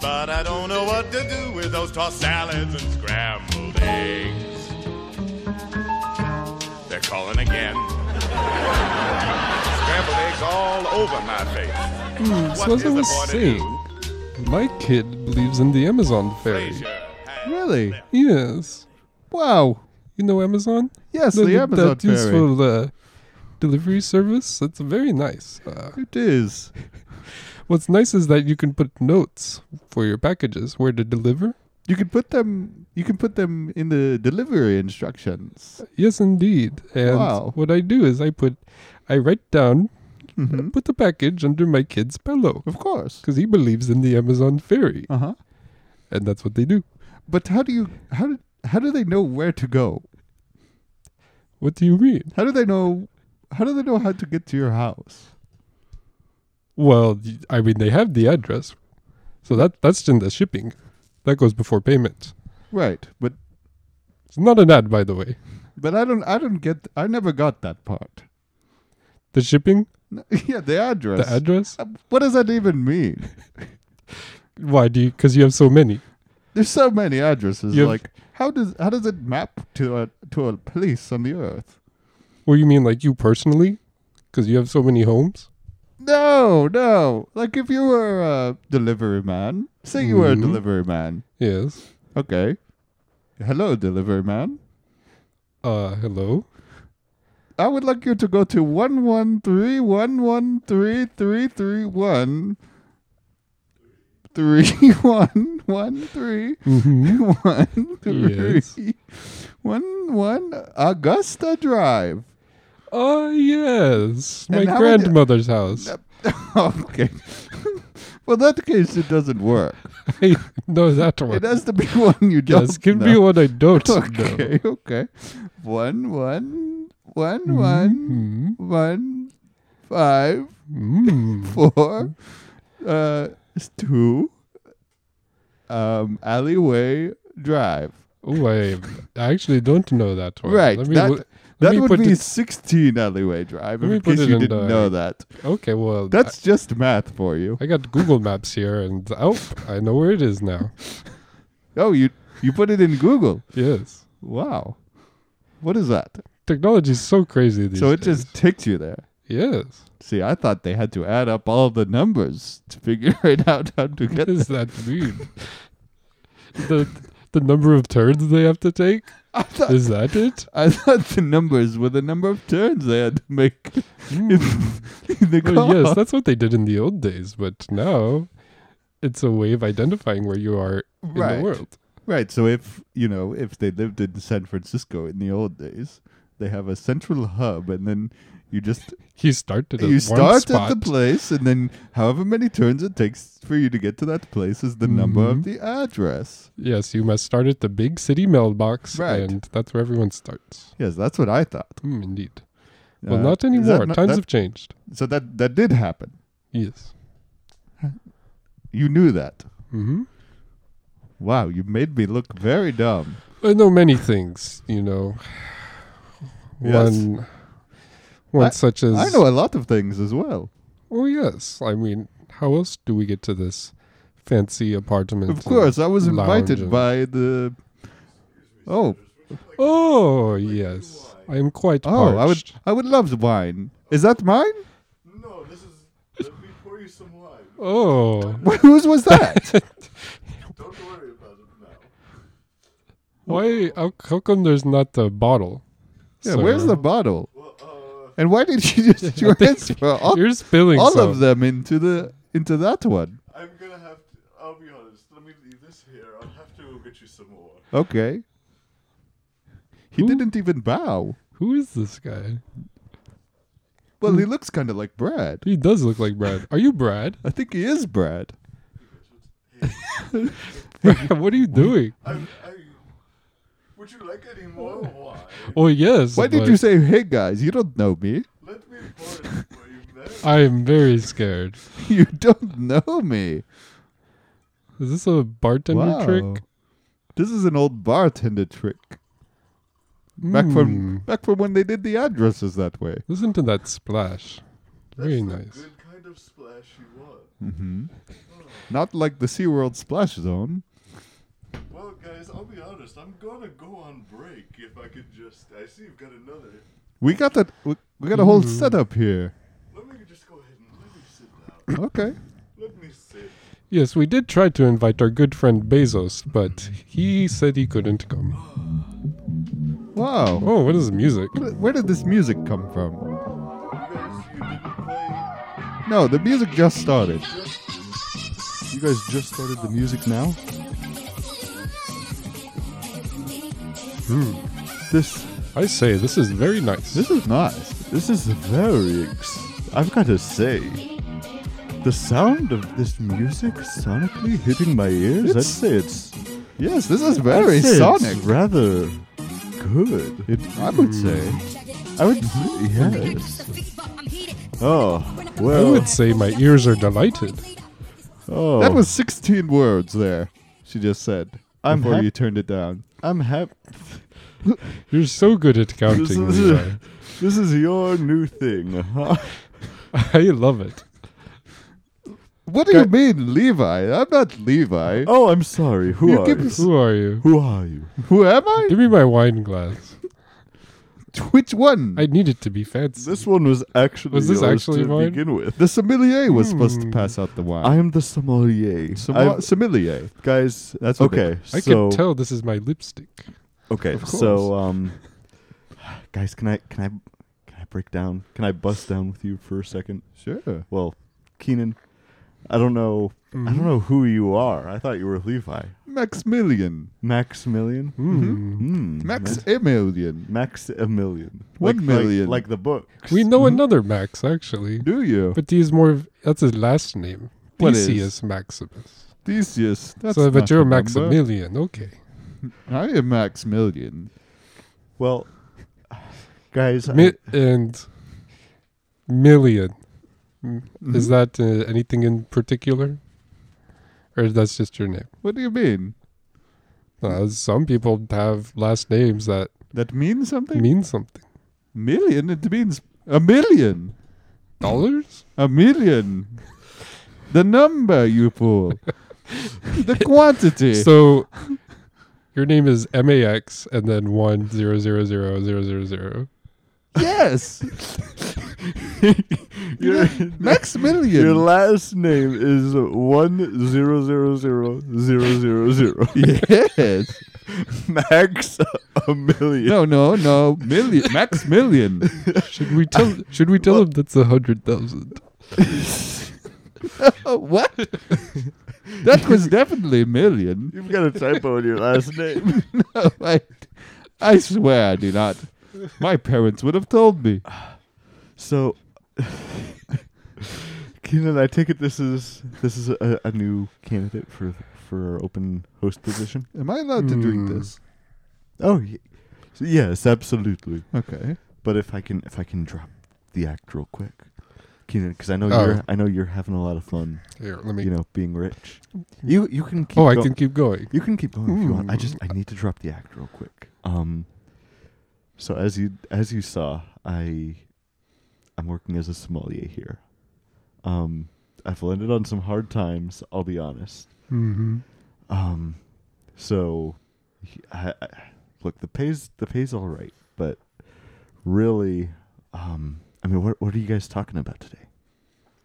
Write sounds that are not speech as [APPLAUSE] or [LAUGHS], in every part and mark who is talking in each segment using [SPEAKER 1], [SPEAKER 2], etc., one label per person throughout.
[SPEAKER 1] But I don't know what to do with those tossed salads and scrambled eggs. They're calling again. scrambled eggs all over my face.
[SPEAKER 2] so as I
[SPEAKER 1] is the
[SPEAKER 2] was
[SPEAKER 1] point of
[SPEAKER 2] saying, my kid believes in the Amazon fairy.
[SPEAKER 1] Fraser has-
[SPEAKER 3] Really?
[SPEAKER 2] Yes.
[SPEAKER 3] Wow.
[SPEAKER 2] You know Amazon?
[SPEAKER 3] Yes, the, Amazon
[SPEAKER 2] that
[SPEAKER 3] fairy.
[SPEAKER 2] useful uh, delivery service. It's very nice. Uh,
[SPEAKER 3] It is.
[SPEAKER 2] what's nice is that you can put notes for your packages where to deliver.
[SPEAKER 3] You can put them. You can put them in the delivery instructions.
[SPEAKER 2] Yes, indeed. And
[SPEAKER 3] Wow.
[SPEAKER 2] what I do is I put, I write down,
[SPEAKER 3] Mhm.
[SPEAKER 2] put the package under my kid's pillow
[SPEAKER 3] Of course.
[SPEAKER 2] because he believes in the Amazon fairy,
[SPEAKER 3] Uh huh.
[SPEAKER 2] and that's what they do.
[SPEAKER 3] But how do you how do, how do they know where to go?
[SPEAKER 2] What do you mean?
[SPEAKER 3] How do they know how do they know how to get to your house?
[SPEAKER 2] Well, y- I mean they have the address, so that that's in the shipping. That goes before payment.
[SPEAKER 3] Right, but
[SPEAKER 2] It's not an ad, by the way.
[SPEAKER 3] but I don't I don't get I never got that part. [LAUGHS]
[SPEAKER 2] The shipping,
[SPEAKER 3] No, yeah, the address.
[SPEAKER 2] the address.
[SPEAKER 3] Uh, what does that even [LAUGHS] mean?
[SPEAKER 2] Why do you? Because you have so many.
[SPEAKER 3] There's so many addresses.
[SPEAKER 2] You've-
[SPEAKER 3] like how does how does it map to a to a place on the earth?
[SPEAKER 2] Well, you mean like you personally? Because you have so many homes.
[SPEAKER 3] No, no. Like if you were a delivery man, say you were a
[SPEAKER 2] Mhm.
[SPEAKER 3] delivery man.
[SPEAKER 2] Yes.
[SPEAKER 3] Okay. Hello, delivery man.
[SPEAKER 2] Uh, hello.
[SPEAKER 3] I would like you to go to one one three one one three three three one three one one three Mm-hmm.
[SPEAKER 2] Mhm.
[SPEAKER 3] one three
[SPEAKER 2] Yes.
[SPEAKER 3] one one Augusta Drive. [LAUGHS]
[SPEAKER 2] Oh yes, my
[SPEAKER 3] And how would you-
[SPEAKER 2] grandmother's [LAUGHS] house.
[SPEAKER 3] okay. [LAUGHS] well, that case it doesn't work.
[SPEAKER 2] I know that one.
[SPEAKER 3] It has to be one you
[SPEAKER 2] yes,
[SPEAKER 3] just
[SPEAKER 2] give
[SPEAKER 3] know.
[SPEAKER 2] me what I don't know.
[SPEAKER 3] [LAUGHS] Okay, okay. One one one one
[SPEAKER 2] Mm,
[SPEAKER 3] one five
[SPEAKER 2] mm.
[SPEAKER 3] four, uh, it's two, um, alleyway drive.
[SPEAKER 2] Oh, I I actually don't know that one.
[SPEAKER 3] right.
[SPEAKER 2] Let me,
[SPEAKER 3] that
[SPEAKER 2] wo- let
[SPEAKER 3] that
[SPEAKER 2] me
[SPEAKER 3] would
[SPEAKER 2] put
[SPEAKER 3] be
[SPEAKER 2] it-
[SPEAKER 3] 16 alleyway drive,
[SPEAKER 2] Let me
[SPEAKER 3] in
[SPEAKER 2] put
[SPEAKER 3] case
[SPEAKER 2] it
[SPEAKER 3] you
[SPEAKER 2] in
[SPEAKER 3] didn't
[SPEAKER 2] the-
[SPEAKER 3] know that.
[SPEAKER 2] okay. Well,
[SPEAKER 3] That's just math for you.
[SPEAKER 2] I, I got Google Maps here, and oh, I know where it is now.
[SPEAKER 3] Oh, you, you put it in Google.
[SPEAKER 2] Yes,
[SPEAKER 3] Wow. What is that?
[SPEAKER 2] technology is so crazy these
[SPEAKER 3] so it
[SPEAKER 2] days.
[SPEAKER 3] just takes you there.
[SPEAKER 2] yes.
[SPEAKER 3] See, I thought they had to add up all the numbers to figure [LAUGHS] it out how
[SPEAKER 2] [LAUGHS]
[SPEAKER 3] to
[SPEAKER 2] What
[SPEAKER 3] get
[SPEAKER 2] does that mean? the the number of turns they have to take
[SPEAKER 3] I thought,
[SPEAKER 2] is that it?
[SPEAKER 3] I thought the numbers were the number of turns they had to make [LAUGHS]
[SPEAKER 2] Mm. [LAUGHS]
[SPEAKER 3] in, in the
[SPEAKER 2] Well,
[SPEAKER 3] car.
[SPEAKER 2] yes, that's what they did in the old days, but now it's a way of identifying where you are in
[SPEAKER 3] Right.
[SPEAKER 2] the world.
[SPEAKER 3] Right. So if you know, if they lived in San Francisco in the old days, they have a central hub, and then you just
[SPEAKER 2] He started at
[SPEAKER 3] you
[SPEAKER 2] one
[SPEAKER 3] start
[SPEAKER 2] spot.
[SPEAKER 3] at the place, and then however many turns it takes for you to get to that place is the number of
[SPEAKER 2] Mhm.
[SPEAKER 3] the address.
[SPEAKER 2] yes, you must start at the big city mailbox,
[SPEAKER 3] Right.
[SPEAKER 2] and that's where everyone starts.
[SPEAKER 3] Yes, that's what I thought.
[SPEAKER 2] Mm, indeed. well,
[SPEAKER 3] Uh,
[SPEAKER 2] not
[SPEAKER 3] is
[SPEAKER 2] anymore.
[SPEAKER 3] that not-
[SPEAKER 2] Times
[SPEAKER 3] that-
[SPEAKER 2] have changed.
[SPEAKER 3] so that that did happen.
[SPEAKER 2] Yes.
[SPEAKER 3] You knew that. Mm-hmm.
[SPEAKER 2] hmm
[SPEAKER 3] Wow, you made me look very dumb.
[SPEAKER 2] I know many things, you know.
[SPEAKER 3] Yes.
[SPEAKER 2] One, one
[SPEAKER 3] I-
[SPEAKER 2] such as
[SPEAKER 3] I know a lot of things as well.
[SPEAKER 2] Oh yes, I mean, how else do we get to this fancy apartment?
[SPEAKER 3] Of course, I was
[SPEAKER 2] lounge
[SPEAKER 3] invited
[SPEAKER 2] and-
[SPEAKER 3] by the. Oh,
[SPEAKER 2] Oh yes, I am quite.
[SPEAKER 3] oh! I would,
[SPEAKER 2] parched.
[SPEAKER 3] I would love wine. Is that mine? [LAUGHS]
[SPEAKER 1] No, this is. Let me pour you some wine.
[SPEAKER 2] Oh,
[SPEAKER 3] Whose was that?
[SPEAKER 1] Don't worry about it now.
[SPEAKER 2] why? How, how come there's not a bottle? [LAUGHS]
[SPEAKER 3] Yeah,
[SPEAKER 2] sir?
[SPEAKER 3] where's the bottle?
[SPEAKER 1] Well, uh,
[SPEAKER 3] And why did you
[SPEAKER 2] [LAUGHS]
[SPEAKER 3] just
[SPEAKER 2] I think
[SPEAKER 3] transfer [LAUGHS] all,
[SPEAKER 2] You're spilling
[SPEAKER 3] all
[SPEAKER 2] some.
[SPEAKER 3] of them into the into that one?
[SPEAKER 1] I'm gonna have to. I'll be honest. Let me leave this here. I'll have to get you some more.
[SPEAKER 3] Okay. He
[SPEAKER 2] Who?
[SPEAKER 3] didn't even bow.
[SPEAKER 2] Who is this guy?
[SPEAKER 3] Well, he looks kind of like Brad.
[SPEAKER 2] He does look like Brad. Are you Brad?
[SPEAKER 3] I think he is Brad.
[SPEAKER 2] Brad, [LAUGHS] what are you doing?
[SPEAKER 1] I, I, would you like any more wine?
[SPEAKER 2] Oh yes.
[SPEAKER 3] Why did
[SPEAKER 2] but
[SPEAKER 3] you say, "Hey guys, you don't know me.
[SPEAKER 1] Let me pour it for you, man.
[SPEAKER 2] I am very scared.
[SPEAKER 3] [LAUGHS] You don't know me."
[SPEAKER 2] Is this a bartender
[SPEAKER 3] Wow.
[SPEAKER 2] trick?
[SPEAKER 3] This is an old bartender trick. Back from
[SPEAKER 2] Mm.
[SPEAKER 3] back from when they did the addresses that way.
[SPEAKER 2] Listen to that splash.
[SPEAKER 1] That's
[SPEAKER 2] Very
[SPEAKER 1] the
[SPEAKER 2] nice.
[SPEAKER 1] good kind of splash you want.
[SPEAKER 3] Mm-hmm.
[SPEAKER 1] Oh,
[SPEAKER 3] Not like the SeaWorld splash zone.
[SPEAKER 1] Well, guys, I'll be honest. I'm gonna go on break if I could just. I see you've got another.
[SPEAKER 3] We got that. We, we got a whole
[SPEAKER 2] Ooh.
[SPEAKER 3] setup here.
[SPEAKER 1] Let me just go ahead and let me sit down.
[SPEAKER 3] Okay.
[SPEAKER 1] Let me sit.
[SPEAKER 2] Yes, we did try to invite our good friend Bezos, but he said he couldn't come.
[SPEAKER 3] Wow.
[SPEAKER 2] Oh, what is the music?
[SPEAKER 3] Where where did this music come from?
[SPEAKER 1] You guys, you didn't play.
[SPEAKER 3] No, the music just started. You guys just started the music now?
[SPEAKER 2] Hmm.
[SPEAKER 3] This
[SPEAKER 2] I say this is very nice.
[SPEAKER 3] This is nice. This is very. Ex- I've got to say, the sound of this music sonically hitting my ears.
[SPEAKER 4] It's-
[SPEAKER 3] I'd say it's. Yes, this is very
[SPEAKER 4] I'd say
[SPEAKER 3] sonic.
[SPEAKER 4] It's rather
[SPEAKER 3] good. It, I would say. I would. Yes.
[SPEAKER 4] oh
[SPEAKER 2] I
[SPEAKER 4] well.
[SPEAKER 2] would say my ears are delighted.
[SPEAKER 4] Oh,
[SPEAKER 3] That was 16 words there. She just said
[SPEAKER 4] I'm
[SPEAKER 3] before
[SPEAKER 4] hap-
[SPEAKER 3] you turned it down.
[SPEAKER 4] I'm happy.
[SPEAKER 2] You're so good at
[SPEAKER 4] This
[SPEAKER 2] counting. Levi. [LAUGHS]
[SPEAKER 4] is, this is your
[SPEAKER 3] [LAUGHS]
[SPEAKER 4] new thing. huh?
[SPEAKER 2] I love it.
[SPEAKER 3] What do you mean, Levi? I'm not Levi.
[SPEAKER 4] oh, I'm sorry. Who
[SPEAKER 3] You
[SPEAKER 4] are
[SPEAKER 3] give
[SPEAKER 4] you?
[SPEAKER 3] me s-
[SPEAKER 2] Who are you?
[SPEAKER 4] Who
[SPEAKER 3] [LAUGHS]
[SPEAKER 4] are you?
[SPEAKER 3] Who am I?
[SPEAKER 2] Give me my wine glass.
[SPEAKER 3] Which one?
[SPEAKER 2] I need it to be fancy.
[SPEAKER 4] This one was actually
[SPEAKER 2] Was this
[SPEAKER 4] yours
[SPEAKER 2] actually
[SPEAKER 4] to
[SPEAKER 2] mine?
[SPEAKER 4] begin with.
[SPEAKER 3] the sommelier was supposed to
[SPEAKER 2] Hmm.
[SPEAKER 3] pass out the wine.
[SPEAKER 4] I am the sommelier.
[SPEAKER 3] Sommo-
[SPEAKER 4] I've-
[SPEAKER 3] sommelier.
[SPEAKER 4] guys,
[SPEAKER 3] That's what they-
[SPEAKER 4] okay.
[SPEAKER 2] I
[SPEAKER 4] so
[SPEAKER 2] can tell this is my lipstick.
[SPEAKER 4] okay,
[SPEAKER 3] Of
[SPEAKER 4] so um, guys, can I can I can I break down? Can I bust down with you for a second?
[SPEAKER 3] Sure.
[SPEAKER 4] Well, Keenan, I don't know. I don't know who you are. I thought you were Levi.
[SPEAKER 3] Maximilian.
[SPEAKER 4] Maximilian.
[SPEAKER 3] Mm-hmm.
[SPEAKER 2] Mm.
[SPEAKER 4] Mm,
[SPEAKER 3] Max Emilian.
[SPEAKER 4] Max a million.
[SPEAKER 3] One
[SPEAKER 4] like,
[SPEAKER 3] million.
[SPEAKER 4] Like, like the book.
[SPEAKER 2] We know
[SPEAKER 3] Mm-hmm.
[SPEAKER 2] another Max actually,
[SPEAKER 3] Do you?
[SPEAKER 2] but he's more. Of, that's his last name.
[SPEAKER 3] What is?
[SPEAKER 2] Decius Maximus.
[SPEAKER 3] Theseus. That's
[SPEAKER 2] so, but
[SPEAKER 3] not
[SPEAKER 2] you're
[SPEAKER 3] the number.
[SPEAKER 2] Maximilian, okay?
[SPEAKER 3] I am Maximilian.
[SPEAKER 4] Well, guys, I-
[SPEAKER 2] Mi- and million. Mm, Is
[SPEAKER 3] Mm-hmm.
[SPEAKER 2] that uh, anything in particular, or that's just your name?
[SPEAKER 3] [LAUGHS] What do you mean?
[SPEAKER 2] Uh, some people have last names that
[SPEAKER 3] That means something?
[SPEAKER 2] mean something.
[SPEAKER 3] million? It means a million.
[SPEAKER 2] Dollars? [LAUGHS]
[SPEAKER 3] A million. the number, you fool. the
[SPEAKER 2] [LAUGHS]
[SPEAKER 3] quantity.
[SPEAKER 2] So your name is MAX and then one zero zero zero zero zero zero. [LAUGHS]
[SPEAKER 3] yes.
[SPEAKER 4] your,
[SPEAKER 2] [LAUGHS]
[SPEAKER 3] Maximilian.
[SPEAKER 4] your last name is one zero zero zero zero zero zero.
[SPEAKER 3] [LAUGHS] yes.
[SPEAKER 4] [LAUGHS] Max a million.
[SPEAKER 3] No, no, no. Million. [LAUGHS] Maximilian.
[SPEAKER 2] Should we [LAUGHS] tell should we tell him that's a hundred thousand?
[SPEAKER 3] Oh, what? that was definitely a million. [LAUGHS]
[SPEAKER 4] You've got a typo in your last name.
[SPEAKER 3] No, I, I swear I do not. My parents would have told me.
[SPEAKER 4] [LAUGHS] So, Keenan, I take it this is this is a, a new candidate for for our open host position.
[SPEAKER 3] Am I allowed to drink
[SPEAKER 2] Hmm.
[SPEAKER 3] this?
[SPEAKER 4] Oh, y- yes, absolutely.
[SPEAKER 3] Okay.
[SPEAKER 4] But if I can if I can drop the act real quick, Keenan, because I know
[SPEAKER 2] Oh.
[SPEAKER 4] you're I know you're having a lot of fun.
[SPEAKER 2] Here, let me
[SPEAKER 4] You know, being rich. You you can keep
[SPEAKER 2] Oh I
[SPEAKER 4] go-
[SPEAKER 2] can keep going.
[SPEAKER 4] you can keep going if you want. I
[SPEAKER 2] Mm.
[SPEAKER 4] just I need to drop the act real quick. Um. So as you as you saw, I I'm working as a sommelier here. Um, I've landed on some hard times. I'll be honest.
[SPEAKER 2] Mm-hmm.
[SPEAKER 4] Um, so he- I, I, look, the pay's the pay's all right, but really, um, I mean, what what are you guys talking about today?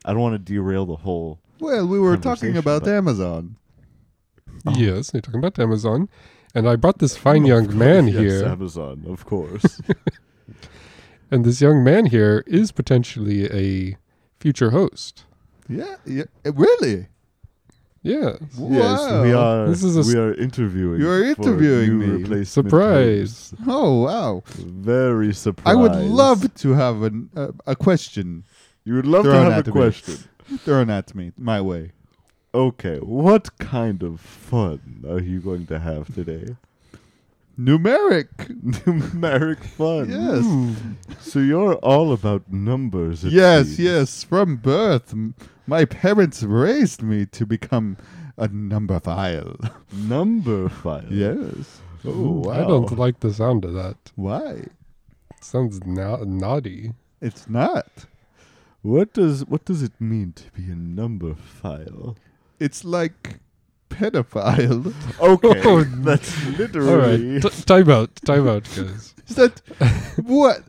[SPEAKER 4] I don't want to derail the whole.
[SPEAKER 3] Well, we were talking
[SPEAKER 4] Conversation,
[SPEAKER 3] about
[SPEAKER 4] but-
[SPEAKER 3] Amazon.
[SPEAKER 4] Oh.
[SPEAKER 2] Yes, you're talking about Amazon. And I brought this
[SPEAKER 4] [LAUGHS]
[SPEAKER 2] fine young man
[SPEAKER 4] Yes,
[SPEAKER 2] here.
[SPEAKER 4] Amazon, of course.
[SPEAKER 2] And this young man here is potentially a future host.
[SPEAKER 3] Yeah, yeah uh, really?
[SPEAKER 2] Yes.
[SPEAKER 4] yes, we
[SPEAKER 3] Wow.
[SPEAKER 4] are.
[SPEAKER 2] This is a s-
[SPEAKER 4] we are interviewing.
[SPEAKER 3] You are
[SPEAKER 4] for
[SPEAKER 3] interviewing
[SPEAKER 4] new
[SPEAKER 3] me.
[SPEAKER 4] replacement
[SPEAKER 2] Surprise.
[SPEAKER 4] hosts.
[SPEAKER 3] Oh, wow.
[SPEAKER 4] Very surprised.
[SPEAKER 3] I would love to have an, uh, a question
[SPEAKER 4] You would love to
[SPEAKER 3] thrown
[SPEAKER 4] have
[SPEAKER 3] at
[SPEAKER 4] a
[SPEAKER 3] me.
[SPEAKER 4] question.
[SPEAKER 3] thrown at me my way.
[SPEAKER 4] Okay, what kind of fun are you going to have today? [LAUGHS]
[SPEAKER 3] Numeric.
[SPEAKER 4] Numeric fun.
[SPEAKER 3] Yes.
[SPEAKER 4] So you're all about numbers. it
[SPEAKER 3] Yes,
[SPEAKER 4] seems.
[SPEAKER 3] yes. From birth, m- my parents raised me to become a number file. [LAUGHS]
[SPEAKER 4] Number file.
[SPEAKER 3] yes.
[SPEAKER 4] Oh wow.
[SPEAKER 2] I don't like the sound of that.
[SPEAKER 3] Why?
[SPEAKER 2] sounds na- naughty.
[SPEAKER 3] It's not.
[SPEAKER 4] What does what does it mean to be a number file?
[SPEAKER 3] It's like pedophile. [LAUGHS]
[SPEAKER 4] Okay,
[SPEAKER 2] Oh,
[SPEAKER 4] that's
[SPEAKER 2] All
[SPEAKER 4] literally.
[SPEAKER 2] right, t- time out, time out, guys,
[SPEAKER 3] Is
[SPEAKER 4] [LAUGHS]
[SPEAKER 3] that what?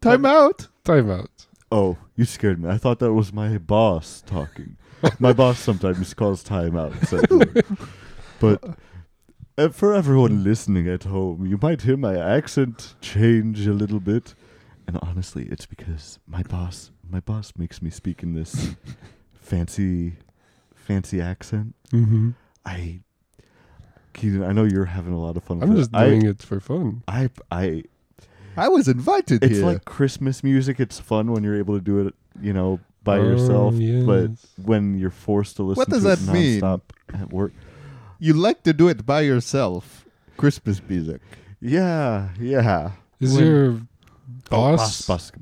[SPEAKER 3] Time out.
[SPEAKER 2] time out.
[SPEAKER 4] Oh, you scared me. I thought that was my boss talking. my boss sometimes calls time out. certainly. but uh, for everyone listening at home, you might hear my accent change a little bit. And honestly, it's because my boss, my boss makes me speak in this fancy, fancy accent.
[SPEAKER 2] Mm-hmm.
[SPEAKER 4] I, Keaton, I know you're having a lot of fun.
[SPEAKER 2] I'm
[SPEAKER 4] with
[SPEAKER 2] just
[SPEAKER 4] it. I-
[SPEAKER 2] doing it for fun.
[SPEAKER 4] I, I,
[SPEAKER 3] I was invited
[SPEAKER 4] it's
[SPEAKER 3] here.
[SPEAKER 4] like Christmas music. It's fun when you're able to do it, you know, by yourself.
[SPEAKER 2] Oh,
[SPEAKER 4] But
[SPEAKER 2] yes.
[SPEAKER 4] when you're forced to listen
[SPEAKER 3] What does
[SPEAKER 4] to it
[SPEAKER 3] that mean?
[SPEAKER 4] nonstop at work,
[SPEAKER 3] you like to do it by yourself. Christmas
[SPEAKER 4] [SIGHS]
[SPEAKER 3] music.
[SPEAKER 4] yeah, yeah.
[SPEAKER 2] is
[SPEAKER 4] When-
[SPEAKER 2] your
[SPEAKER 4] Oh,
[SPEAKER 2] boss?
[SPEAKER 4] boss.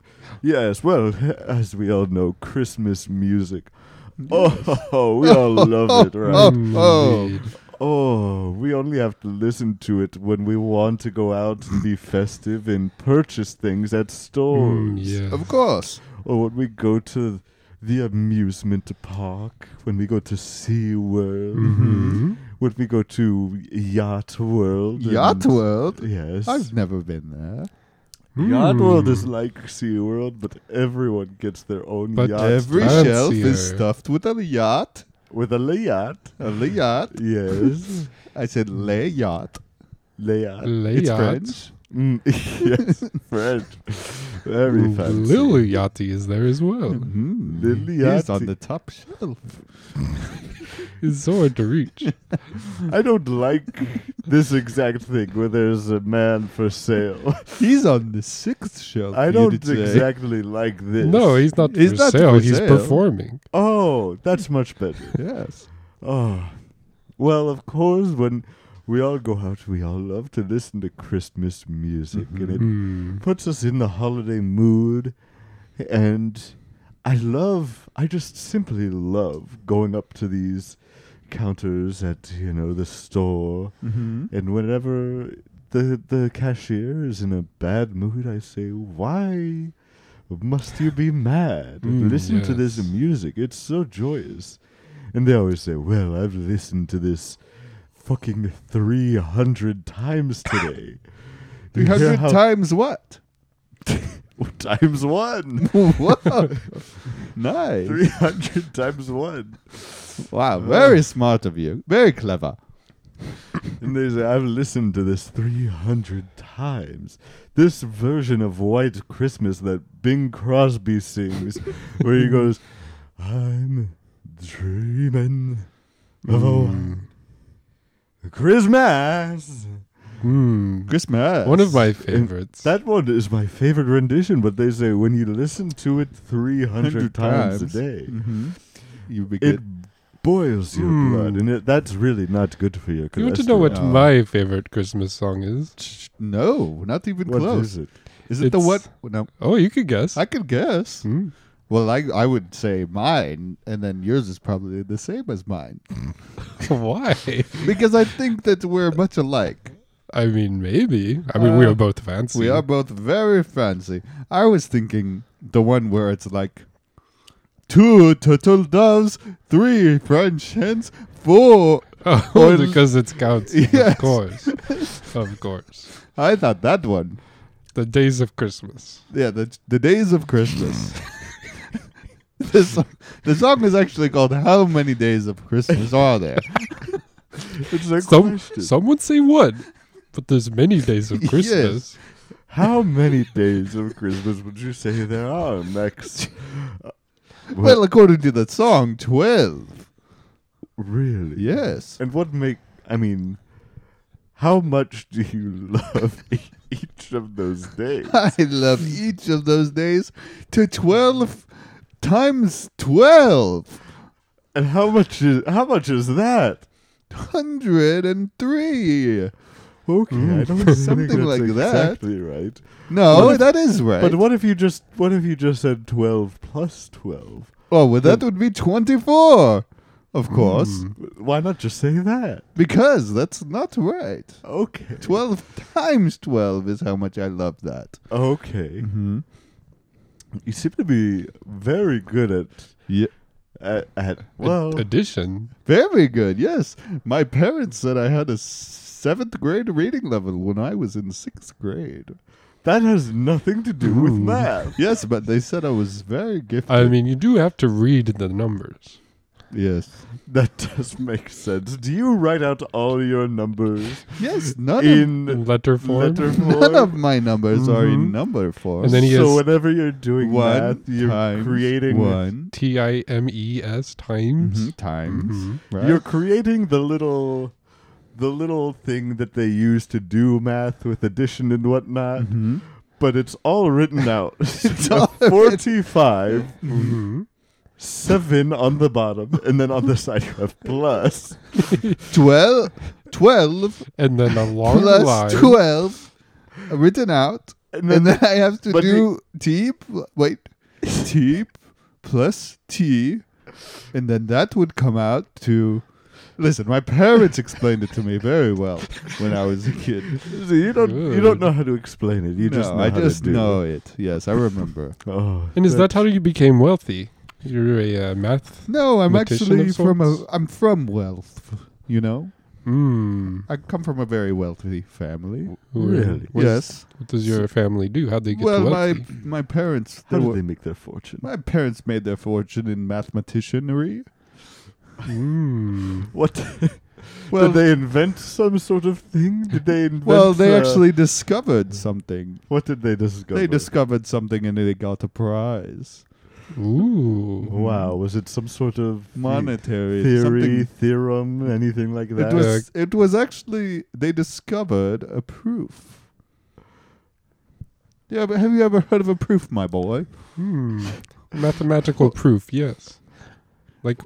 [SPEAKER 4] Yes, well, [LAUGHS] as we all know, Christmas music. Oh, [LAUGHS] we all love
[SPEAKER 3] [LAUGHS]
[SPEAKER 4] it, right?
[SPEAKER 2] Mm,
[SPEAKER 3] Oh.
[SPEAKER 2] indeed.
[SPEAKER 4] Oh, we only have to listen to it when we want to go out and be festive and purchase things at
[SPEAKER 2] Mm,
[SPEAKER 4] stores.
[SPEAKER 2] yeah.
[SPEAKER 3] Of course.
[SPEAKER 4] or when we go to the amusement park, when we go to SeaWorld,
[SPEAKER 3] Mm-hmm. Hmm.
[SPEAKER 2] Mhm.
[SPEAKER 4] when we go to Yacht World. and-
[SPEAKER 3] Yacht World.
[SPEAKER 4] Yes.
[SPEAKER 3] I've never been there.
[SPEAKER 4] Yacht
[SPEAKER 2] Mm.
[SPEAKER 3] hmm.
[SPEAKER 4] World is like SeaWorld, but everyone gets their own
[SPEAKER 2] But
[SPEAKER 4] yacht
[SPEAKER 3] Every
[SPEAKER 2] fancier.
[SPEAKER 3] shelf is stuffed with a yacht.
[SPEAKER 4] with a layout.
[SPEAKER 3] A yacht. [LAUGHS]
[SPEAKER 4] Yes.
[SPEAKER 3] I said lay yacht.
[SPEAKER 4] layout.
[SPEAKER 3] It's
[SPEAKER 2] Layout.
[SPEAKER 3] French.
[SPEAKER 4] Mm, [LAUGHS] yes, French. Very fancy.
[SPEAKER 2] Lily Yachty is there as well.
[SPEAKER 3] Mm.
[SPEAKER 4] Liliati.
[SPEAKER 3] He's on the top shelf.
[SPEAKER 2] It's so hard to
[SPEAKER 3] [LAUGHS]
[SPEAKER 2] reach.
[SPEAKER 4] I don't like this exact thing where there's a man
[SPEAKER 3] [LAUGHS]
[SPEAKER 4] for sale.
[SPEAKER 3] He's on the sixth shelf.
[SPEAKER 4] I
[SPEAKER 3] you
[SPEAKER 4] don't
[SPEAKER 3] did say.
[SPEAKER 4] exactly like this.
[SPEAKER 2] No, he's not
[SPEAKER 3] He's
[SPEAKER 2] for
[SPEAKER 3] not
[SPEAKER 2] sale.
[SPEAKER 3] for
[SPEAKER 2] he's
[SPEAKER 3] sale.
[SPEAKER 2] performing.
[SPEAKER 4] Oh, that's much better.
[SPEAKER 3] Yes.
[SPEAKER 4] Oh, well, of course, when we all go out, we all love to listen to Christmas music, and
[SPEAKER 2] Mm.
[SPEAKER 3] Hmm.
[SPEAKER 4] it puts us in the holiday mood. And I love, I just simply love going up to these counters at you know the store,
[SPEAKER 3] [LAUGHS] Mm-hmm.
[SPEAKER 4] and whenever the the cashier is in a bad mood, I say, "Why must you be mad?
[SPEAKER 2] Mm,
[SPEAKER 4] Listen to this
[SPEAKER 2] yes.
[SPEAKER 4] music; it's so joyous." And they always say, "Well, I've listened to this fucking three hundred times today." Do you hear
[SPEAKER 3] 300
[SPEAKER 4] how-
[SPEAKER 3] times
[SPEAKER 4] [LAUGHS]
[SPEAKER 3] what?
[SPEAKER 4] times
[SPEAKER 3] [LAUGHS]
[SPEAKER 4] one.
[SPEAKER 3] Whoa. nice.
[SPEAKER 4] Three hundred times one.
[SPEAKER 3] Wow. Very smart of you. Very clever.
[SPEAKER 4] And they say, I've listened to this 300 times. This version of White Christmas that Bing Crosby sings, where
[SPEAKER 2] [LAUGHS]
[SPEAKER 4] he goes, I'm dreaming of a white Christmas.
[SPEAKER 3] Hmm.
[SPEAKER 2] Mm.
[SPEAKER 3] Christmas.
[SPEAKER 2] One of my favorites.
[SPEAKER 4] That one is my favorite rendition, but they say when you listen to it 300 times, a day, Mm-hmm.
[SPEAKER 3] hmm You
[SPEAKER 4] it
[SPEAKER 3] begin.
[SPEAKER 4] boils your
[SPEAKER 2] Mm.
[SPEAKER 4] blood, and it, that's really not good for your cholesterol.
[SPEAKER 2] you want to know what
[SPEAKER 3] Oh.
[SPEAKER 2] my favorite Christmas song is?
[SPEAKER 3] no, not even
[SPEAKER 4] What
[SPEAKER 3] close.
[SPEAKER 4] is it?
[SPEAKER 3] Is it the what?
[SPEAKER 2] It's-
[SPEAKER 3] No,
[SPEAKER 2] Oh, you could guess.
[SPEAKER 3] I could guess.
[SPEAKER 4] Hmm.
[SPEAKER 2] Mm.
[SPEAKER 3] Well, I I would say mine, and then yours is probably the same as mine
[SPEAKER 2] Why?
[SPEAKER 3] because I think that we're much alike.
[SPEAKER 2] I mean, maybe. I mean, we are both fancy.
[SPEAKER 3] Uh, We are both very fancy. I was thinking the one where it's like two turtle doves, three French hens, four.
[SPEAKER 2] [LAUGHS] Oh, because it's counts.
[SPEAKER 3] [LAUGHS] Yes.
[SPEAKER 2] Of course. of course.
[SPEAKER 3] I thought that one.
[SPEAKER 2] The days of Christmas.
[SPEAKER 3] Yeah, the the days of Christmas. [LAUGHS] the, song, the song is actually called "How Many Days of Christmas Are There?"
[SPEAKER 4] It's a
[SPEAKER 2] Some,
[SPEAKER 4] question.
[SPEAKER 2] some would say one, but there's many days of
[SPEAKER 3] Yes.
[SPEAKER 2] Christmas.
[SPEAKER 4] How many days of Christmas would you say there are, Max?
[SPEAKER 3] well, according to the song, twelve.
[SPEAKER 4] Really?
[SPEAKER 3] Yes.
[SPEAKER 4] And what make? I mean, how much do you love [LAUGHS] e- each of those
[SPEAKER 3] [LAUGHS]
[SPEAKER 4] days?
[SPEAKER 3] I love each of those days to 12 times 12.
[SPEAKER 4] And how much is how much is that?
[SPEAKER 3] 103.
[SPEAKER 4] Okay, I don't think
[SPEAKER 3] Mm. [LAUGHS] Something
[SPEAKER 4] that's
[SPEAKER 3] like that.
[SPEAKER 4] Exactly right.
[SPEAKER 3] No,
[SPEAKER 4] What if-
[SPEAKER 3] that is right.
[SPEAKER 4] But what if you just what if you just said twelve plus twelve?
[SPEAKER 3] oh, well, that would be 24.
[SPEAKER 4] Hmm.
[SPEAKER 3] Of course,
[SPEAKER 4] Why not just say that?
[SPEAKER 3] because that's not right.
[SPEAKER 4] Okay.
[SPEAKER 3] 12 [LAUGHS] times 12 is how much I love that.
[SPEAKER 4] Okay.
[SPEAKER 3] Mm-hmm.
[SPEAKER 4] You seem to be very good at
[SPEAKER 3] Yeah.
[SPEAKER 4] I, I
[SPEAKER 3] Uh,
[SPEAKER 2] Ad-
[SPEAKER 4] had Uh, well,
[SPEAKER 2] addition.
[SPEAKER 3] Very good. Yes. My parents said I had a seventh grade reading level when I was in sixth grade.
[SPEAKER 4] that has nothing to do with
[SPEAKER 2] Ooh.
[SPEAKER 4] math.
[SPEAKER 3] Yes, but they said I was very gifted.
[SPEAKER 2] I mean, you do have to read the numbers.
[SPEAKER 3] yes.
[SPEAKER 4] That does make sense. Do you write out all your numbers
[SPEAKER 3] Yes, none,
[SPEAKER 4] in Mm-hmm.
[SPEAKER 2] In letter form.
[SPEAKER 4] letter
[SPEAKER 3] of,
[SPEAKER 4] form?
[SPEAKER 3] [LAUGHS] none of my numbers are in
[SPEAKER 2] Mhm.
[SPEAKER 3] number form.
[SPEAKER 2] And then he
[SPEAKER 4] so
[SPEAKER 2] has-
[SPEAKER 4] whenever you're doing
[SPEAKER 3] one
[SPEAKER 4] math, you're
[SPEAKER 3] times
[SPEAKER 4] creating Mm-hmm.
[SPEAKER 3] one
[SPEAKER 2] T I M E S times.
[SPEAKER 3] mhm, times.
[SPEAKER 2] Mhm.
[SPEAKER 3] Right?
[SPEAKER 4] You're creating the little the little thing that they use to do math with addition and whatnot,
[SPEAKER 3] Mhm.
[SPEAKER 4] but it's all
[SPEAKER 3] [LAUGHS]
[SPEAKER 4] written out. it's
[SPEAKER 3] all-
[SPEAKER 4] 45,
[SPEAKER 2] Mhm.
[SPEAKER 4] 7 on the bottom, and then on the side you have plus.
[SPEAKER 3] Twelve, twelve
[SPEAKER 2] And then a long
[SPEAKER 3] plus
[SPEAKER 2] line.
[SPEAKER 3] twelve, written out,
[SPEAKER 4] And
[SPEAKER 3] and
[SPEAKER 4] then,
[SPEAKER 3] then, I have to
[SPEAKER 4] but
[SPEAKER 3] do t. pl- Wait, t plus t, and then that would come out to. Listen, my parents explained it to me very well when I was a kid.
[SPEAKER 4] so you don't you don't know how to explain it. You
[SPEAKER 3] no,
[SPEAKER 4] just know
[SPEAKER 3] I
[SPEAKER 4] how
[SPEAKER 3] just
[SPEAKER 4] to do
[SPEAKER 3] know
[SPEAKER 4] It.
[SPEAKER 3] it. Yes, I remember.
[SPEAKER 4] [LAUGHS] Oh,
[SPEAKER 2] And is that how you became wealthy? You're a uh, math.
[SPEAKER 3] No, I'm
[SPEAKER 2] Magician
[SPEAKER 3] actually
[SPEAKER 2] of
[SPEAKER 3] from a.
[SPEAKER 2] sorts?
[SPEAKER 3] I'm from wealth. You know,
[SPEAKER 2] Mm.
[SPEAKER 3] I come from a very wealthy family.
[SPEAKER 2] Who-
[SPEAKER 4] Really?
[SPEAKER 2] What,
[SPEAKER 3] yes.
[SPEAKER 2] what does your family do? How'd they get
[SPEAKER 3] Well,
[SPEAKER 2] wealthy?
[SPEAKER 3] my [LAUGHS] my parents.
[SPEAKER 4] how
[SPEAKER 3] they
[SPEAKER 4] did
[SPEAKER 3] were-
[SPEAKER 4] they make their fortune?
[SPEAKER 3] My parents made their fortune in mathematicianry.
[SPEAKER 2] Mm.
[SPEAKER 4] What [LAUGHS]
[SPEAKER 3] Well,
[SPEAKER 4] did they invent some sort of thing?
[SPEAKER 3] [LAUGHS]
[SPEAKER 4] Did they invent?
[SPEAKER 3] well, they
[SPEAKER 4] uh,
[SPEAKER 3] actually discovered something.
[SPEAKER 4] What did they discover?
[SPEAKER 3] They discovered something and they got a prize.
[SPEAKER 2] Ooh.
[SPEAKER 4] Wow, was it some sort of the-
[SPEAKER 3] Monetary
[SPEAKER 4] theory,
[SPEAKER 3] something.
[SPEAKER 4] theorem, anything like that?
[SPEAKER 3] It was. It was actually they discovered a proof. Yeah, but have you ever heard of a proof, my boy?
[SPEAKER 2] Hmm. Mathematical proof, yes. Like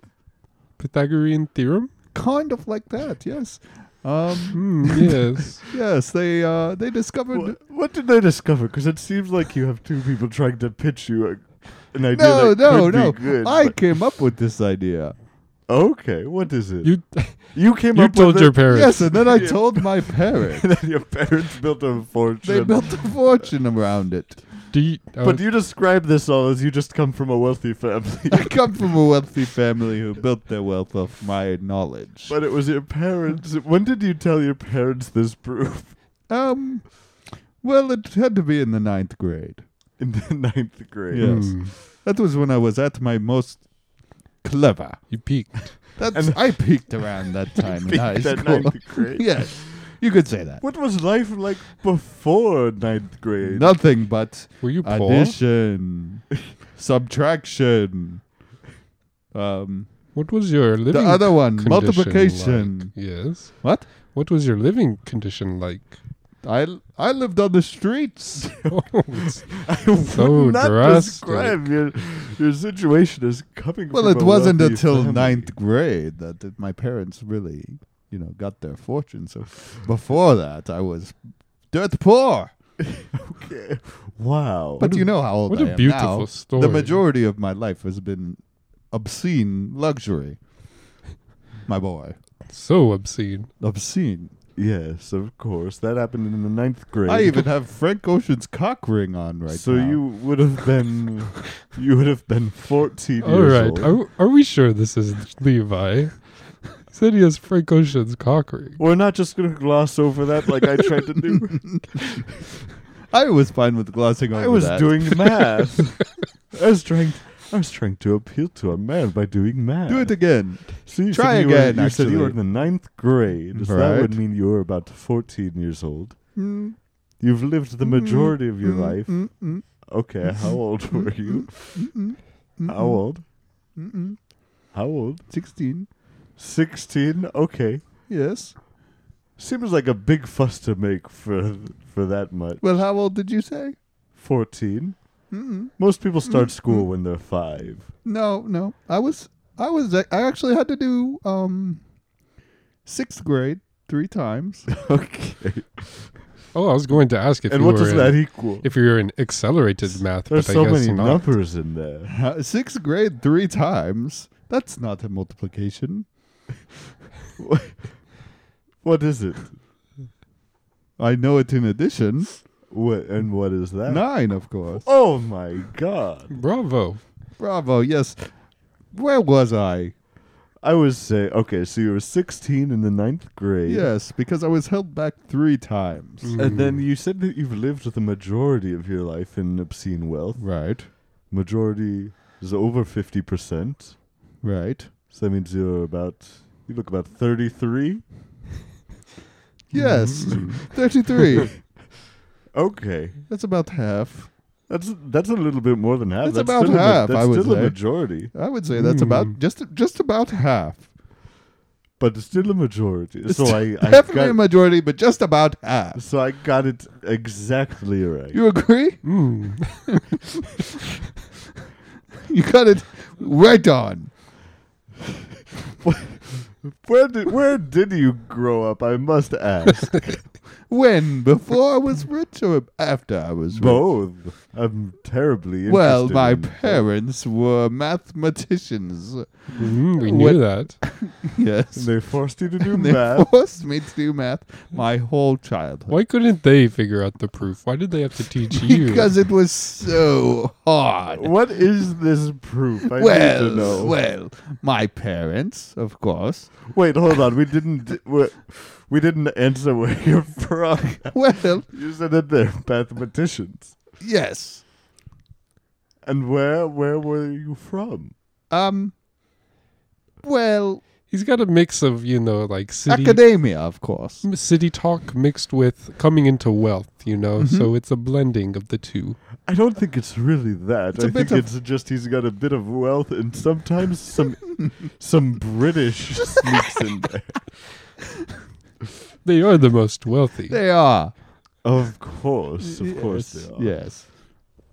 [SPEAKER 2] Pythagorean theorem?
[SPEAKER 3] Kind of like that. Yes. Um,
[SPEAKER 2] Hmm,
[SPEAKER 4] [LAUGHS]
[SPEAKER 2] yes.
[SPEAKER 3] yes. They uh, they discovered.
[SPEAKER 4] Wha- what, did they discover? Because it seems like you have two people trying to pitch you a, an idea
[SPEAKER 3] No,
[SPEAKER 4] that
[SPEAKER 3] no,
[SPEAKER 4] could
[SPEAKER 3] no!
[SPEAKER 4] be good.
[SPEAKER 3] I
[SPEAKER 4] but-
[SPEAKER 3] came up with this idea.
[SPEAKER 4] okay, what is it? You,
[SPEAKER 2] You
[SPEAKER 4] came
[SPEAKER 2] you
[SPEAKER 4] up
[SPEAKER 2] told
[SPEAKER 4] with
[SPEAKER 2] your
[SPEAKER 4] it,
[SPEAKER 2] parents.
[SPEAKER 3] Yes, and then I [LAUGHS]
[SPEAKER 4] Yeah.
[SPEAKER 3] told my parents.
[SPEAKER 4] [LAUGHS] that your parents built a fortune.
[SPEAKER 3] They [LAUGHS] built a fortune around it.
[SPEAKER 2] Do you, uh,
[SPEAKER 4] [LAUGHS] but you describe this all as you just come from a wealthy family. [LAUGHS]
[SPEAKER 3] I come from a wealthy family who built their wealth off my knowledge.
[SPEAKER 4] but it was your parents. When did you tell your parents this proof? [LAUGHS]
[SPEAKER 3] um, well, it had to be in the ninth grade.
[SPEAKER 4] In the ninth grade.
[SPEAKER 3] Yeah.
[SPEAKER 4] [LAUGHS]
[SPEAKER 3] yes.
[SPEAKER 2] Hmm.
[SPEAKER 3] That was when I was at my most clever.
[SPEAKER 2] You peaked.
[SPEAKER 3] That's I peaked around
[SPEAKER 4] [LAUGHS]
[SPEAKER 3] that time in
[SPEAKER 4] Peaked
[SPEAKER 3] high
[SPEAKER 4] at
[SPEAKER 3] school.
[SPEAKER 4] ninth
[SPEAKER 3] [LAUGHS]
[SPEAKER 4] grade.
[SPEAKER 3] yes, you could say that.
[SPEAKER 4] What was life like before ninth grade? [LAUGHS]
[SPEAKER 3] Nothing but
[SPEAKER 2] Were you poor?
[SPEAKER 3] addition, subtraction. Um,
[SPEAKER 2] What was your
[SPEAKER 3] the
[SPEAKER 2] living
[SPEAKER 3] other one,
[SPEAKER 2] condition
[SPEAKER 3] multiplication.
[SPEAKER 2] like? Yes.
[SPEAKER 3] What?
[SPEAKER 2] What was your living condition
[SPEAKER 4] [LAUGHS]
[SPEAKER 2] like? [LAUGHS]
[SPEAKER 3] I I lived on the streets.
[SPEAKER 2] Oh, it's-
[SPEAKER 4] I would
[SPEAKER 2] So
[SPEAKER 4] not
[SPEAKER 2] drastic.
[SPEAKER 4] describe your, your situation as coming
[SPEAKER 3] well,
[SPEAKER 4] from
[SPEAKER 3] it
[SPEAKER 4] a
[SPEAKER 3] wasn't
[SPEAKER 4] wealthy
[SPEAKER 3] until
[SPEAKER 4] family.
[SPEAKER 3] ninth grade that it, my parents really, you know, got their fortune. So before that, I was dirt poor.
[SPEAKER 4] Okay. [LAUGHS] Wow.
[SPEAKER 3] But you know how old
[SPEAKER 2] what
[SPEAKER 3] I
[SPEAKER 2] a
[SPEAKER 3] am
[SPEAKER 2] beautiful
[SPEAKER 3] now.
[SPEAKER 2] story.
[SPEAKER 3] The majority of my life has been obscene luxury. My boy,
[SPEAKER 2] So obscene.
[SPEAKER 3] obscene.
[SPEAKER 4] yes, of course. That happened in the ninth grade.
[SPEAKER 3] I even have Frank Ocean's cock ring on right
[SPEAKER 4] so
[SPEAKER 3] now.
[SPEAKER 4] you would have
[SPEAKER 3] [LAUGHS]
[SPEAKER 4] been, you would have been fourteen
[SPEAKER 2] All
[SPEAKER 4] years
[SPEAKER 2] right.
[SPEAKER 4] old.
[SPEAKER 2] Are, are we sure this is Levi? [LAUGHS] He said he has Frank Ocean's cock ring.
[SPEAKER 4] We're not just gonna gloss over that like I tried to
[SPEAKER 3] [LAUGHS]
[SPEAKER 4] do.
[SPEAKER 3] I was fine with glossing over
[SPEAKER 4] I was
[SPEAKER 3] that.
[SPEAKER 4] doing
[SPEAKER 3] [LAUGHS]
[SPEAKER 4] math. I was trying. I was trying to appeal to a man by doing math.
[SPEAKER 3] Do it again.
[SPEAKER 4] So you
[SPEAKER 3] Try
[SPEAKER 4] said you
[SPEAKER 3] again,
[SPEAKER 4] Were, you said you were
[SPEAKER 3] actually.
[SPEAKER 4] in the ninth grade. So That
[SPEAKER 3] Right.
[SPEAKER 4] would mean you were about 14 years old.
[SPEAKER 3] Mm,
[SPEAKER 4] You've lived the majority of your
[SPEAKER 3] mm,
[SPEAKER 4] life.
[SPEAKER 3] mm, mm,
[SPEAKER 4] Okay, how old
[SPEAKER 3] Mm-hmm.
[SPEAKER 4] were you?
[SPEAKER 3] mm, mm,
[SPEAKER 4] How old?
[SPEAKER 3] mm, mm.
[SPEAKER 4] How old?
[SPEAKER 3] 16.
[SPEAKER 4] 16. Okay.
[SPEAKER 3] Yes.
[SPEAKER 4] Seems like a big fuss to make for for that much.
[SPEAKER 3] Well, how old did you say?
[SPEAKER 4] 14.
[SPEAKER 2] Mm-hmm.
[SPEAKER 3] Mm-mm.
[SPEAKER 4] Most people start school when they're
[SPEAKER 2] [LAUGHS]
[SPEAKER 4] 5.
[SPEAKER 3] No, no. I was, I was, I actually had to do um, sixth grade three times. [LAUGHS]
[SPEAKER 4] Okay.
[SPEAKER 2] Oh, I was going to ask if
[SPEAKER 4] and
[SPEAKER 2] you
[SPEAKER 4] what
[SPEAKER 2] were
[SPEAKER 4] does
[SPEAKER 2] in,
[SPEAKER 4] that equal?
[SPEAKER 2] if you were in accelerated math.
[SPEAKER 4] There's
[SPEAKER 2] but
[SPEAKER 4] so
[SPEAKER 2] I guess
[SPEAKER 4] many
[SPEAKER 2] not.
[SPEAKER 4] numbers in there.
[SPEAKER 3] sixth grade three times. That's not a multiplication.
[SPEAKER 4] What is it?
[SPEAKER 3] I know it in addition.
[SPEAKER 4] What and what is that?
[SPEAKER 3] Nine, of course.
[SPEAKER 4] Oh my god.
[SPEAKER 2] Bravo.
[SPEAKER 3] Bravo. Yes. Where was I?
[SPEAKER 4] I was say okay, so you were 16 in the ninth grade.
[SPEAKER 3] Yes, because I was held back three times.
[SPEAKER 2] Mm.
[SPEAKER 4] And then
[SPEAKER 2] Mm-hmm.
[SPEAKER 4] you said that you've lived the majority of your life in obscene wealth.
[SPEAKER 3] Right,
[SPEAKER 4] Majority is over 50%.
[SPEAKER 3] right.
[SPEAKER 4] So that means you're about, you look about 33.
[SPEAKER 3] Yes,
[SPEAKER 4] Mm.
[SPEAKER 3] [LAUGHS] 33.
[SPEAKER 4] Okay.
[SPEAKER 3] That's about half.
[SPEAKER 4] That's that's a little bit more than half.
[SPEAKER 3] That's
[SPEAKER 4] That's,
[SPEAKER 3] about
[SPEAKER 4] still a ma-
[SPEAKER 3] half,
[SPEAKER 4] that's
[SPEAKER 3] I would
[SPEAKER 4] still
[SPEAKER 3] say.
[SPEAKER 4] a majority,
[SPEAKER 3] I would say that's
[SPEAKER 2] Hmm.
[SPEAKER 4] Mm.
[SPEAKER 3] about just just about half.
[SPEAKER 4] but it's still a majority.
[SPEAKER 3] It's [LAUGHS]
[SPEAKER 4] so I, I
[SPEAKER 3] definitely
[SPEAKER 4] got,
[SPEAKER 3] a majority, but just about half.
[SPEAKER 4] so I got it exactly right.
[SPEAKER 3] You agree?
[SPEAKER 2] Mm.
[SPEAKER 3] You got it right on.
[SPEAKER 4] Where did where did you grow up? I must
[SPEAKER 3] [LAUGHS]
[SPEAKER 4] ask.
[SPEAKER 3] When? Before I was rich or after I was rich?
[SPEAKER 4] Both. I'm terribly interested.
[SPEAKER 3] Well, my
[SPEAKER 4] in-
[SPEAKER 3] parents were
[SPEAKER 4] [LAUGHS]
[SPEAKER 3] mathematicians.
[SPEAKER 2] Mm, we
[SPEAKER 3] What-
[SPEAKER 2] knew that.
[SPEAKER 3] Yes.
[SPEAKER 4] They forced you to do
[SPEAKER 3] And [LAUGHS] they
[SPEAKER 4] [LAUGHS] math.
[SPEAKER 3] forced me to do math my whole childhood.
[SPEAKER 2] Why couldn't they figure out the proof? Why did they have to teach you?
[SPEAKER 3] Because it was so hard.
[SPEAKER 4] What is this proof? I need to know.
[SPEAKER 3] Well, well, my parents, of course.
[SPEAKER 4] Wait, hold on. We didn't we, we didn't answer where you're [LAUGHS] from. [LAUGHS]
[SPEAKER 3] Well,
[SPEAKER 4] You said that they're mathematicians.
[SPEAKER 3] yes.
[SPEAKER 4] And where where were you from?
[SPEAKER 3] Um, well,
[SPEAKER 2] he's got a mix of you know like city
[SPEAKER 3] academia, of course.
[SPEAKER 4] Mm.
[SPEAKER 2] m- city talk mixed with coming into wealth. You know, so it's a blending of the two.
[SPEAKER 4] I don't think it's really that.
[SPEAKER 3] It's a
[SPEAKER 4] I
[SPEAKER 3] bit
[SPEAKER 4] think
[SPEAKER 3] of-
[SPEAKER 4] it's just he's got a bit of wealth and sometimes
[SPEAKER 3] [LAUGHS]
[SPEAKER 4] some some British sneaks in there.
[SPEAKER 2] They are the most wealthy.
[SPEAKER 3] They are.
[SPEAKER 4] Of course, of course they are.
[SPEAKER 3] Yes.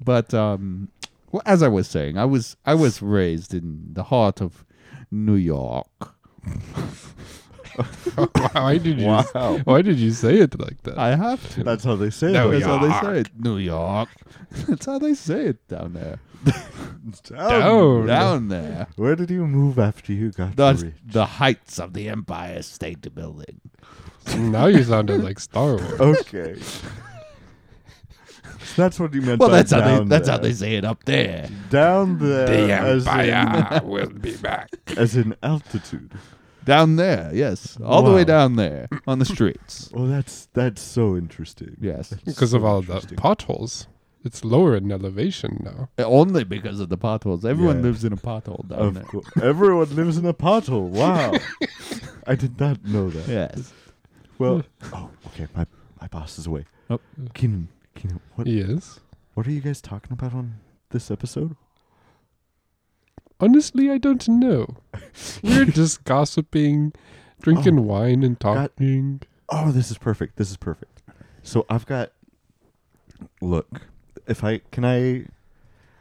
[SPEAKER 3] But um well, as I was saying, I was I was raised in the heart of New York.
[SPEAKER 2] [LAUGHS] why did you?
[SPEAKER 4] Wow.
[SPEAKER 2] Why did you say it like that?
[SPEAKER 3] I have to.
[SPEAKER 4] That's how they say
[SPEAKER 2] No,
[SPEAKER 4] it.
[SPEAKER 3] That's
[SPEAKER 4] down
[SPEAKER 3] how they say it. New York. [LAUGHS] That's how they say it down there.
[SPEAKER 2] Down.
[SPEAKER 3] Down there.
[SPEAKER 4] Oh, Where did you move after you got
[SPEAKER 3] That's
[SPEAKER 4] rich?
[SPEAKER 3] the heights of the Empire State Building.
[SPEAKER 2] now you sounded like Star
[SPEAKER 4] [LAUGHS]
[SPEAKER 2] Wars.
[SPEAKER 4] Okay.
[SPEAKER 3] [LAUGHS]
[SPEAKER 4] that's what you meant.
[SPEAKER 3] Well,
[SPEAKER 4] by
[SPEAKER 3] that's how they
[SPEAKER 4] down
[SPEAKER 3] that's how
[SPEAKER 4] there.
[SPEAKER 3] they say it up there.
[SPEAKER 4] down there as in,
[SPEAKER 2] will be back.
[SPEAKER 4] [LAUGHS] as in altitude.
[SPEAKER 3] Down there, yes. All the way
[SPEAKER 4] Wow.
[SPEAKER 3] down there on the streets.
[SPEAKER 4] Oh, that's that's so interesting. [LAUGHS]
[SPEAKER 3] yes.
[SPEAKER 2] Because of
[SPEAKER 4] So
[SPEAKER 2] all the
[SPEAKER 4] interesting.
[SPEAKER 2] potholes. It's lower in elevation now.
[SPEAKER 3] Only because of the potholes. Everyone
[SPEAKER 4] Yeah.
[SPEAKER 3] lives in a pothole down
[SPEAKER 4] Of
[SPEAKER 3] there.
[SPEAKER 4] course, everyone lives in a pothole. Wow, I did not know that.
[SPEAKER 3] Yes.
[SPEAKER 4] Well, oh, okay. My my boss is away.
[SPEAKER 3] Oh.
[SPEAKER 4] Keenan, Keenan, what
[SPEAKER 2] Yes.
[SPEAKER 4] what are you guys talking about on this episode?
[SPEAKER 2] Honestly, I don't know. We're
[SPEAKER 4] [LAUGHS]
[SPEAKER 2] just gossiping, drinking wine, and talking.
[SPEAKER 4] Oh, this is perfect. This is perfect. So I've got. Look, if I can, I,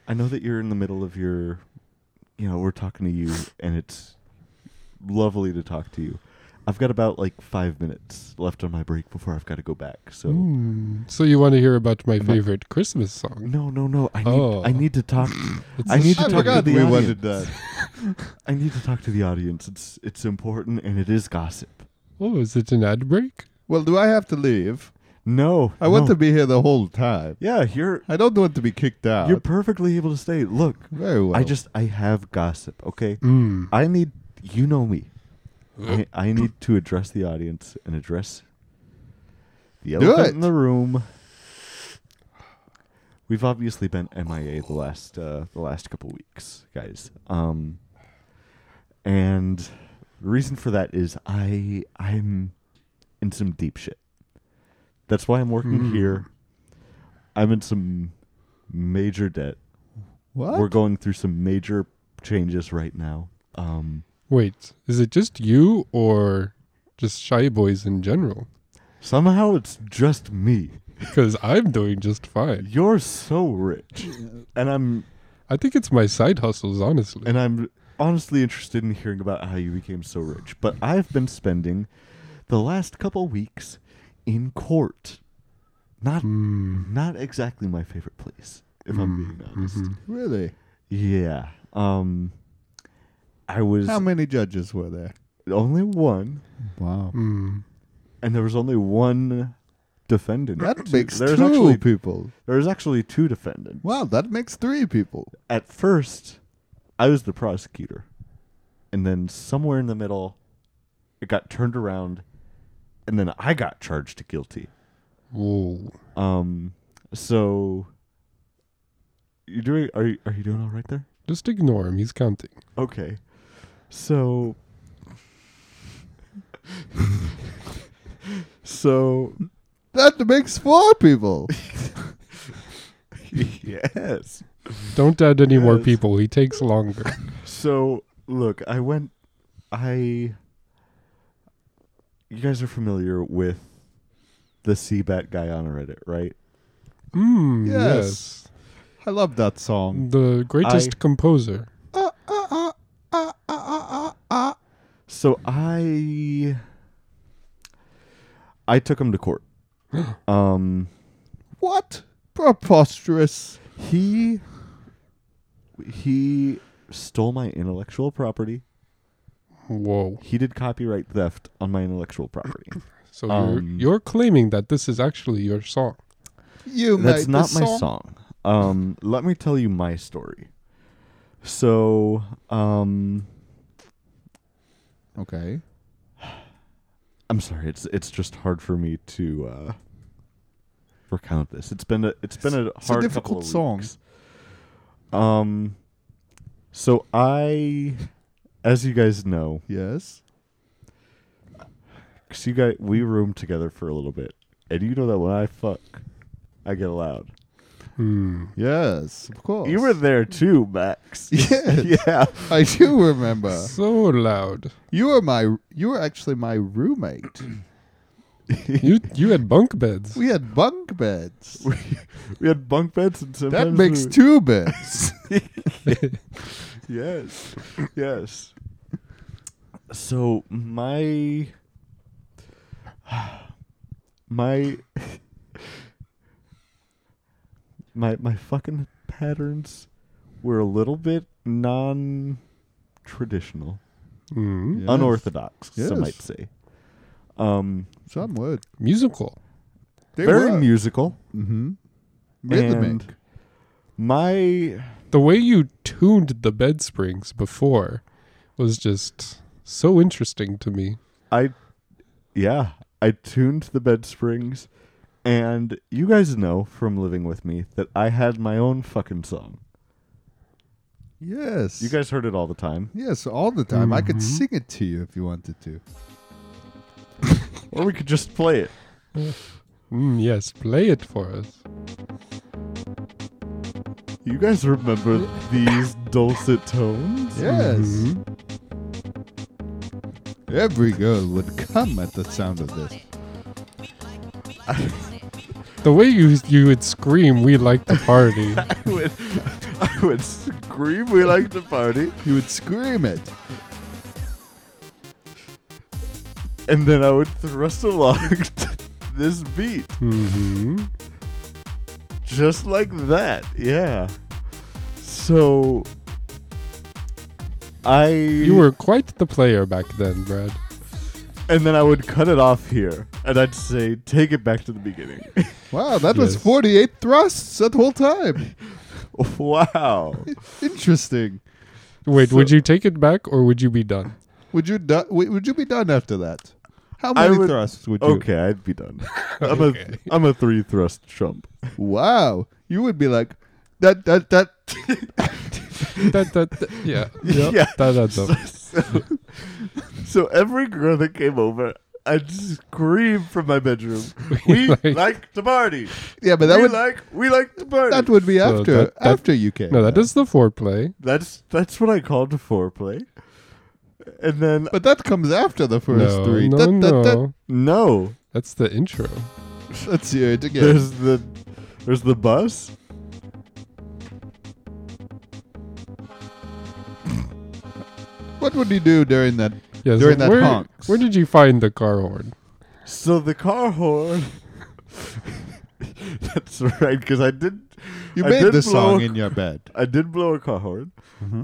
[SPEAKER 4] I know that you're in the middle of your, you know, we're talking to you, and it's lovely to talk to you. I've got about like five minutes left on my break before I've got to go back. So
[SPEAKER 2] Hmm. So you want to hear about my
[SPEAKER 4] I-
[SPEAKER 2] favorite Christmas song?
[SPEAKER 4] no, no, no. I need,
[SPEAKER 2] Oh.
[SPEAKER 4] I need to talk.
[SPEAKER 2] It's
[SPEAKER 4] I
[SPEAKER 2] a
[SPEAKER 4] need
[SPEAKER 2] sh-
[SPEAKER 4] to
[SPEAKER 3] I
[SPEAKER 4] talk to
[SPEAKER 3] forgot
[SPEAKER 4] the
[SPEAKER 3] we
[SPEAKER 4] audience.
[SPEAKER 3] wanted
[SPEAKER 4] I need to talk to the audience. It's it's important and it is gossip.
[SPEAKER 2] Oh, is it an ad break?
[SPEAKER 3] Well, do I have to leave?
[SPEAKER 4] No,
[SPEAKER 3] I want
[SPEAKER 4] no.
[SPEAKER 3] to be here the whole time.
[SPEAKER 4] Yeah, you're
[SPEAKER 3] I don't want to be kicked out.
[SPEAKER 4] you're perfectly able to stay. Look,
[SPEAKER 3] Very well.
[SPEAKER 4] I just I have gossip, okay?
[SPEAKER 2] Mm.
[SPEAKER 4] I need you know me. I, I need to address the audience and address the elephant
[SPEAKER 3] it.
[SPEAKER 4] in the room. We've obviously been MIA the last uh, the last couple weeks, guys. Um, and the reason for that is I I'm in some deep shit. That's why I'm working
[SPEAKER 2] Hmm.
[SPEAKER 4] here. I'm in some major debt.
[SPEAKER 3] what?
[SPEAKER 4] We're going through some major changes right now. Um,
[SPEAKER 2] Wait, is it just you or just Shy Boys in general?
[SPEAKER 4] somehow it's just me.
[SPEAKER 2] Because [LAUGHS] I'm doing just fine.
[SPEAKER 4] You're so rich, and I'm
[SPEAKER 2] I think it's my side hustles, honestly.
[SPEAKER 4] and I'm honestly interested in hearing about how you became so rich. But I've been spending the last couple weeks in court. Not
[SPEAKER 3] Hmm.
[SPEAKER 2] Mm.
[SPEAKER 4] not exactly my favorite place, if I'm being honest.
[SPEAKER 3] Mm-hmm.
[SPEAKER 2] Mhm.
[SPEAKER 3] really?
[SPEAKER 4] Yeah. Um, I was
[SPEAKER 3] How many judges were there? Hmm.
[SPEAKER 4] only one,
[SPEAKER 3] Wow.
[SPEAKER 2] Mm.
[SPEAKER 4] and there was only one defendant.
[SPEAKER 3] That makes
[SPEAKER 4] there's
[SPEAKER 3] two
[SPEAKER 4] actually
[SPEAKER 3] people.
[SPEAKER 4] There was actually two defendants.
[SPEAKER 3] Wow, that makes three people.
[SPEAKER 4] At first, I was the prosecutor, and then somewhere in the middle, it got turned around, and then I got charged guilty.
[SPEAKER 2] Whoa.
[SPEAKER 4] Um, so you doing? Are you are you doing all right there?
[SPEAKER 2] Just ignore him. He's counting.
[SPEAKER 4] Okay. So [LAUGHS] So [LAUGHS]
[SPEAKER 3] That makes four people.
[SPEAKER 4] yes.
[SPEAKER 2] Don't add any more
[SPEAKER 4] Yes.
[SPEAKER 2] people. He takes longer.
[SPEAKER 4] So look, I went I You guys are familiar with the Seabat guy on Reddit, right?
[SPEAKER 2] Mm, yes.
[SPEAKER 3] Yes. I love that
[SPEAKER 4] Mm.
[SPEAKER 3] song.
[SPEAKER 2] The greatest
[SPEAKER 4] I-
[SPEAKER 2] composer.
[SPEAKER 4] So I I took him to court. um
[SPEAKER 3] What? Preposterous.
[SPEAKER 4] He he stole my intellectual property.
[SPEAKER 2] Whoa.
[SPEAKER 4] He did copyright theft on my intellectual property.
[SPEAKER 2] So
[SPEAKER 4] Um,
[SPEAKER 2] you're, you're claiming that this is actually your song.
[SPEAKER 3] You
[SPEAKER 4] That's
[SPEAKER 3] made
[SPEAKER 4] not
[SPEAKER 3] the
[SPEAKER 4] my song. Um, let me tell you my story. So, um,
[SPEAKER 3] Okay.
[SPEAKER 4] I'm sorry. It's it's just hard for me to uh, recount this. It's been a it's been a
[SPEAKER 3] it's a
[SPEAKER 4] hard couple
[SPEAKER 3] difficult
[SPEAKER 4] of
[SPEAKER 3] song.
[SPEAKER 4] weeks. Um, so I, as you guys know,
[SPEAKER 3] Yes.
[SPEAKER 4] Cause you guys, we roomed together for a little bit, and you know that when I fuck, I get loud.
[SPEAKER 2] Hmm.
[SPEAKER 3] Yes. Of course.
[SPEAKER 4] You were there too, Max.
[SPEAKER 3] [LAUGHS] Yes.
[SPEAKER 4] [LAUGHS] yeah.
[SPEAKER 3] I do
[SPEAKER 4] Uh.
[SPEAKER 3] remember.
[SPEAKER 2] So
[SPEAKER 4] [LAUGHS]
[SPEAKER 2] loud.
[SPEAKER 3] You were my. You were actually my roommate.
[SPEAKER 2] You you had bunk beds.
[SPEAKER 3] We had bunk beds.
[SPEAKER 4] We, we had bunk beds and
[SPEAKER 3] That
[SPEAKER 4] sometimes
[SPEAKER 3] makes
[SPEAKER 4] we-
[SPEAKER 3] two
[SPEAKER 4] [LAUGHS]
[SPEAKER 3] beds.
[SPEAKER 4] Yes, yes. So my my my my fucking patterns were a little bit non-traditional.
[SPEAKER 2] Hmm.
[SPEAKER 3] Yes.
[SPEAKER 4] unorthodox, some might
[SPEAKER 3] Yes.
[SPEAKER 4] say. Um,
[SPEAKER 3] Some would.
[SPEAKER 2] Musical.
[SPEAKER 3] They
[SPEAKER 4] very
[SPEAKER 3] were.
[SPEAKER 4] musical.
[SPEAKER 3] Mm-hmm. Rhythmic.
[SPEAKER 4] And my
[SPEAKER 2] The way you tuned the bed springs before was just so interesting to me.
[SPEAKER 4] I yeah, I tuned the bed springs and you guys know from living with me that I had my own fucking song.
[SPEAKER 3] Yes.
[SPEAKER 4] You guys heard it all the time.
[SPEAKER 3] Yes, all the time. I could
[SPEAKER 4] Mm-hmm.
[SPEAKER 2] Mhm.
[SPEAKER 3] sing it to you if you wanted to.
[SPEAKER 4] Or we could just play it.
[SPEAKER 2] Mm, yes, play it for us.
[SPEAKER 4] You guys remember these dulcet tones?
[SPEAKER 3] Yes.
[SPEAKER 2] Mhm.
[SPEAKER 3] Every girl would come at the sound of this.
[SPEAKER 2] The way you you would scream, "We like the party."
[SPEAKER 4] [LAUGHS] [LAUGHS] I would, I would scream we like to party
[SPEAKER 3] You would scream it.
[SPEAKER 4] and then I would thrust along [LAUGHS] this beat.
[SPEAKER 2] hmm
[SPEAKER 4] just like that. Yeah. So I
[SPEAKER 2] You were quite the player back then, Brad.
[SPEAKER 4] and then I would cut it off here and I'd say take it back to the beginning. [LAUGHS]
[SPEAKER 3] Wow, that was
[SPEAKER 2] Yes.
[SPEAKER 3] 48 thrusts that whole time.
[SPEAKER 4] wow.
[SPEAKER 3] Interesting.
[SPEAKER 2] Wait,
[SPEAKER 4] So-
[SPEAKER 2] would you take it back or would you be done?
[SPEAKER 3] Would you do- wait, would you be done after that? How many
[SPEAKER 4] would-
[SPEAKER 3] thrusts would you?
[SPEAKER 4] Okay, I'd
[SPEAKER 3] [LAUGHS]
[SPEAKER 4] be done. I'm a I'm a three thrust chump. [LAUGHS]
[SPEAKER 3] Wow, you would be like that that that.
[SPEAKER 2] that, that, that- yeah.
[SPEAKER 4] [LAUGHS] Yeah.
[SPEAKER 2] That, that, that.
[SPEAKER 4] [LAUGHS] So, so every girl that came over, I'd scream from my
[SPEAKER 3] [LAUGHS]
[SPEAKER 4] bedroom. We like,
[SPEAKER 2] like-
[SPEAKER 4] to party.
[SPEAKER 3] Yeah, but that
[SPEAKER 4] we
[SPEAKER 3] would
[SPEAKER 4] like we like to party.
[SPEAKER 3] that would be
[SPEAKER 2] So
[SPEAKER 3] after
[SPEAKER 2] that- that-
[SPEAKER 3] after you came.
[SPEAKER 2] No, that
[SPEAKER 3] out.
[SPEAKER 2] is the foreplay.
[SPEAKER 4] That's that's what I called a foreplay. And then
[SPEAKER 3] But that comes after the first
[SPEAKER 2] No,
[SPEAKER 3] three.
[SPEAKER 2] no,
[SPEAKER 3] That- that-
[SPEAKER 2] no.
[SPEAKER 3] that-
[SPEAKER 4] no,
[SPEAKER 2] That's the intro.
[SPEAKER 3] Let's hear it again.
[SPEAKER 4] there's the there's the bus.
[SPEAKER 3] what would you do during that?
[SPEAKER 2] Yes.
[SPEAKER 3] During that
[SPEAKER 2] where,
[SPEAKER 3] honks.
[SPEAKER 2] where did you find the car horn?
[SPEAKER 4] So the car horn. [LAUGHS] that's right, because I did.
[SPEAKER 3] You
[SPEAKER 4] I
[SPEAKER 3] made
[SPEAKER 4] did
[SPEAKER 3] the
[SPEAKER 4] blow
[SPEAKER 3] song
[SPEAKER 4] a-
[SPEAKER 3] in your bed.
[SPEAKER 4] I did blow a car horn.
[SPEAKER 3] Mm-hmm.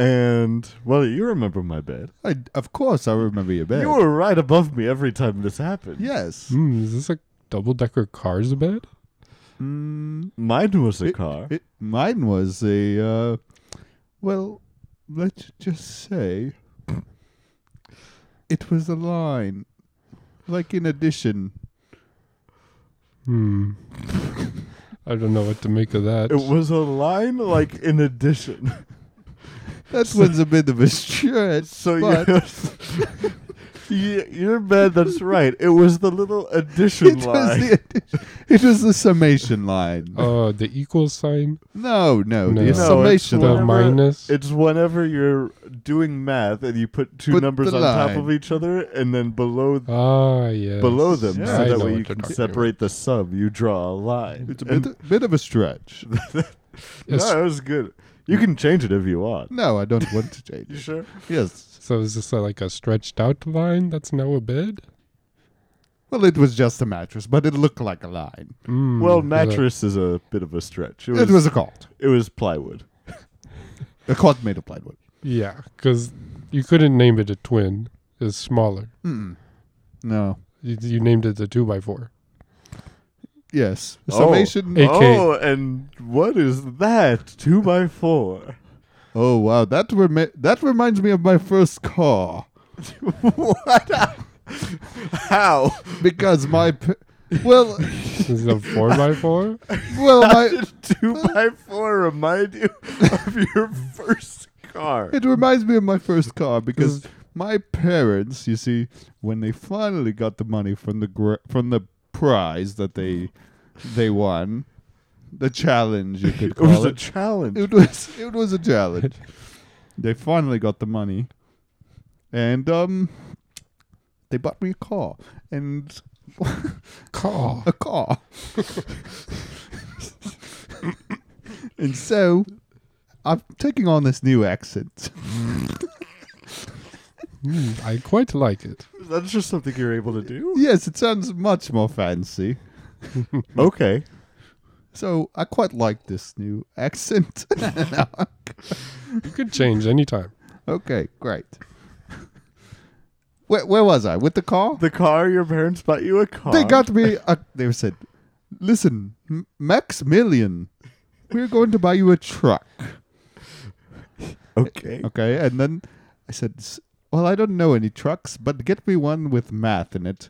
[SPEAKER 4] And well, you remember my bed.
[SPEAKER 3] I, of course, I remember your bed.
[SPEAKER 4] You were right above me every time this happened.
[SPEAKER 3] yes.
[SPEAKER 2] Hmm, is this a double decker car's bed?
[SPEAKER 3] Mm,
[SPEAKER 4] mine was a
[SPEAKER 3] it-
[SPEAKER 4] car.
[SPEAKER 3] it- mine was a uh, Well, let's just say [COUGHS] it was a line, like in addition.
[SPEAKER 2] Hmm. [LAUGHS] I don't know what to make of that.
[SPEAKER 4] It was a line like in addition. [LAUGHS]
[SPEAKER 3] That one's a bit of a [LAUGHS] stretch.
[SPEAKER 4] So
[SPEAKER 3] but
[SPEAKER 4] [LAUGHS] you're, you, you're mad. That's right. It was the little
[SPEAKER 3] it
[SPEAKER 4] addition
[SPEAKER 3] was
[SPEAKER 4] line.
[SPEAKER 3] the addi- [LAUGHS] it was the summation line.
[SPEAKER 2] Oh, the equal sign?
[SPEAKER 3] No, no,
[SPEAKER 2] No.
[SPEAKER 3] the
[SPEAKER 2] No,
[SPEAKER 4] it's
[SPEAKER 3] summation
[SPEAKER 2] The
[SPEAKER 4] whatever-
[SPEAKER 3] line.
[SPEAKER 2] minus?
[SPEAKER 4] It's whenever you're doing math and you put two
[SPEAKER 3] Put
[SPEAKER 4] numbers
[SPEAKER 3] the
[SPEAKER 4] on top
[SPEAKER 3] line.
[SPEAKER 4] of each other and then below
[SPEAKER 2] ah, yeah.
[SPEAKER 4] below them,
[SPEAKER 3] Yeah, I
[SPEAKER 4] so that
[SPEAKER 3] know
[SPEAKER 2] what
[SPEAKER 4] way you
[SPEAKER 2] you're
[SPEAKER 4] can
[SPEAKER 2] talking
[SPEAKER 4] separate the sum. You draw a line.
[SPEAKER 3] It's a
[SPEAKER 4] And-
[SPEAKER 3] bit, bit of a stretch.
[SPEAKER 2] Yes.
[SPEAKER 4] No, that was good. You can change it if you want.
[SPEAKER 3] No, I don't want to change.
[SPEAKER 4] [LAUGHS] You
[SPEAKER 3] it.
[SPEAKER 4] sure?
[SPEAKER 3] Yes.
[SPEAKER 2] So is this uh like a stretched out line that's now a bed?
[SPEAKER 3] Well, it was just a mattress, but it looked like a line.
[SPEAKER 2] Mm,
[SPEAKER 4] Hmm. Well,
[SPEAKER 2] is that-
[SPEAKER 4] mattress is a bit of a stretch. It was
[SPEAKER 3] It was a cot.
[SPEAKER 4] it was plywood.
[SPEAKER 3] A cot made of plywood.
[SPEAKER 2] Yeah, because you couldn't name it a twin. It's smaller.
[SPEAKER 3] Mm-mm. No.
[SPEAKER 2] You, you named it a two by four.
[SPEAKER 3] Yes. A
[SPEAKER 4] Oh.
[SPEAKER 3] summation.
[SPEAKER 2] Hey. Okay.
[SPEAKER 4] Oh, and what is that? Two by four.
[SPEAKER 3] Oh wow, that remi- that reminds me of my first car
[SPEAKER 4] what? How? [LAUGHS]
[SPEAKER 3] because my p- well,
[SPEAKER 2] This is a four by
[SPEAKER 4] [LAUGHS]
[SPEAKER 2] four.
[SPEAKER 3] well, my
[SPEAKER 4] Did two by four remind you of your first car?
[SPEAKER 3] it reminds me of my first car
[SPEAKER 4] Mm.
[SPEAKER 3] because my parents, you see, when they finally got the money from the gra- from the prize that they they won, the challenge you could
[SPEAKER 4] [LAUGHS] It was
[SPEAKER 3] call
[SPEAKER 4] a
[SPEAKER 3] it.
[SPEAKER 4] challenge.
[SPEAKER 3] It was it was a
[SPEAKER 4] [LAUGHS]
[SPEAKER 3] challenge. they finally got the money, and um, they bought me a car and
[SPEAKER 2] Caw.
[SPEAKER 3] a
[SPEAKER 4] [LAUGHS]
[SPEAKER 3] car. [LAUGHS] and so I'm taking on this new accent.
[SPEAKER 2] Mm, I quite like it.
[SPEAKER 4] That's just something you're able to do.
[SPEAKER 3] Yes, it sounds much more fancy.
[SPEAKER 4] Okay.
[SPEAKER 3] So I quite like this new [LAUGHS] accent.
[SPEAKER 2] You could change anytime.
[SPEAKER 3] okay, great. Where, where was I? With the car?
[SPEAKER 4] The car your parents bought you a car.
[SPEAKER 3] They got me. A, they said, "Listen, M- Maximilian, we're going to buy you a truck."
[SPEAKER 4] okay.
[SPEAKER 3] Okay, and then I said, "S- "Well, I don't know any trucks, but get me one with math in it."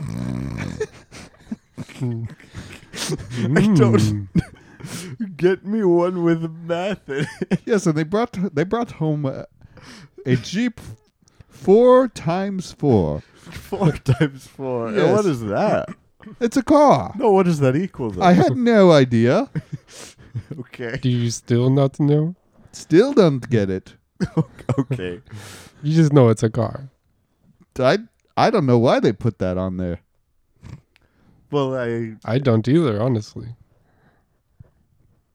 [SPEAKER 4] [LAUGHS] I don't
[SPEAKER 2] Mm,
[SPEAKER 4] [LAUGHS] get me one with math in it.
[SPEAKER 3] Yes, and they brought they brought home a, a jeep, four times four.
[SPEAKER 4] Four [LAUGHS] times four. And
[SPEAKER 3] Yes.
[SPEAKER 4] what is that?
[SPEAKER 3] It's a car.
[SPEAKER 4] No, what does that equal though?
[SPEAKER 3] I had no idea.
[SPEAKER 4] [LAUGHS] okay.
[SPEAKER 2] do you still not know?
[SPEAKER 3] Still don't get it.
[SPEAKER 4] Okay.
[SPEAKER 2] You just know it's a car.
[SPEAKER 3] I I don't know why they put that on there.
[SPEAKER 4] Well, I
[SPEAKER 2] I don't either, honestly.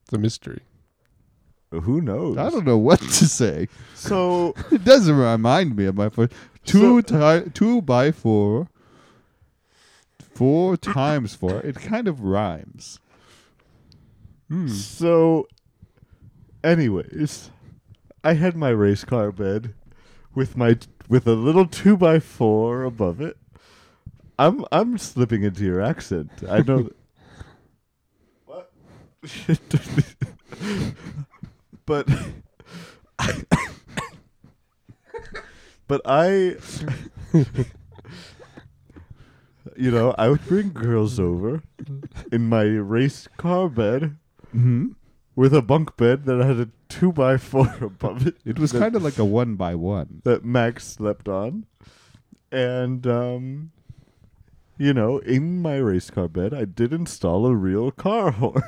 [SPEAKER 2] It's a mystery.
[SPEAKER 4] who knows.
[SPEAKER 3] I don't know what to say.
[SPEAKER 4] So
[SPEAKER 3] It doesn't remind me of my first two ti- two by four, four times four. It kind of rhymes.
[SPEAKER 2] Mm.
[SPEAKER 4] so. Anyways, I had my race car bed with my with a little two by four above it. I'm I'm slipping into your accent. I know.
[SPEAKER 1] What?
[SPEAKER 4] [LAUGHS] but [COUGHS] but I you know, I would bring girls over in my race car bed
[SPEAKER 3] Mm-hmm.
[SPEAKER 4] with a bunk bed that had a two by four [LAUGHS] above it
[SPEAKER 3] It was
[SPEAKER 4] that-
[SPEAKER 3] kind of like a one by one.
[SPEAKER 4] that Max slept on. And um you know, in my race car bed I did install a real car [LAUGHS] horn.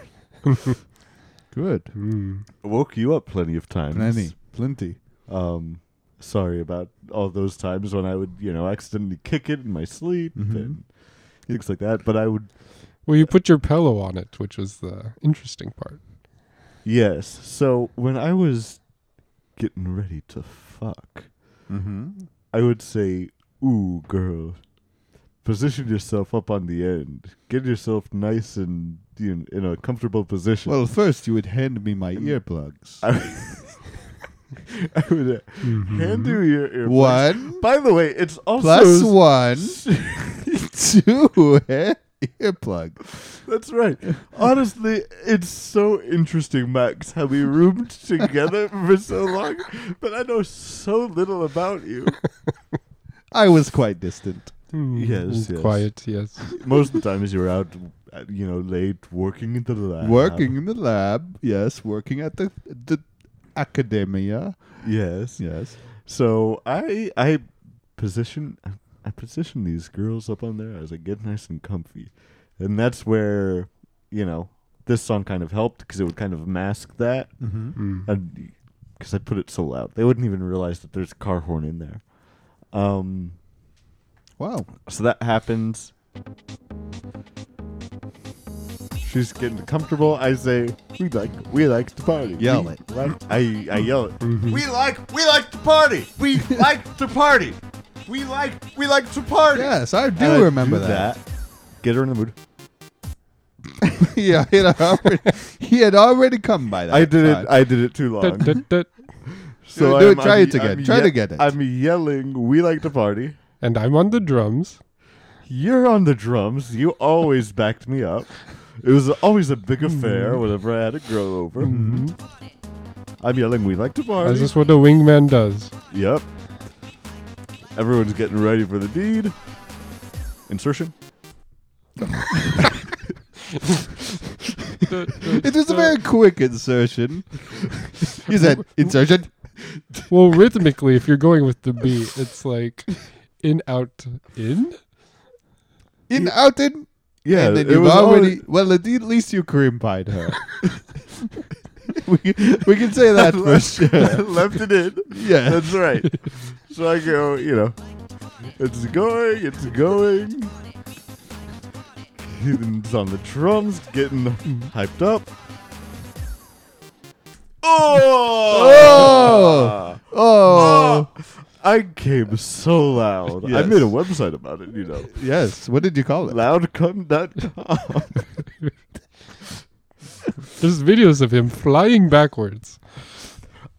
[SPEAKER 3] Good,
[SPEAKER 4] Hmm.
[SPEAKER 2] Mm.
[SPEAKER 4] woke you up plenty of times.
[SPEAKER 3] plenty, plenty.
[SPEAKER 4] Um, sorry about all those times when I would, you know, accidentally kick it in my sleep
[SPEAKER 3] Mhm.
[SPEAKER 4] and things like that. But I would,
[SPEAKER 2] Well, you put your pillow on it, which was the interesting part.
[SPEAKER 4] yes. So when I was getting ready to fuck,
[SPEAKER 3] Mm-hmm.
[SPEAKER 4] I would say, "Ooh, girl, position yourself up on the end. Get yourself nice and you know, in a comfortable position."
[SPEAKER 3] Well, first you would hand me my earplugs.
[SPEAKER 4] I, [LAUGHS] I would uh,
[SPEAKER 3] mm-hmm.
[SPEAKER 4] hand you your earplugs.
[SPEAKER 3] One
[SPEAKER 4] By the way, it's
[SPEAKER 3] [LAUGHS]
[SPEAKER 4] also
[SPEAKER 3] plus one, two. eh? earplug.
[SPEAKER 4] That's right. Honestly, it's so interesting, Max, how
[SPEAKER 3] [LAUGHS]
[SPEAKER 4] we roomed together for so long, but I know so little about
[SPEAKER 3] [LAUGHS]
[SPEAKER 4] you.
[SPEAKER 3] I was quite distant.
[SPEAKER 2] Hmm,
[SPEAKER 4] Yes, yes.
[SPEAKER 2] Quiet, yes.
[SPEAKER 4] Most of the times you were out, uh, you know, late working in the lab.
[SPEAKER 3] Working in the lab, yes. Working at the the academia,
[SPEAKER 4] Yes.
[SPEAKER 3] yes.
[SPEAKER 4] So I I position I position these girls up on there as I get nice and comfy, and that's where you know this song kind of helped because it would kind of mask that,
[SPEAKER 2] Mm.
[SPEAKER 4] and because I put it so loud they wouldn't even realize that there's a car horn in there. Um,
[SPEAKER 3] Wow.
[SPEAKER 4] so that happens. She's getting comfortable. I say, "We like, we like to party."
[SPEAKER 3] Yell
[SPEAKER 4] We
[SPEAKER 3] it.
[SPEAKER 4] like- Mm-hmm. I, I yell it.
[SPEAKER 2] Mhm.
[SPEAKER 4] We like, we like to party. [LAUGHS] We like to party. We like, we like to party.
[SPEAKER 3] Yes, I do
[SPEAKER 4] And I
[SPEAKER 3] remember that.
[SPEAKER 4] Get her in the mood.
[SPEAKER 3] [LAUGHS] yeah, it already, he had already come by that.
[SPEAKER 4] I did
[SPEAKER 3] time.
[SPEAKER 4] it. I did it too
[SPEAKER 2] Dut,
[SPEAKER 4] long.
[SPEAKER 2] dut, dut.
[SPEAKER 4] so
[SPEAKER 3] Do it,
[SPEAKER 4] I'm-
[SPEAKER 3] try
[SPEAKER 4] I'm-
[SPEAKER 3] it again.
[SPEAKER 4] I'm
[SPEAKER 3] Try to get it.
[SPEAKER 4] I'm yelling. We like to party.
[SPEAKER 2] And I'm on the drums.
[SPEAKER 4] You're on the drums. You always backed me up. It was always a big
[SPEAKER 3] Mm-hmm.
[SPEAKER 4] affair whenever I had a grow over. I'm yelling, we like to party.
[SPEAKER 2] That's just what a wingman does.
[SPEAKER 4] [LAUGHS] Yep. Everyone's getting ready for the deed. Insertion.
[SPEAKER 2] Dut, dut,
[SPEAKER 3] It was a
[SPEAKER 2] dut.
[SPEAKER 3] very quick insertion. [LAUGHS] you said insertion.
[SPEAKER 2] Well, rhythmically, if you're going with the beat, it's like in, out, in.
[SPEAKER 3] In, out, in.
[SPEAKER 4] Yeah,
[SPEAKER 3] and then
[SPEAKER 4] it
[SPEAKER 3] you've
[SPEAKER 4] was
[SPEAKER 3] already.
[SPEAKER 4] always-
[SPEAKER 3] Well, at the- at least you cream pied her. [LAUGHS] we, we can say
[SPEAKER 4] [LAUGHS]
[SPEAKER 3] that for sure.
[SPEAKER 4] left it in.
[SPEAKER 3] Yeah.
[SPEAKER 4] That's right. So I go, you know, it's going, it's going. It's on the drums, getting hyped up. Oh! Ah!
[SPEAKER 3] Oh! Oh.
[SPEAKER 4] I came so loud. I
[SPEAKER 3] Yes.
[SPEAKER 4] made a website about it, you know.
[SPEAKER 3] Yes. What did you call it?
[SPEAKER 4] Loudcum.com.
[SPEAKER 2] There's videos of him flying backwards.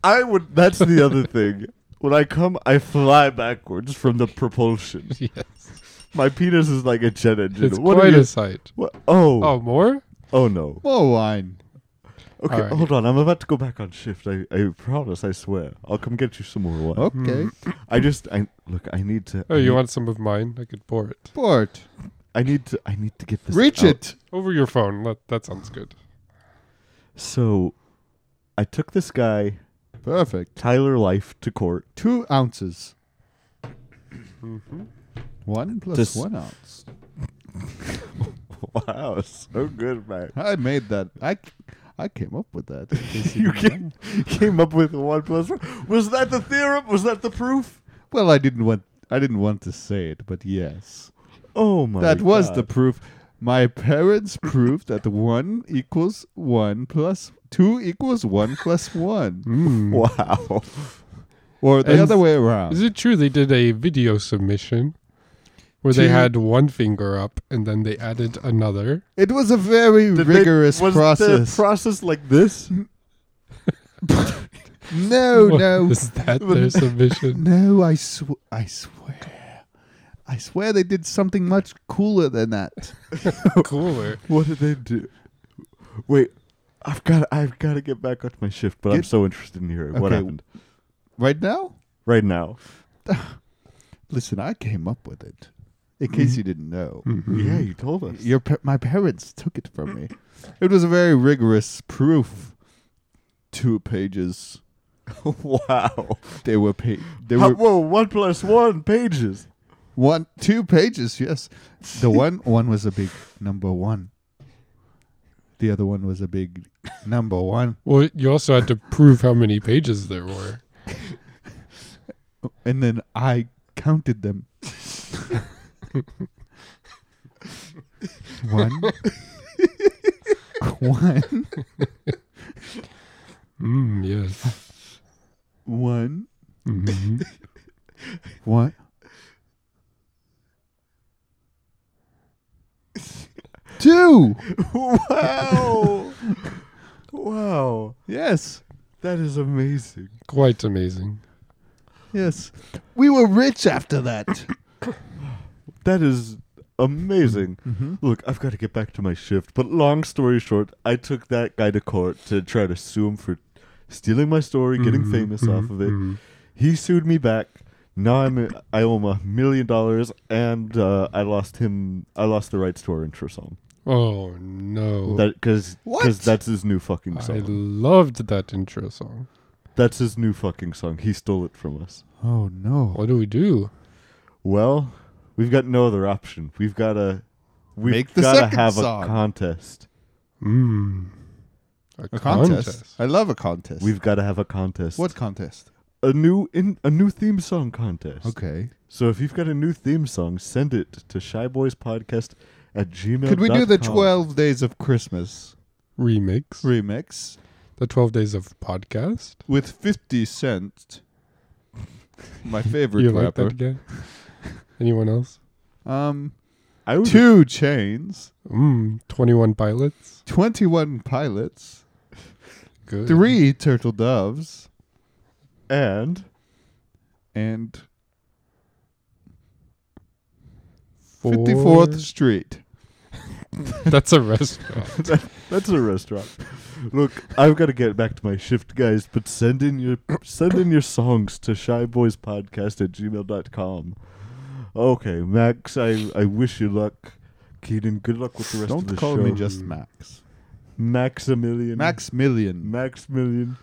[SPEAKER 4] I would. That's the other thing. When I come, I fly backwards from the propulsion.
[SPEAKER 2] Yes.
[SPEAKER 4] My penis is like a jet engine.
[SPEAKER 2] It's
[SPEAKER 4] what are
[SPEAKER 2] quite
[SPEAKER 4] you-
[SPEAKER 2] a sight.
[SPEAKER 4] what? Oh,
[SPEAKER 2] Oh,
[SPEAKER 4] oh,
[SPEAKER 2] more?
[SPEAKER 4] no.
[SPEAKER 3] More wine.
[SPEAKER 4] Okay,
[SPEAKER 2] Alright.
[SPEAKER 4] hold on. I'm about to go back on shift. I, I promise. I swear. I'll come get you some more wine.
[SPEAKER 3] Okay.
[SPEAKER 4] I just, I look. I need to.
[SPEAKER 2] Oh,
[SPEAKER 4] I need,
[SPEAKER 2] you want some of mine? I could pour it.
[SPEAKER 3] Port.
[SPEAKER 4] I need to. I need to get this.
[SPEAKER 3] Reach
[SPEAKER 4] out.
[SPEAKER 3] it.
[SPEAKER 2] Over your phone. That, that sounds good.
[SPEAKER 4] So, I took this guy
[SPEAKER 3] Perfect.
[SPEAKER 4] Tyler Life to court. [LAUGHS]
[SPEAKER 3] Two ounces. One plus
[SPEAKER 4] Mm-hmm. This-
[SPEAKER 3] one ounce.
[SPEAKER 4] Wow, so good, man.
[SPEAKER 3] I made that. I, I came up with that. in case
[SPEAKER 4] [LAUGHS] You
[SPEAKER 3] didn't
[SPEAKER 4] came,
[SPEAKER 3] know.
[SPEAKER 4] came up with one plus one. Was that the theorem? Was that the proof?
[SPEAKER 3] Well, I didn't want. I didn't want to say it, but yes,
[SPEAKER 4] Oh my!
[SPEAKER 3] that was the
[SPEAKER 4] God.
[SPEAKER 3] proof. My
[SPEAKER 4] [COUGHS]
[SPEAKER 3] parents proved that one equals one plus two equals one plus one,
[SPEAKER 2] Mm.
[SPEAKER 4] wow.
[SPEAKER 3] or the
[SPEAKER 2] And-
[SPEAKER 3] other way around.
[SPEAKER 2] Is it true they did a video submission where they
[SPEAKER 3] To-
[SPEAKER 2] had one finger up and then they added another?
[SPEAKER 3] It was a very
[SPEAKER 4] Did they-
[SPEAKER 3] [LAUGHS] rigorous
[SPEAKER 4] was
[SPEAKER 3] process.
[SPEAKER 4] The process like this. [LAUGHS]
[SPEAKER 3] no,
[SPEAKER 2] What
[SPEAKER 3] no,
[SPEAKER 2] [LAUGHS] Is that their submission?
[SPEAKER 3] no! I sw- I swear, I swear they did something much cooler than that.
[SPEAKER 2] Cooler.
[SPEAKER 4] What did they do? Wait, I've got. I've got to get back onto my shift, but I'm
[SPEAKER 3] Get-
[SPEAKER 4] so interested in hearing what
[SPEAKER 3] Okay.
[SPEAKER 4] happened
[SPEAKER 3] Right now,
[SPEAKER 4] right now.
[SPEAKER 3] listen, I came up with it. In case you didn't know,
[SPEAKER 4] [LAUGHS] Yeah, you told us.
[SPEAKER 3] Your pa- my parents took it from me. It was a very rigorous proof. Two pages.
[SPEAKER 4] wow.
[SPEAKER 3] They were pa- they
[SPEAKER 4] How-
[SPEAKER 3] were
[SPEAKER 4] whoa, one plus one pages.
[SPEAKER 3] one two pages. Yes, the one one was a big number one. The other one was a big number one,
[SPEAKER 2] Well, you also had to prove how many pages there were.
[SPEAKER 3] and then I counted them. [LAUGHS] one, [LAUGHS] one,
[SPEAKER 2] Mm, yes.
[SPEAKER 3] one,
[SPEAKER 2] [LAUGHS] Mhm.
[SPEAKER 3] one, two.
[SPEAKER 4] [LAUGHS] wow. [LAUGHS] wow.
[SPEAKER 3] Yes.
[SPEAKER 4] That is amazing.
[SPEAKER 2] Quite amazing.
[SPEAKER 3] Yes. We were rich after that.
[SPEAKER 4] That is amazing.
[SPEAKER 3] Mm-hmm.
[SPEAKER 4] Look, I've got to get back to my shift. But long story short, I took that guy to court to try to sue him for stealing my story,
[SPEAKER 3] Mm-hmm.
[SPEAKER 4] getting famous off of it. He sued me back. Now I'm I owe him a million dollars, and uh, I lost him. I lost the rights to our intro song
[SPEAKER 2] Oh no!
[SPEAKER 4] because
[SPEAKER 3] What?
[SPEAKER 4] because that's his new fucking
[SPEAKER 2] I
[SPEAKER 4] song.
[SPEAKER 2] loved that intro song.
[SPEAKER 4] That's his new fucking song. He stole it from us.
[SPEAKER 3] Oh no!
[SPEAKER 2] What do we do?
[SPEAKER 4] Well, we've got no other option. We've got to we've
[SPEAKER 3] Make the
[SPEAKER 4] gotta
[SPEAKER 3] second
[SPEAKER 4] have
[SPEAKER 3] song.
[SPEAKER 4] a contest.
[SPEAKER 2] Mm.
[SPEAKER 3] A contest. I love a contest.
[SPEAKER 4] We've got to have a contest.
[SPEAKER 3] what contest?
[SPEAKER 4] a new in a new theme song contest.
[SPEAKER 3] Okay.
[SPEAKER 4] So if you've got a new theme song, send it to shyboyspodcast at gmail.
[SPEAKER 3] Could we do the Twelve Days of Christmas
[SPEAKER 2] Remix.
[SPEAKER 3] remix
[SPEAKER 2] the Twelve Days of Podcast.
[SPEAKER 3] with Fifty Cent? My favorite
[SPEAKER 2] You like
[SPEAKER 3] rapper.
[SPEAKER 2] that guy? [LAUGHS] Anyone else?
[SPEAKER 3] um,
[SPEAKER 4] I would,
[SPEAKER 3] Two Chains,
[SPEAKER 2] Mm, Twenty One Pilots.
[SPEAKER 3] Twenty One Pilots,
[SPEAKER 2] Good.
[SPEAKER 3] Three Turtle Doves,
[SPEAKER 4] and
[SPEAKER 3] and
[SPEAKER 2] Four-
[SPEAKER 3] Fifty Fourth Street.
[SPEAKER 2] That's a restaurant.
[SPEAKER 4] that's a restaurant. [LAUGHS] Look, I've got to get back to my shift, guys. But send in your send in your songs to shyboyspodcast at gmail.com. Okay, Max, I, I wish you luck. Keaton, good luck with the rest of
[SPEAKER 3] Don't
[SPEAKER 4] the
[SPEAKER 3] call
[SPEAKER 4] show.
[SPEAKER 3] me just Max.
[SPEAKER 4] Maximilian.
[SPEAKER 3] Maximilian.
[SPEAKER 4] Maximilian.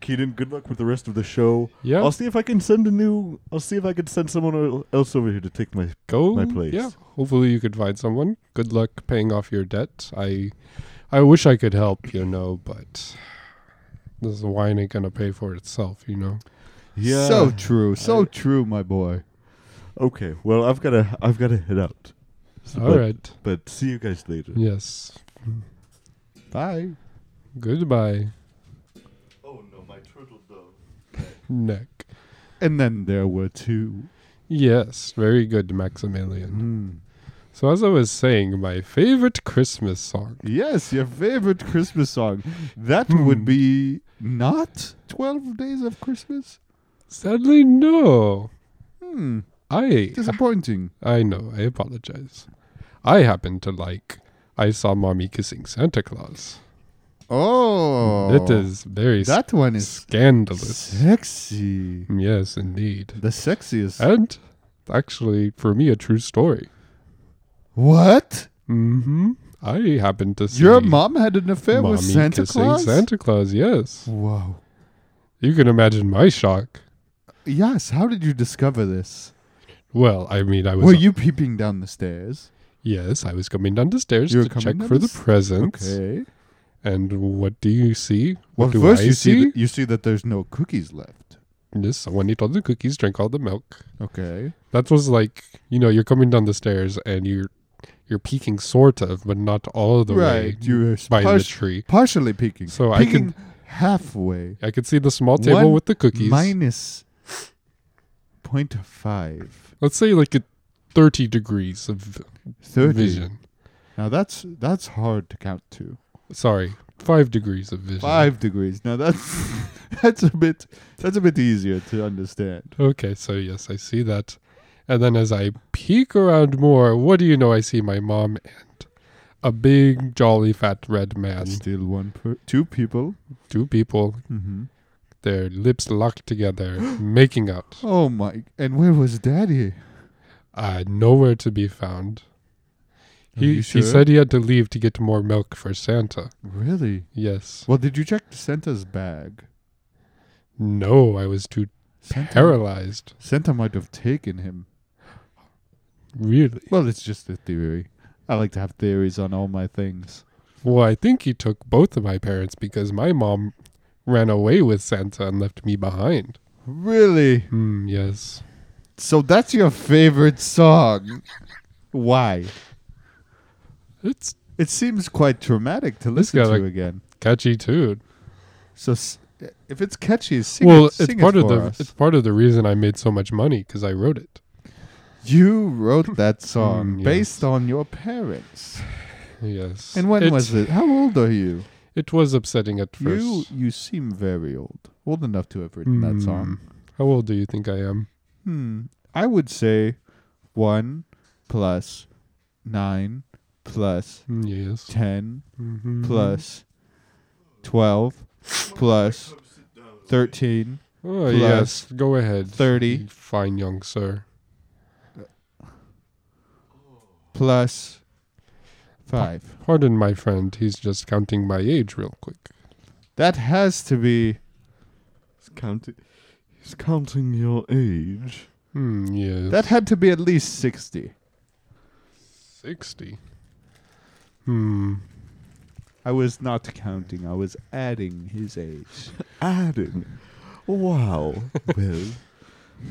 [SPEAKER 4] Keaton, good luck with the rest of the show.
[SPEAKER 2] [LAUGHS] Yeah.
[SPEAKER 4] I'll see if I can send a new. I'll see if I can send someone el- else over here to take my.
[SPEAKER 2] go
[SPEAKER 4] my place.
[SPEAKER 2] Yeah, hopefully you could find someone. Good luck paying off your debt. I, I wish I could help, you know, but this wine ain't gonna pay for itself, you know.
[SPEAKER 4] Yeah.
[SPEAKER 3] So true. So true, my boy.
[SPEAKER 4] okay. Well, I've gotta. I've gotta head out.
[SPEAKER 2] All right.
[SPEAKER 4] but, But see you guys later.
[SPEAKER 2] Yes.
[SPEAKER 3] Bye.
[SPEAKER 2] Goodbye,
[SPEAKER 1] Oh no, my turtle dove.
[SPEAKER 2] neck.
[SPEAKER 3] And then there were two.
[SPEAKER 2] Yes, very good, Maximilian.
[SPEAKER 4] Hmm.
[SPEAKER 2] So as I was saying, my favorite Christmas song.
[SPEAKER 3] Yes, your favorite Christmas song. That
[SPEAKER 4] Hmm.
[SPEAKER 3] would be not 12 Days of Christmas?
[SPEAKER 2] Sadly, no.
[SPEAKER 3] Hmm.
[SPEAKER 2] I
[SPEAKER 3] Disappointing.
[SPEAKER 2] I know. I apologize. I happen to like. I saw mommy kissing Santa Claus.
[SPEAKER 3] Oh.
[SPEAKER 2] That is very
[SPEAKER 3] That one is
[SPEAKER 2] scandalous.
[SPEAKER 3] sexy.
[SPEAKER 2] Yes, indeed.
[SPEAKER 3] The sexiest.
[SPEAKER 2] And actually, for me, a true story.
[SPEAKER 3] what?
[SPEAKER 2] Mm-hmm. I happened to see
[SPEAKER 3] Your mom had an affair with
[SPEAKER 2] mommy
[SPEAKER 3] Santa
[SPEAKER 2] kissing
[SPEAKER 3] Claus?
[SPEAKER 2] Santa Claus. Yes,
[SPEAKER 3] Wow.
[SPEAKER 2] you can imagine my shock.
[SPEAKER 3] Yes, how did you discover this?
[SPEAKER 2] Well, I mean, I was.
[SPEAKER 3] Were you peeping down the stairs?
[SPEAKER 2] Yes, I was coming down the stairs
[SPEAKER 3] You were
[SPEAKER 2] to
[SPEAKER 3] coming
[SPEAKER 2] check
[SPEAKER 3] down
[SPEAKER 2] for
[SPEAKER 3] the
[SPEAKER 2] the
[SPEAKER 3] st-
[SPEAKER 2] presents.
[SPEAKER 3] Okay.
[SPEAKER 2] And what do you see? What
[SPEAKER 3] Well,
[SPEAKER 2] do
[SPEAKER 3] first
[SPEAKER 2] I
[SPEAKER 3] you see
[SPEAKER 2] see?
[SPEAKER 3] that, you see that there's no cookies left.
[SPEAKER 2] Yes, someone ate all the cookies, drank all the milk.
[SPEAKER 3] Okay.
[SPEAKER 2] That was like, you know, you're coming down the stairs and you're you're peeking sort of, but not all the way
[SPEAKER 3] right. You were
[SPEAKER 2] by the
[SPEAKER 3] pars-
[SPEAKER 2] tree.
[SPEAKER 3] partially peeking.
[SPEAKER 2] So I
[SPEAKER 3] peeking halfway.
[SPEAKER 2] I could see the small table
[SPEAKER 3] One
[SPEAKER 2] with the cookies.
[SPEAKER 3] Minus 0.5.
[SPEAKER 2] Let's say like at 30 degrees of
[SPEAKER 3] 30.
[SPEAKER 2] vision.
[SPEAKER 3] Now that's that's hard to count to.
[SPEAKER 2] Sorry, five degrees of vision.
[SPEAKER 3] Five degrees. Now that's [LAUGHS] that's a bit that's a bit easier to understand.
[SPEAKER 2] Okay, so yes, I see that. And then as I peek around more, what do you know? I see my mom and a big, jolly, fat red man.
[SPEAKER 3] Still one per two people.
[SPEAKER 2] Two people,
[SPEAKER 3] Mm-hmm.
[SPEAKER 2] their lips locked
[SPEAKER 3] [GASPS]
[SPEAKER 2] together, making out.
[SPEAKER 3] Oh my! And where was Daddy?
[SPEAKER 2] Uh, nowhere to be found.
[SPEAKER 3] Are
[SPEAKER 2] He,
[SPEAKER 3] you
[SPEAKER 2] he
[SPEAKER 3] sure?
[SPEAKER 2] said he had to leave to get more milk for Santa.
[SPEAKER 3] Really?
[SPEAKER 2] Yes.
[SPEAKER 3] Well, did you check Santa's bag?
[SPEAKER 2] No, I was too
[SPEAKER 3] Santa,
[SPEAKER 2] paralyzed.
[SPEAKER 3] Santa might have taken him.
[SPEAKER 2] Really?
[SPEAKER 3] Well, it's just a theory. I like to have theories on all my things.
[SPEAKER 2] Well, I think he took both of my parents because my mom ran away with Santa and left me behind.
[SPEAKER 3] Really?
[SPEAKER 2] Hmm, yes.
[SPEAKER 3] So that's your favorite song? Why?
[SPEAKER 2] It's
[SPEAKER 3] It seems quite traumatic to listen
[SPEAKER 2] got,
[SPEAKER 3] to
[SPEAKER 2] like,
[SPEAKER 3] again.
[SPEAKER 2] catchy too.
[SPEAKER 3] So s- if it's catchy, sing
[SPEAKER 2] well,
[SPEAKER 3] it,
[SPEAKER 2] it's
[SPEAKER 3] sing
[SPEAKER 2] part
[SPEAKER 3] it
[SPEAKER 2] of
[SPEAKER 3] for
[SPEAKER 2] the
[SPEAKER 3] us.
[SPEAKER 2] it's part of the reason I made so much money because I wrote it.
[SPEAKER 3] You wrote that
[SPEAKER 2] [LAUGHS]
[SPEAKER 3] song
[SPEAKER 2] Mm, yes.
[SPEAKER 3] based on your parents.
[SPEAKER 2] Yes.
[SPEAKER 3] And when was it? How old are you?
[SPEAKER 2] It was upsetting at first.
[SPEAKER 3] You you seem very old, old enough to have written that song.
[SPEAKER 2] How old Mm. do you think I am?
[SPEAKER 3] Hmm. I would say one plus nine plus
[SPEAKER 2] Hmm, Yes.
[SPEAKER 3] ten
[SPEAKER 2] Mhm.
[SPEAKER 3] plus twelve plus
[SPEAKER 1] Come sit down. okay?
[SPEAKER 3] thirteen
[SPEAKER 2] Oh
[SPEAKER 3] plus
[SPEAKER 2] yes. Go ahead.
[SPEAKER 3] 30.
[SPEAKER 2] you Fine, young sir.
[SPEAKER 3] plus five.
[SPEAKER 2] Pardon my friend. He's just counting my age real quick.
[SPEAKER 3] That has to be
[SPEAKER 4] He's counting. He's counting your age.
[SPEAKER 2] Hmm. Yes.
[SPEAKER 3] that had to be at least sixty.
[SPEAKER 2] sixty. Hmm.
[SPEAKER 3] I was not counting. I was adding his [LAUGHS] age.
[SPEAKER 4] Adding.
[SPEAKER 2] [LAUGHS]
[SPEAKER 4] Wow. well,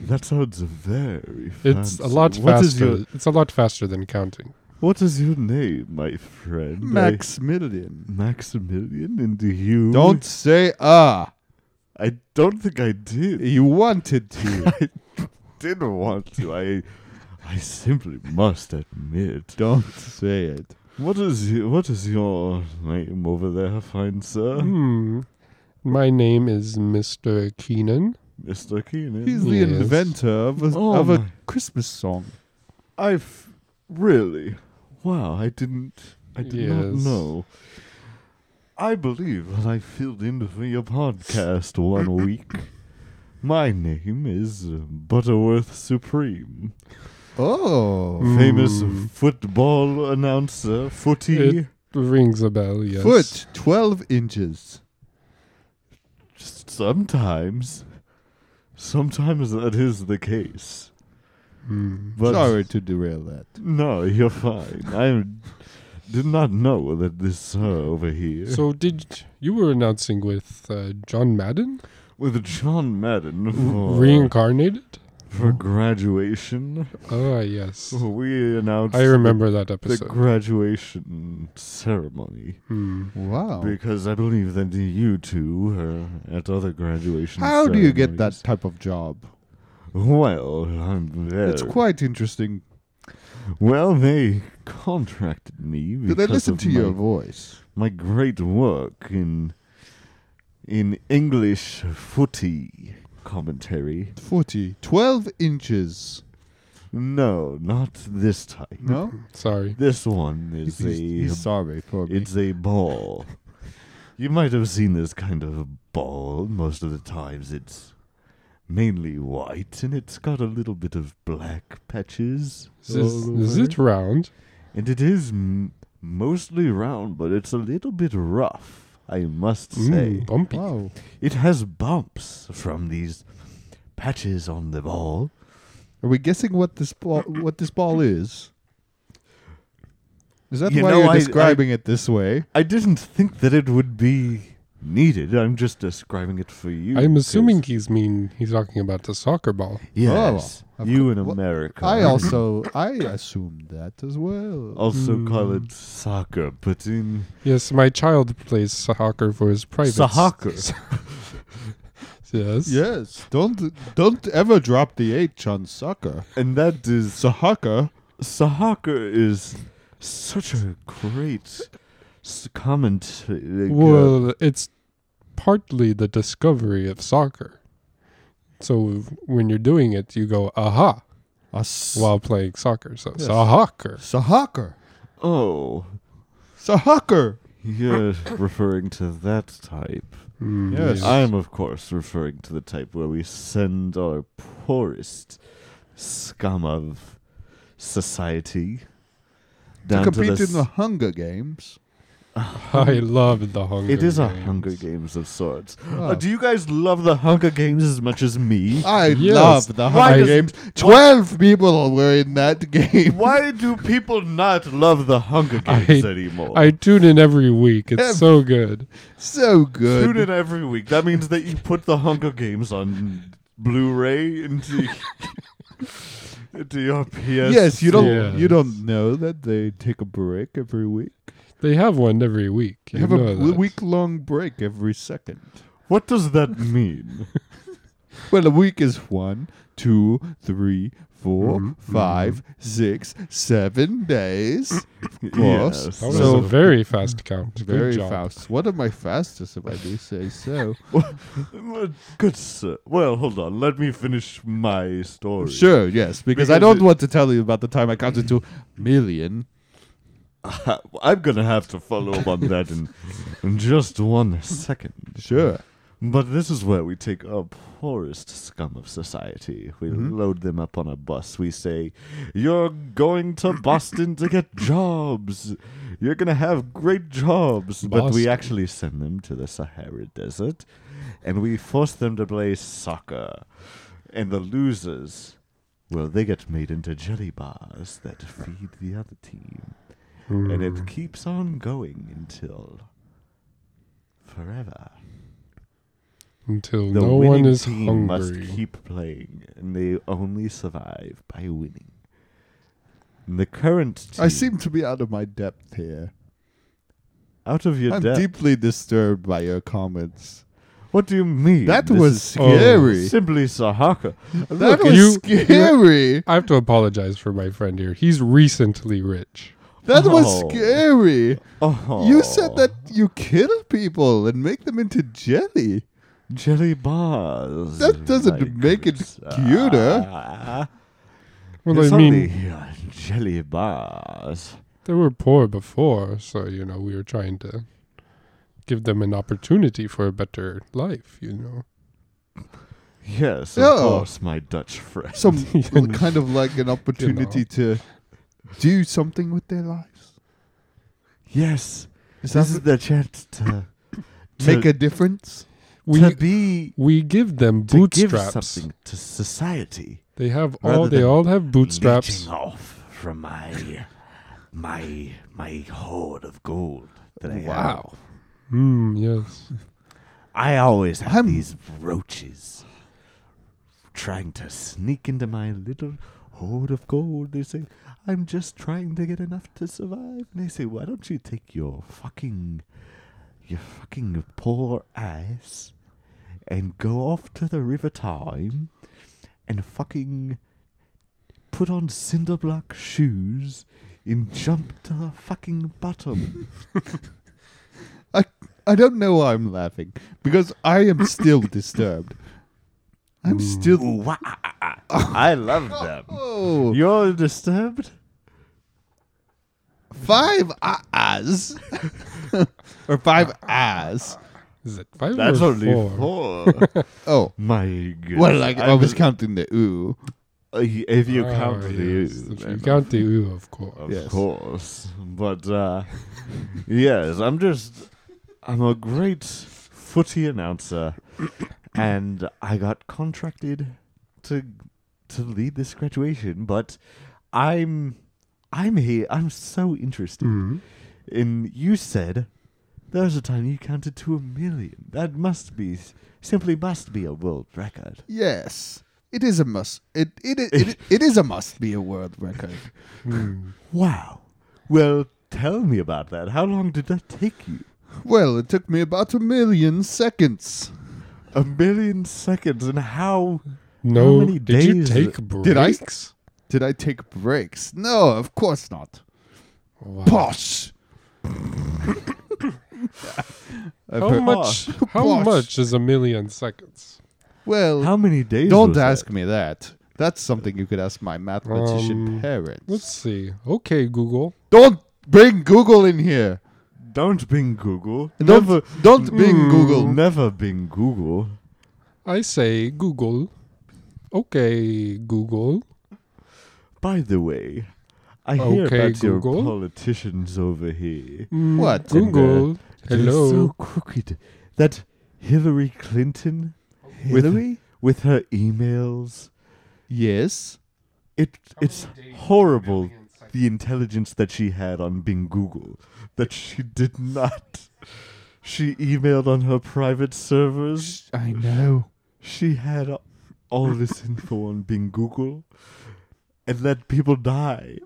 [SPEAKER 4] that sounds very.
[SPEAKER 2] It's
[SPEAKER 4] fancy.
[SPEAKER 2] a lot
[SPEAKER 4] What
[SPEAKER 2] faster.
[SPEAKER 4] is your
[SPEAKER 2] it's a lot faster than counting.
[SPEAKER 4] What is your name, my friend? I,
[SPEAKER 3] Maximilian.
[SPEAKER 4] Maximilian, and you.
[SPEAKER 3] Don't say ah.
[SPEAKER 4] I don't think I did.
[SPEAKER 3] You wanted to.
[SPEAKER 4] [LAUGHS] I didn't want to. I. I simply must admit.
[SPEAKER 3] Don't say it.
[SPEAKER 4] What is your, what is your name over there, fine sir,
[SPEAKER 2] Hmm. My name is Mr. Keenan.
[SPEAKER 4] Mister Keenan?
[SPEAKER 3] He's the
[SPEAKER 2] Yes.
[SPEAKER 3] inventor of a,
[SPEAKER 4] Oh
[SPEAKER 3] of a
[SPEAKER 4] my.
[SPEAKER 3] Christmas song.
[SPEAKER 4] I've really wow. I didn't. I did
[SPEAKER 2] Yes.
[SPEAKER 4] not know. I believe that I filled in for your
[SPEAKER 3] [COUGHS]
[SPEAKER 4] podcast one week. My name is Butterworth Supreme,
[SPEAKER 3] Oh.
[SPEAKER 4] famous
[SPEAKER 2] Hmm.
[SPEAKER 4] football announcer, footy.
[SPEAKER 2] It- Rings a bell, yes.
[SPEAKER 3] Foot 12 inches.
[SPEAKER 4] Sometimes, sometimes that is the case.
[SPEAKER 2] Hmm.
[SPEAKER 4] But
[SPEAKER 3] Sorry to derail that.
[SPEAKER 4] No, you're fine. I did not know that this sir over here
[SPEAKER 2] So did you were announcing with uh, John Madden
[SPEAKER 4] with John Madden for,
[SPEAKER 2] reincarnated?
[SPEAKER 4] for graduation.
[SPEAKER 2] Oh yes,
[SPEAKER 4] We announced
[SPEAKER 2] I remember that
[SPEAKER 4] the, the
[SPEAKER 2] episode.
[SPEAKER 4] graduation ceremony
[SPEAKER 2] Hmm.
[SPEAKER 3] Wow.
[SPEAKER 4] because I believe that you two are at other graduation.
[SPEAKER 3] How do you get that
[SPEAKER 4] ceremonies.
[SPEAKER 3] type of job?
[SPEAKER 4] Well, I'm there.
[SPEAKER 3] It's quite interesting.
[SPEAKER 4] well. They contracted me.
[SPEAKER 3] Do they
[SPEAKER 4] because
[SPEAKER 3] listen
[SPEAKER 4] of
[SPEAKER 3] to your
[SPEAKER 4] my
[SPEAKER 3] voice?
[SPEAKER 4] my great work in in English footy commentary.
[SPEAKER 3] 40. 12 inches.
[SPEAKER 4] No, not this type.
[SPEAKER 3] No?
[SPEAKER 2] Sorry.
[SPEAKER 4] This one is
[SPEAKER 3] He's- he's
[SPEAKER 4] a
[SPEAKER 3] sorry for me.
[SPEAKER 4] it's a ball. You might have seen this kind of ball most of the times. It's mainly white and it's got a little bit of black patches.
[SPEAKER 2] Is, this,
[SPEAKER 4] all
[SPEAKER 2] is
[SPEAKER 4] over
[SPEAKER 2] it round?
[SPEAKER 4] And it is m- mostly round, but it's a little bit rough, I must say.
[SPEAKER 2] Mm, bumpy.
[SPEAKER 3] Wow.
[SPEAKER 4] It has bumps from these patches on the ball.
[SPEAKER 3] Are we guessing what this ball, what this ball is? Is that
[SPEAKER 4] You
[SPEAKER 3] why
[SPEAKER 4] know,
[SPEAKER 3] you're
[SPEAKER 4] I-
[SPEAKER 3] describing it this way?
[SPEAKER 4] I didn't think that it would be needed. I'm just describing it for you.
[SPEAKER 2] I'm
[SPEAKER 4] 'cause-
[SPEAKER 2] assuming he's mean. He's talking about the soccer ball.
[SPEAKER 4] Yes,
[SPEAKER 3] Oh, of
[SPEAKER 4] you
[SPEAKER 3] cou-
[SPEAKER 4] in
[SPEAKER 3] well,
[SPEAKER 4] America.
[SPEAKER 3] I also Hmm. I assumed that as well.
[SPEAKER 4] [LAUGHS] also
[SPEAKER 2] Mm.
[SPEAKER 4] call it soccer, but in
[SPEAKER 2] Yes, my child plays soccer for his private.
[SPEAKER 4] Soccer.
[SPEAKER 3] [LAUGHS]
[SPEAKER 2] yes.
[SPEAKER 3] Yes, don't don't ever drop the H on soccer.
[SPEAKER 4] and that is
[SPEAKER 3] Soccer.
[SPEAKER 4] soccer is such a great s- comment. uh,
[SPEAKER 2] Well, it's partly the discovery of soccer. So when you're doing it, you go aha
[SPEAKER 3] A s-
[SPEAKER 2] while playing soccer. So soccer.
[SPEAKER 3] soccer.
[SPEAKER 4] oh,
[SPEAKER 3] Soccer.
[SPEAKER 4] you're referring to that type.
[SPEAKER 2] Mm,
[SPEAKER 3] Yes.
[SPEAKER 4] I am, of course, referring to the type where we send our poorest scum of society
[SPEAKER 3] To
[SPEAKER 4] down to,
[SPEAKER 3] compete
[SPEAKER 4] the
[SPEAKER 3] in the Hunger Games.
[SPEAKER 2] [LAUGHS] I love the Hunger.
[SPEAKER 4] It is a
[SPEAKER 2] Games.
[SPEAKER 4] Hunger Games of sorts.
[SPEAKER 3] Oh.
[SPEAKER 4] Uh, do you guys love the Hunger Games as much as me?
[SPEAKER 3] I
[SPEAKER 2] Yes.
[SPEAKER 3] love the
[SPEAKER 4] Why
[SPEAKER 3] Hunger
[SPEAKER 4] does-
[SPEAKER 3] Games. Twelve people were in that game.
[SPEAKER 4] Why do people not love the Hunger
[SPEAKER 2] I-
[SPEAKER 4] Games anymore?
[SPEAKER 2] I tune in every week. It's so good.
[SPEAKER 3] [LAUGHS] So good.
[SPEAKER 4] tune in every week. That means that you put the Hunger Games on Blu-ray
[SPEAKER 3] [LAUGHS]
[SPEAKER 4] into into your PS.
[SPEAKER 3] Yes, you don't.
[SPEAKER 2] Yes.
[SPEAKER 3] You don't know that they take a break every week.
[SPEAKER 2] They have one every week.
[SPEAKER 3] They
[SPEAKER 2] You
[SPEAKER 3] have a
[SPEAKER 2] know that.
[SPEAKER 3] week long break every second.
[SPEAKER 4] What does that mean?
[SPEAKER 3] Well, a week is one, two, three, four,
[SPEAKER 2] Mhm.
[SPEAKER 3] five, six, seven days. Of course.
[SPEAKER 4] Yes.
[SPEAKER 2] That was
[SPEAKER 3] So-
[SPEAKER 2] a very fast count. [COUGHS] Good
[SPEAKER 3] Very
[SPEAKER 2] job.
[SPEAKER 3] fast. One of my fastest, if I do say so.
[SPEAKER 4] Well, uh, Good sir. Well, hold on. Let me finish my story.
[SPEAKER 3] sure, yes, because, I
[SPEAKER 4] Because
[SPEAKER 3] don't
[SPEAKER 4] it-
[SPEAKER 3] want to tell you about the time I counted to million.
[SPEAKER 4] I'm gonna have to follow up on that in, in just one second.
[SPEAKER 3] Sure.
[SPEAKER 4] But this is where we take our poorest scum of society. We load them up on a bus. We say, You're going to Boston to get jobs. You're going to have great jobs. But we
[SPEAKER 2] Boston.
[SPEAKER 4] actually send them to the Sahara Desert and we force them to play soccer. And the losers, well, they get made into jelly bars that feed the other team. And it keeps on going until forever
[SPEAKER 2] until
[SPEAKER 4] the
[SPEAKER 2] no
[SPEAKER 4] winning
[SPEAKER 2] one is
[SPEAKER 4] team
[SPEAKER 2] hungry.
[SPEAKER 4] must keep playing, and they only survive by winning. And the current team,
[SPEAKER 3] I seem to be out of my depth here.
[SPEAKER 4] out of your
[SPEAKER 3] I'm
[SPEAKER 4] depth.
[SPEAKER 3] deeply disturbed by your comments.
[SPEAKER 4] What do you mean?
[SPEAKER 3] That
[SPEAKER 4] This
[SPEAKER 3] was
[SPEAKER 4] is
[SPEAKER 3] scary.
[SPEAKER 4] simply
[SPEAKER 3] [LAUGHS]
[SPEAKER 4] Sahaka.
[SPEAKER 3] that
[SPEAKER 2] Look,
[SPEAKER 3] was
[SPEAKER 2] you-
[SPEAKER 3] scary.
[SPEAKER 2] I have to apologize for my friend here. He's recently rich.
[SPEAKER 3] That was
[SPEAKER 4] Oh.
[SPEAKER 3] scary.
[SPEAKER 4] Oh,
[SPEAKER 3] You said that you kill people and make them into jelly.
[SPEAKER 4] jelly bars.
[SPEAKER 3] That doesn't
[SPEAKER 4] my
[SPEAKER 3] make it
[SPEAKER 4] good
[SPEAKER 3] cuter.
[SPEAKER 4] sir.
[SPEAKER 2] Well,
[SPEAKER 4] Ah, It's
[SPEAKER 2] I
[SPEAKER 4] only
[SPEAKER 2] mean,
[SPEAKER 4] your jelly bars.
[SPEAKER 2] they were poor before, so you know we were trying to give them an opportunity for a better life. You know,
[SPEAKER 4] Yes, of
[SPEAKER 3] Yeah.
[SPEAKER 4] course, my Dutch friend. [LAUGHS]
[SPEAKER 3] Some kind of like an opportunity to do something with their lives.
[SPEAKER 4] yes,
[SPEAKER 3] Is that
[SPEAKER 4] this is the chance to, to
[SPEAKER 3] make a difference?
[SPEAKER 2] we
[SPEAKER 4] to be
[SPEAKER 2] we give them
[SPEAKER 4] to give
[SPEAKER 2] bootstraps.
[SPEAKER 4] something to society.
[SPEAKER 2] They have
[SPEAKER 4] rather
[SPEAKER 2] all. They
[SPEAKER 4] than
[SPEAKER 2] all have bootstraps.
[SPEAKER 4] Leeching off from my my my hoard of gold that I
[SPEAKER 3] Wow.
[SPEAKER 4] have.
[SPEAKER 2] Hmm. Yes.
[SPEAKER 4] I always have
[SPEAKER 3] I'm-
[SPEAKER 4] these roaches trying to sneak into my little hoard of gold. They say, I'm just trying to get enough to survive. And they say, Why don't you take your fucking your fucking poor ass and go off to the River Time and fucking put on cinderblock shoes and jump to the fucking bottom.
[SPEAKER 3] I I don't know why I'm laughing because I am
[SPEAKER 4] [COUGHS]
[SPEAKER 3] still disturbed. I'm still.
[SPEAKER 4] Ooh, wah, ah, ah, ah. [LAUGHS] I love them.
[SPEAKER 3] Oh,
[SPEAKER 4] You're disturbed?
[SPEAKER 3] five
[SPEAKER 4] [LAUGHS]
[SPEAKER 3] ahs or [LAUGHS] five ahs.
[SPEAKER 2] Is it five
[SPEAKER 4] That's
[SPEAKER 2] or
[SPEAKER 4] only
[SPEAKER 2] four?
[SPEAKER 4] four.
[SPEAKER 2] [LAUGHS]
[SPEAKER 3] Oh,
[SPEAKER 4] My goodness.
[SPEAKER 3] well, like I
[SPEAKER 4] I'm-
[SPEAKER 3] was counting the ooh.
[SPEAKER 4] uh, If you
[SPEAKER 2] Oh,
[SPEAKER 4] count the
[SPEAKER 2] yes.
[SPEAKER 4] ooh,
[SPEAKER 2] If you
[SPEAKER 4] then
[SPEAKER 2] count the ooh, of
[SPEAKER 4] Of
[SPEAKER 2] course.
[SPEAKER 3] Yes.
[SPEAKER 4] course.
[SPEAKER 2] [LAUGHS]
[SPEAKER 4] But, uh, yes, I'm just. I'm a great footy announcer, and I got contracted to to lead this graduation, but I'm. I'm here. I'm so interested.
[SPEAKER 2] Mhm.
[SPEAKER 4] And you said there was a time you counted to a million. That must be, simply must be a world record.
[SPEAKER 3] Yes, it is a must. It it it, it, it is a must be a world record.
[SPEAKER 4] Wow. Well, tell me about that. How long did that take you?
[SPEAKER 3] Well, it took me about a million seconds.
[SPEAKER 4] A million seconds, and how?
[SPEAKER 2] No.
[SPEAKER 4] many
[SPEAKER 2] Did you
[SPEAKER 4] days
[SPEAKER 2] take
[SPEAKER 3] Did I?
[SPEAKER 2] breaks?
[SPEAKER 3] Did I take breaks? No, of course not.
[SPEAKER 2] Wow.
[SPEAKER 3] Posh. [COUGHS] I've
[SPEAKER 2] How
[SPEAKER 3] heard-
[SPEAKER 2] much? How
[SPEAKER 3] Posh.
[SPEAKER 2] much is a million seconds?
[SPEAKER 3] Well,
[SPEAKER 4] How many days?
[SPEAKER 3] Don't
[SPEAKER 4] was that?
[SPEAKER 3] ask me that. That's something you could ask my mathematician
[SPEAKER 2] Um,
[SPEAKER 3] parents.
[SPEAKER 2] Let's see. Okay, Google.
[SPEAKER 3] Don't bring Google in here.
[SPEAKER 4] Don't Bing Google.
[SPEAKER 3] Don't
[SPEAKER 4] Never,
[SPEAKER 3] don't bring Google.
[SPEAKER 4] never Bing Google.
[SPEAKER 2] I say Google. Okay, Google.
[SPEAKER 4] By the way, I hear
[SPEAKER 2] Okay,
[SPEAKER 4] about your
[SPEAKER 2] Google.
[SPEAKER 4] politicians over here.
[SPEAKER 3] What?
[SPEAKER 2] Google.
[SPEAKER 4] They're so
[SPEAKER 2] Hello.
[SPEAKER 4] crooked that Hillary Clinton, Hillary, with her emails,
[SPEAKER 3] Yes.
[SPEAKER 4] it it's horrible. The intelligence that she had on Bing Google, that she did not. She emailed on her private servers.
[SPEAKER 3] I know.
[SPEAKER 4] She had all this info on Bing Google, and let people die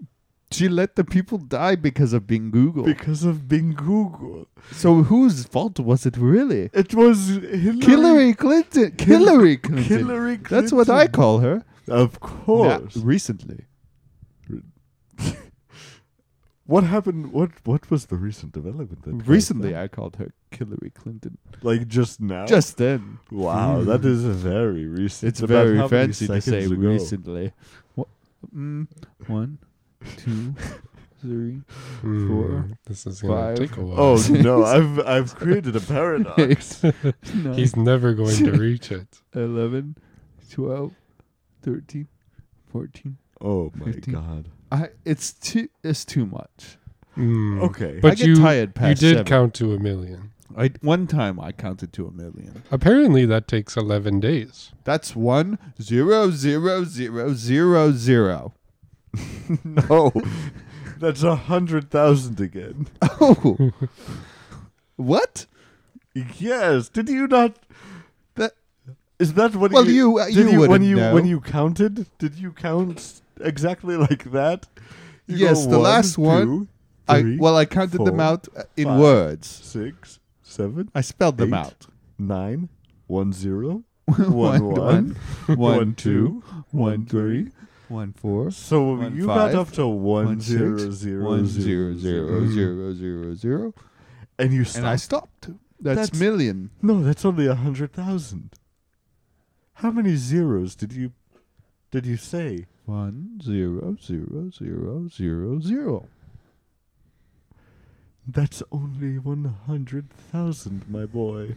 [SPEAKER 3] She let the people die because of being Google.
[SPEAKER 4] because of Bing Google.
[SPEAKER 3] so whose fault was it really?
[SPEAKER 4] It was Hillary.
[SPEAKER 3] Hillary Clinton. Hillary Clinton.
[SPEAKER 4] Hillary Clinton.
[SPEAKER 3] That's what I call her.
[SPEAKER 4] Of course.
[SPEAKER 3] Now, recently.
[SPEAKER 4] What happened? What What was the recent development? That caused
[SPEAKER 3] Recently,
[SPEAKER 4] that?
[SPEAKER 3] I called her Hillary Clinton.
[SPEAKER 4] like just now.
[SPEAKER 3] Just then.
[SPEAKER 4] wow, that is very recent.
[SPEAKER 3] Oh. It's
[SPEAKER 4] About how
[SPEAKER 3] very
[SPEAKER 4] many
[SPEAKER 3] fancy to say
[SPEAKER 4] seconds ago?
[SPEAKER 3] [LAUGHS] recently. Wha- mm, one, two, three,
[SPEAKER 2] Hmm, this is gonna
[SPEAKER 3] five.
[SPEAKER 2] take a while.
[SPEAKER 4] Oh
[SPEAKER 3] [LAUGHS]
[SPEAKER 4] no, I've I've created a paradox.
[SPEAKER 3] nine,
[SPEAKER 2] he's never going to reach it.
[SPEAKER 3] 11, 12, 13, 14.
[SPEAKER 4] Oh my
[SPEAKER 3] Fifteen.
[SPEAKER 4] god.
[SPEAKER 3] I, it's too it's too much.
[SPEAKER 2] Hmm.
[SPEAKER 4] Okay.
[SPEAKER 2] but
[SPEAKER 3] I get
[SPEAKER 2] you
[SPEAKER 3] tired past
[SPEAKER 2] you did
[SPEAKER 3] seven.
[SPEAKER 2] count to a million.
[SPEAKER 3] I one time I counted to a million.
[SPEAKER 2] Apparently, that takes eleven days.
[SPEAKER 3] That's one zero zero zero zero [LAUGHS] zero.
[SPEAKER 4] [LAUGHS] no, that's a hundred thousand again.
[SPEAKER 3] Oh, what?
[SPEAKER 4] Yes. Did you not?
[SPEAKER 3] That
[SPEAKER 4] Is that what?
[SPEAKER 3] Well,
[SPEAKER 4] you
[SPEAKER 3] you- uh,
[SPEAKER 4] did
[SPEAKER 3] you
[SPEAKER 4] when
[SPEAKER 3] wouldn't
[SPEAKER 4] you
[SPEAKER 3] know.
[SPEAKER 4] when you counted? Did you count exactly like that? You
[SPEAKER 3] Yes,
[SPEAKER 4] go
[SPEAKER 3] the
[SPEAKER 4] one,
[SPEAKER 3] last one,
[SPEAKER 4] two,
[SPEAKER 3] I
[SPEAKER 4] three,
[SPEAKER 3] well I counted them
[SPEAKER 4] four,
[SPEAKER 3] out uh, in
[SPEAKER 4] five.
[SPEAKER 3] words.
[SPEAKER 4] six, seven,
[SPEAKER 3] I spelled them
[SPEAKER 4] Eight.
[SPEAKER 3] [LAUGHS] out.
[SPEAKER 4] nine, one
[SPEAKER 3] [LAUGHS]
[SPEAKER 4] zero, one one.
[SPEAKER 3] one
[SPEAKER 4] One,
[SPEAKER 3] two,
[SPEAKER 4] two,
[SPEAKER 3] one three, one four,
[SPEAKER 4] So
[SPEAKER 3] One,
[SPEAKER 4] you
[SPEAKER 3] five,
[SPEAKER 4] got up to
[SPEAKER 3] one
[SPEAKER 4] one
[SPEAKER 3] six,
[SPEAKER 4] zero zero
[SPEAKER 3] one
[SPEAKER 4] zero
[SPEAKER 3] zero zero zero zero zero,
[SPEAKER 4] and you
[SPEAKER 3] and I
[SPEAKER 4] stopped.
[SPEAKER 3] stopped. That's,
[SPEAKER 4] That's-
[SPEAKER 3] million.
[SPEAKER 4] No, that's only a hundred thousand. How many zeros did you did you say?
[SPEAKER 3] One zero zero zero zero zero.
[SPEAKER 4] That's only one hundred thousand, my boy.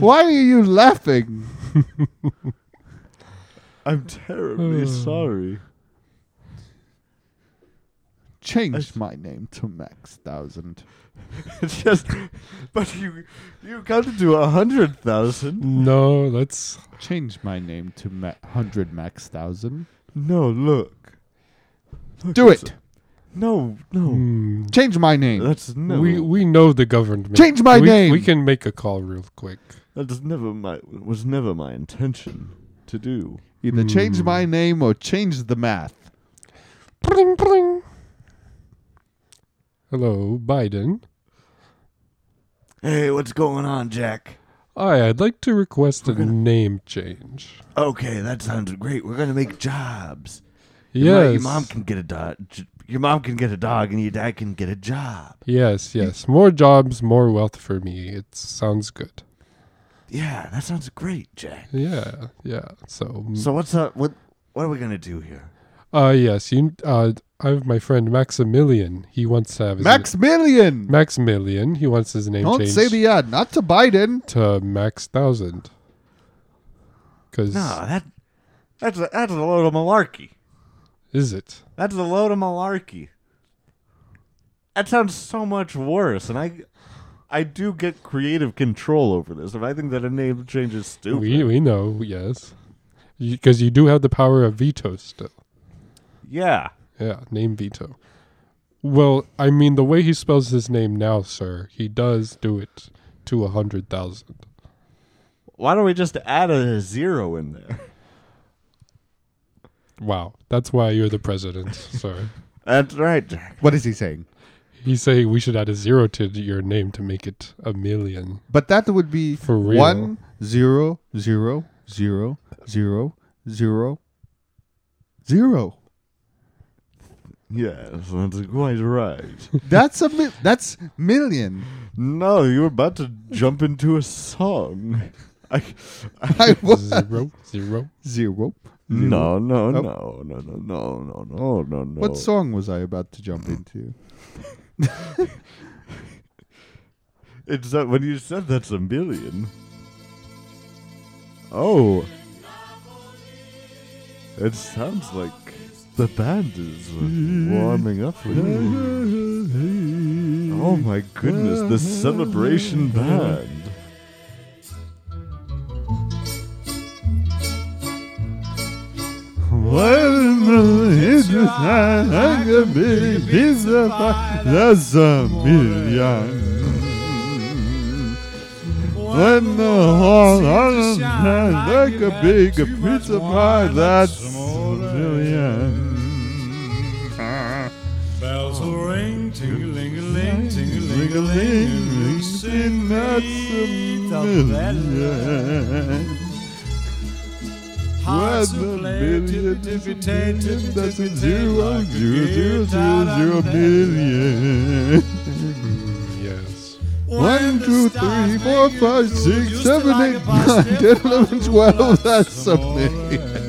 [SPEAKER 3] Why are you laughing?
[SPEAKER 4] I'm terribly sorry. [LAUGHS]
[SPEAKER 3] Change my name to Max Thousand.
[SPEAKER 4] It's just, but you you counted to a hundred thousand.
[SPEAKER 3] Mm.
[SPEAKER 2] No, that's
[SPEAKER 3] Change my name to Ma- Hundred Max Thousand.
[SPEAKER 4] No, look. Look,
[SPEAKER 3] Do
[SPEAKER 4] it's-
[SPEAKER 3] it.
[SPEAKER 4] No,
[SPEAKER 3] Oh.
[SPEAKER 4] no.
[SPEAKER 2] hmm.
[SPEAKER 3] Change my name.
[SPEAKER 4] Mm. That's no.
[SPEAKER 2] We we know the government.
[SPEAKER 3] Change my
[SPEAKER 2] We-
[SPEAKER 3] name!
[SPEAKER 2] We can make a call real quick.
[SPEAKER 4] that's never my was never my intention to do.
[SPEAKER 3] Either
[SPEAKER 2] Hmm.
[SPEAKER 3] change my name or change the math.
[SPEAKER 2] Bling bling. Hello, Biden.
[SPEAKER 4] Hey, what's going on, Jack?
[SPEAKER 2] Hi, I'd like to request a name change.
[SPEAKER 4] Okay, that sounds great. We're gonna make jobs. Your mo-
[SPEAKER 2] Yes.
[SPEAKER 4] Your mom can get a dog. j- Your mom can get a dog, and your dad can get a job.
[SPEAKER 2] Yes, yes. More jobs, more wealth for me. It sounds good.
[SPEAKER 4] Yeah, that sounds great, Jack.
[SPEAKER 2] Yeah, yeah. So,
[SPEAKER 4] So what's up? What What are we gonna do here?
[SPEAKER 2] uh, yes, you. Uh, I have my friend Maximilian. He wants to have his
[SPEAKER 3] Max Million.
[SPEAKER 2] Maximilian. He wants his name
[SPEAKER 3] Don't
[SPEAKER 2] changed
[SPEAKER 3] say the ad. Not to Biden.
[SPEAKER 2] to Max Thousand. Because
[SPEAKER 4] No, that that's a, that's a load of malarkey.
[SPEAKER 2] is it?
[SPEAKER 4] That's a load of malarkey. That sounds so much worse, and I I do get creative control over this. If I think that a name change is stupid,
[SPEAKER 2] We we know. Yes, because you do have the power of veto still.
[SPEAKER 4] yeah.
[SPEAKER 2] Yeah, name veto. Well, I mean, the way he spells his name now, sir, he does do it to a hundred thousand.
[SPEAKER 4] Why don't we just add a zero in there?
[SPEAKER 2] Wow, that's why you're the president, [LAUGHS] sir.
[SPEAKER 4] That's right, Jack.
[SPEAKER 3] What is he saying?
[SPEAKER 2] He's saying we should add a zero to your name to make it a million.
[SPEAKER 3] But that would be
[SPEAKER 2] For real.
[SPEAKER 3] one zero zero zero zero zero zero.
[SPEAKER 4] Yes, that's quite right.
[SPEAKER 3] That's a mi- that's million. [LAUGHS]
[SPEAKER 4] No, you were about to jump into a song. I, I,
[SPEAKER 2] [LAUGHS]
[SPEAKER 3] I was
[SPEAKER 2] Zero, zero.
[SPEAKER 3] zero.
[SPEAKER 4] no, no,
[SPEAKER 3] Nope.
[SPEAKER 4] no, no, no, no, no, no, no, no.
[SPEAKER 3] What song was I about to
[SPEAKER 2] [LAUGHS]
[SPEAKER 3] jump into?
[SPEAKER 4] It's that when you said that's a million. Oh, it sounds like the band is warming up. a little. Oh my goodness, the celebration band.
[SPEAKER 3] That's a million. When the whole island has like a big pizza pie, that's a million.
[SPEAKER 5] Bells will ring, ting-a-ling-a-ling, ting-a-ling-a-ling,
[SPEAKER 3] Ling-a-ling-a-ling,
[SPEAKER 5] sing
[SPEAKER 3] that's
[SPEAKER 5] me
[SPEAKER 3] a
[SPEAKER 5] the bells.
[SPEAKER 3] million.
[SPEAKER 5] Hearts will play, tippy-tippy-tay,
[SPEAKER 3] That's a
[SPEAKER 5] tippy-tippy-tay,
[SPEAKER 3] zero,
[SPEAKER 5] like a
[SPEAKER 3] zero, zero, zero,
[SPEAKER 5] guitar
[SPEAKER 3] zero
[SPEAKER 5] and
[SPEAKER 3] million.
[SPEAKER 2] Mm, yes.
[SPEAKER 3] One,
[SPEAKER 5] the
[SPEAKER 3] two,
[SPEAKER 5] stars
[SPEAKER 3] three, four,
[SPEAKER 5] make
[SPEAKER 3] five,
[SPEAKER 5] you
[SPEAKER 3] six,
[SPEAKER 5] used to
[SPEAKER 3] seven,
[SPEAKER 5] like
[SPEAKER 3] eight,
[SPEAKER 5] a pasta,
[SPEAKER 3] nine, [LAUGHS] ten, eleven,
[SPEAKER 5] pasta,
[SPEAKER 3] twelve. That's
[SPEAKER 5] some
[SPEAKER 3] something.
[SPEAKER 5] more.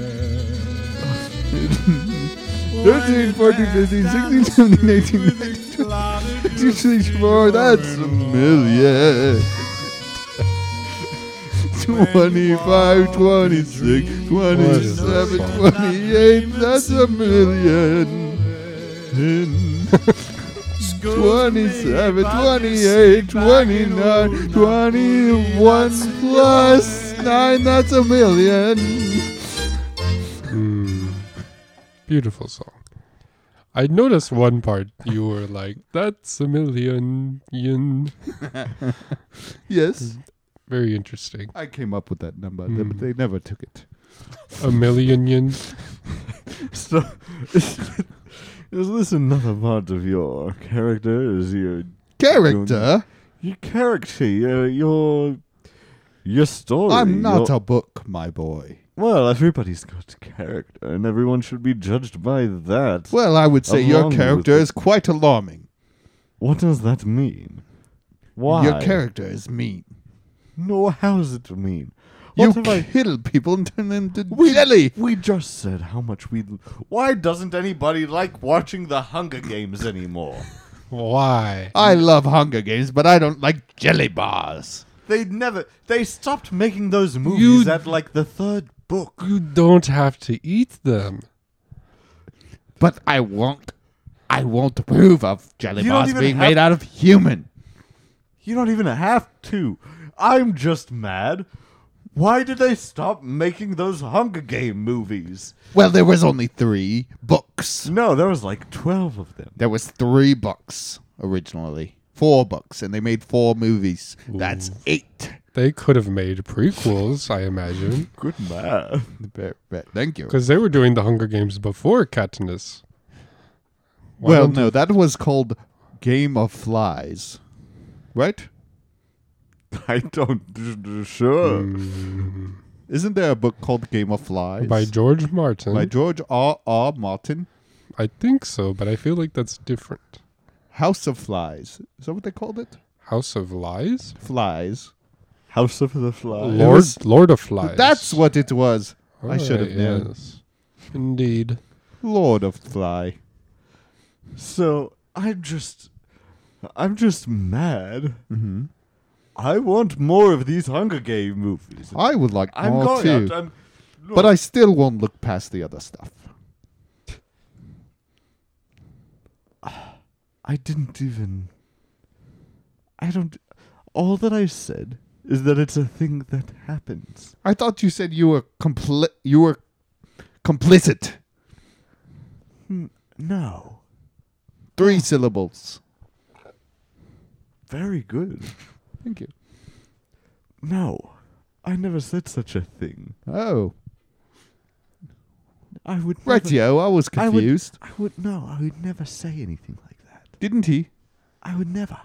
[SPEAKER 3] 13, 14, 15, 16, 17, 18, 19, 20, 24. That's a [LAUGHS] million. 25, 26, 27, 28. That's a million. 27, 28, 29, 21 plus 9, that's a million.
[SPEAKER 2] Hmm. Beautiful song. I noticed one part you were like, that's a million yin.
[SPEAKER 4] Mm.
[SPEAKER 3] Yes,
[SPEAKER 2] Very interesting.
[SPEAKER 3] I came up with that number,
[SPEAKER 2] Hmm.
[SPEAKER 3] but they never took it.
[SPEAKER 2] A million yin.
[SPEAKER 4] So, [LAUGHS] is this another part of your character? Is your
[SPEAKER 3] Character?
[SPEAKER 4] your character, your your, your story?
[SPEAKER 3] I'm not
[SPEAKER 4] your-
[SPEAKER 3] a book, my boy.
[SPEAKER 4] Well, everybody's got character, and everyone should be judged by that.
[SPEAKER 3] Well, I would say your
[SPEAKER 4] Along with
[SPEAKER 3] character
[SPEAKER 4] it.
[SPEAKER 3] is quite alarming.
[SPEAKER 4] What does that mean? Why?
[SPEAKER 3] Your character is mean.
[SPEAKER 4] No, how does it mean? What
[SPEAKER 3] you
[SPEAKER 4] have I?
[SPEAKER 3] kill people and turn them to jelly.
[SPEAKER 4] We just said how much we. Why doesn't anybody like watching the Hunger Games anymore?
[SPEAKER 2] Why?
[SPEAKER 3] I love Hunger Games, but I don't like jelly bars.
[SPEAKER 4] they never. They stopped making those movies
[SPEAKER 2] You-
[SPEAKER 4] at like the third book.
[SPEAKER 2] You don't have to eat them.
[SPEAKER 3] But I won't. I won't approve of jelly
[SPEAKER 4] You don't
[SPEAKER 3] bars
[SPEAKER 4] even
[SPEAKER 3] being
[SPEAKER 4] have-
[SPEAKER 3] made out of human.
[SPEAKER 4] You don't even have to. I'm just mad. Why did they stop making those Hunger Game movies?
[SPEAKER 3] Well, there was only three books.
[SPEAKER 4] No, there was like twelve of them.
[SPEAKER 3] There was three books originally, four books, and they made four movies. That's eight.
[SPEAKER 2] They could have made prequels, I imagine,
[SPEAKER 4] Good man.
[SPEAKER 3] But, but thank you.
[SPEAKER 2] because they were doing the Hunger Games before Katniss. Why
[SPEAKER 3] Well,
[SPEAKER 2] don't-
[SPEAKER 3] no, that was called Game of Flies, right?
[SPEAKER 4] [LAUGHS] I don't. Sure.
[SPEAKER 3] Isn't there a book called Game of Flies
[SPEAKER 2] by George Martin.
[SPEAKER 3] by George R. R. Martin?
[SPEAKER 2] I think so, but I feel like that's different.
[SPEAKER 3] House of Flies. Is that what they called it?
[SPEAKER 2] House of Lies,
[SPEAKER 3] Flies.
[SPEAKER 4] House of the Flies.
[SPEAKER 2] Lord,
[SPEAKER 3] was-
[SPEAKER 2] Lord of Flies.
[SPEAKER 3] That's what it was. I
[SPEAKER 2] Alright,
[SPEAKER 3] should have known.
[SPEAKER 2] yes. Indeed.
[SPEAKER 3] Lord of Fly.
[SPEAKER 4] So I'm just, I'm just mad. I want more of these Hunger Game movies.
[SPEAKER 3] I would like
[SPEAKER 4] I'm
[SPEAKER 3] more
[SPEAKER 4] going
[SPEAKER 3] Ah, too,
[SPEAKER 4] out. I'm,
[SPEAKER 3] but I still won't look past the other stuff.
[SPEAKER 4] I didn't even. I don't. All that I said is that it's a thing that happens.
[SPEAKER 3] I thought you said you were compli- you were complicit.
[SPEAKER 4] No.
[SPEAKER 3] Three syllables.
[SPEAKER 4] Very good.
[SPEAKER 3] Thank you.
[SPEAKER 4] No. I never said such a thing.
[SPEAKER 3] Oh,
[SPEAKER 4] I would. never-
[SPEAKER 3] rightio. I was
[SPEAKER 4] I would-
[SPEAKER 3] confused.
[SPEAKER 4] I would. No. I would never say anything like that.
[SPEAKER 3] Didn't he?
[SPEAKER 4] I would never.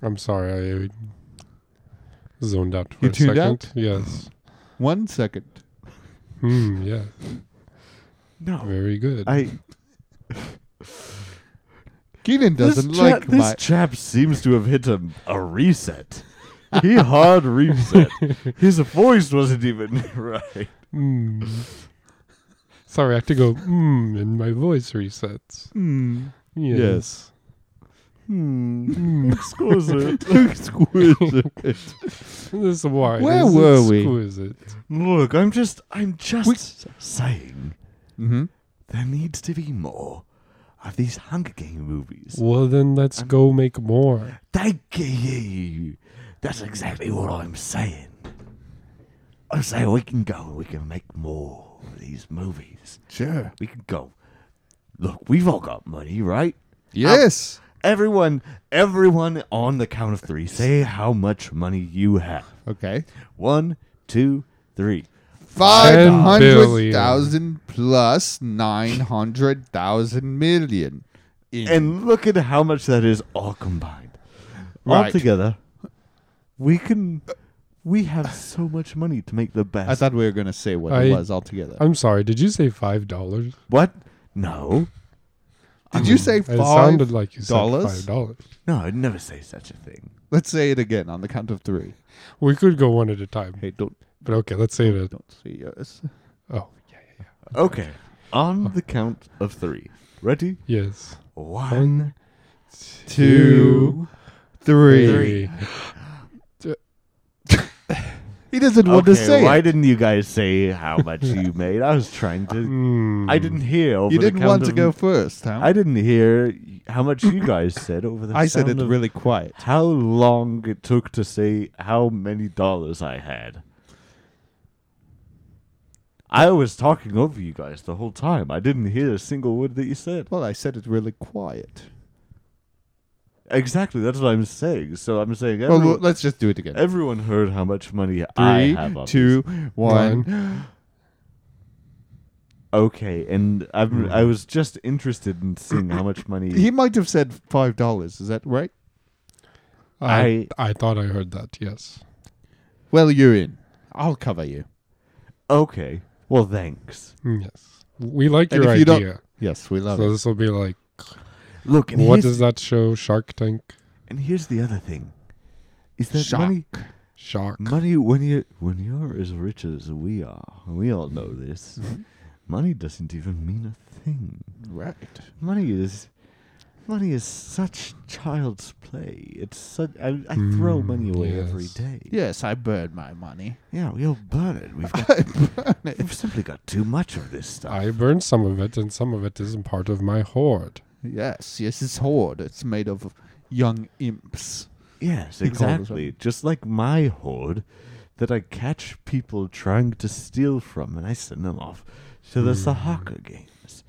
[SPEAKER 2] I'm sorry, I zoned out for
[SPEAKER 3] You
[SPEAKER 2] a
[SPEAKER 3] tuned
[SPEAKER 2] second.
[SPEAKER 3] out?
[SPEAKER 2] Yes.
[SPEAKER 3] One second.
[SPEAKER 2] Hmm. Yeah.
[SPEAKER 4] No.
[SPEAKER 2] Very good.
[SPEAKER 4] I.
[SPEAKER 3] Keenan doesn't
[SPEAKER 4] this
[SPEAKER 3] like
[SPEAKER 4] chap, this
[SPEAKER 3] my.
[SPEAKER 4] chap seems to have hit a,
[SPEAKER 3] [LAUGHS]
[SPEAKER 4] a reset. he hard reset. His voice wasn't even [LAUGHS] right.
[SPEAKER 2] Hmm. Sorry, I have to go. Hmm, and my voice resets.
[SPEAKER 3] Hmm.
[SPEAKER 2] Yes.
[SPEAKER 4] [LAUGHS] Hmm. Exquisite.
[SPEAKER 3] Exquisite.
[SPEAKER 2] This is why.
[SPEAKER 3] Where
[SPEAKER 2] this is
[SPEAKER 3] were we?
[SPEAKER 2] Exquisite.
[SPEAKER 4] Look, I'm just, I'm just
[SPEAKER 3] We-
[SPEAKER 4] saying,
[SPEAKER 3] hmm
[SPEAKER 4] there needs to be more of these Hunger Game movies.
[SPEAKER 2] Well, then let's go make more.
[SPEAKER 4] Thank you. That's exactly what I'm saying. I'm saying we can go and we can make more of these movies.
[SPEAKER 3] Sure.
[SPEAKER 4] We can go. Look, we've all got money, right?
[SPEAKER 3] Yes.
[SPEAKER 4] Everyone, everyone on the count of three, say how much money you have.
[SPEAKER 3] okay.
[SPEAKER 4] One, two, three.
[SPEAKER 3] Five hundred
[SPEAKER 2] billion.
[SPEAKER 3] thousand plus nine hundred thousand million. In
[SPEAKER 4] And look at how much that is all combined. All
[SPEAKER 3] Right.
[SPEAKER 4] together, we can. We have so much money to make the best.
[SPEAKER 3] I thought we were gonna say what
[SPEAKER 2] I-
[SPEAKER 3] it was altogether.
[SPEAKER 2] I'm sorry. Did you say five dollars?
[SPEAKER 4] what? No,
[SPEAKER 3] Did you say
[SPEAKER 2] It
[SPEAKER 3] five?
[SPEAKER 2] sounded like you said
[SPEAKER 3] dollars?
[SPEAKER 2] five dollars.
[SPEAKER 4] no, I'd never say such a thing.
[SPEAKER 3] Let's say it again on the count of three.
[SPEAKER 2] We could go one at a time.
[SPEAKER 3] Hey, don't
[SPEAKER 2] But okay, let's say it.
[SPEAKER 3] don't say yes.
[SPEAKER 2] Oh,
[SPEAKER 4] Okay, on the count of three. Ready?
[SPEAKER 2] Yes.
[SPEAKER 4] One,
[SPEAKER 3] Two, three. He doesn't want to
[SPEAKER 4] Okay,
[SPEAKER 3] say
[SPEAKER 4] why
[SPEAKER 3] it.
[SPEAKER 4] didn't you guys say how
[SPEAKER 3] [LAUGHS]
[SPEAKER 4] much you made? I was trying to.
[SPEAKER 2] Mm.
[SPEAKER 4] I didn't hear. Over
[SPEAKER 3] Hmm. You
[SPEAKER 4] the
[SPEAKER 3] didn't want
[SPEAKER 4] count
[SPEAKER 3] to go
[SPEAKER 4] of-
[SPEAKER 3] first, huh?
[SPEAKER 4] I didn't hear how much you
[SPEAKER 3] [COUGHS]
[SPEAKER 4] guys said over the.
[SPEAKER 3] I said it
[SPEAKER 4] sound of
[SPEAKER 3] really quiet.
[SPEAKER 4] How long it took to say how many dollars I had. I was talking over you guys the whole time. I didn't hear a single word that you said.
[SPEAKER 3] Well, I said it really quiet.
[SPEAKER 4] Exactly, that's what I'm saying. So I'm saying
[SPEAKER 3] Well,
[SPEAKER 4] everyone,
[SPEAKER 3] well, let's just do it again.
[SPEAKER 4] everyone heard how much money I
[SPEAKER 3] Three,
[SPEAKER 4] have. obviously.
[SPEAKER 3] two, one.
[SPEAKER 4] Okay, and I'm, I was just interested in seeing how much [COUGHS] money
[SPEAKER 3] He might have said five dollars. Is that right?
[SPEAKER 2] I, I thought I heard that. Yes.
[SPEAKER 3] Well, you're in. I'll cover you.
[SPEAKER 4] Okay. Well, thanks.
[SPEAKER 2] Mm, Yes. We like
[SPEAKER 3] And
[SPEAKER 2] your
[SPEAKER 3] if you don't-
[SPEAKER 2] idea.
[SPEAKER 3] Yes, we love
[SPEAKER 2] So
[SPEAKER 4] [LAUGHS]
[SPEAKER 3] it.
[SPEAKER 2] this will be like,
[SPEAKER 4] Look, and
[SPEAKER 2] what
[SPEAKER 4] here's,
[SPEAKER 2] is that show? Shark Tank.
[SPEAKER 4] and here's the other thing. Is that
[SPEAKER 3] Shock.
[SPEAKER 4] money
[SPEAKER 2] Shark.
[SPEAKER 4] money when you when you're as rich as we are, and we all know this. money doesn't even mean a thing.
[SPEAKER 3] Right.
[SPEAKER 4] Money is money is such child's play. It's such I, I throw
[SPEAKER 2] Mm,
[SPEAKER 4] money away every
[SPEAKER 2] yes.
[SPEAKER 4] day.
[SPEAKER 3] Yes, I burned my money.
[SPEAKER 4] Yeah, we'll burn it. We've got,
[SPEAKER 3] [LAUGHS]
[SPEAKER 4] We've simply got too much of this stuff.
[SPEAKER 2] I burned some of it, and some of it isn't part of my hoard.
[SPEAKER 3] Yes, yes, it's hoard. It's made of young imps.
[SPEAKER 4] Yes,
[SPEAKER 3] He called us
[SPEAKER 4] exactly. Just like my hoard that I catch people trying to steal from and I send them off to the
[SPEAKER 3] Mm.
[SPEAKER 4] Sahaka games.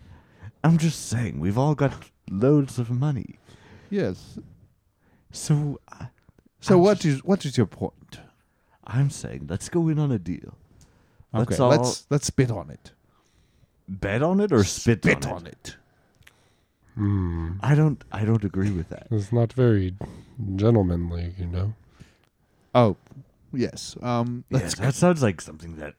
[SPEAKER 4] I'm just saying, we've all got loads of money.
[SPEAKER 3] Yes.
[SPEAKER 4] So I,
[SPEAKER 3] So
[SPEAKER 4] I'm
[SPEAKER 3] what
[SPEAKER 4] just-
[SPEAKER 3] is what is your point?
[SPEAKER 4] I'm saying, let's go in on a deal. Let's
[SPEAKER 3] Okay,
[SPEAKER 4] all
[SPEAKER 3] let's let's spit on it.
[SPEAKER 4] bet on it or spit,
[SPEAKER 3] Spit
[SPEAKER 4] on,
[SPEAKER 3] on
[SPEAKER 4] it.
[SPEAKER 3] it.
[SPEAKER 2] Hmm.
[SPEAKER 4] I don't I don't agree with that.
[SPEAKER 2] It's not very gentlemanly, you know.
[SPEAKER 3] Oh, yes. Um,
[SPEAKER 4] yes,
[SPEAKER 3] let's
[SPEAKER 4] that sounds like something that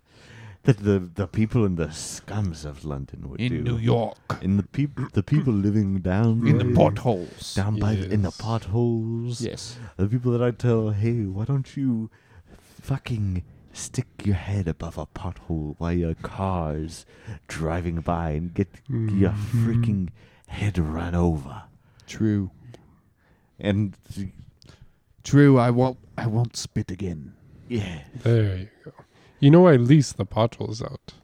[SPEAKER 4] that the, the people in the scums of London would do.
[SPEAKER 3] in New York
[SPEAKER 4] In the peop- the people living down
[SPEAKER 3] in the
[SPEAKER 4] by-
[SPEAKER 3] potholes.
[SPEAKER 4] down by the, in the
[SPEAKER 2] Yes.
[SPEAKER 4] potholes.
[SPEAKER 3] Yes.
[SPEAKER 4] The people that I tell, hey, why don't you fucking stick your head above a pothole while your car's driving by and get your
[SPEAKER 3] Mm-hmm.
[SPEAKER 4] freaking head run over?
[SPEAKER 3] True.
[SPEAKER 4] And
[SPEAKER 3] True. I won't. I won't spit again.
[SPEAKER 4] yeah,
[SPEAKER 2] There you go. You know, I lease the potholes out.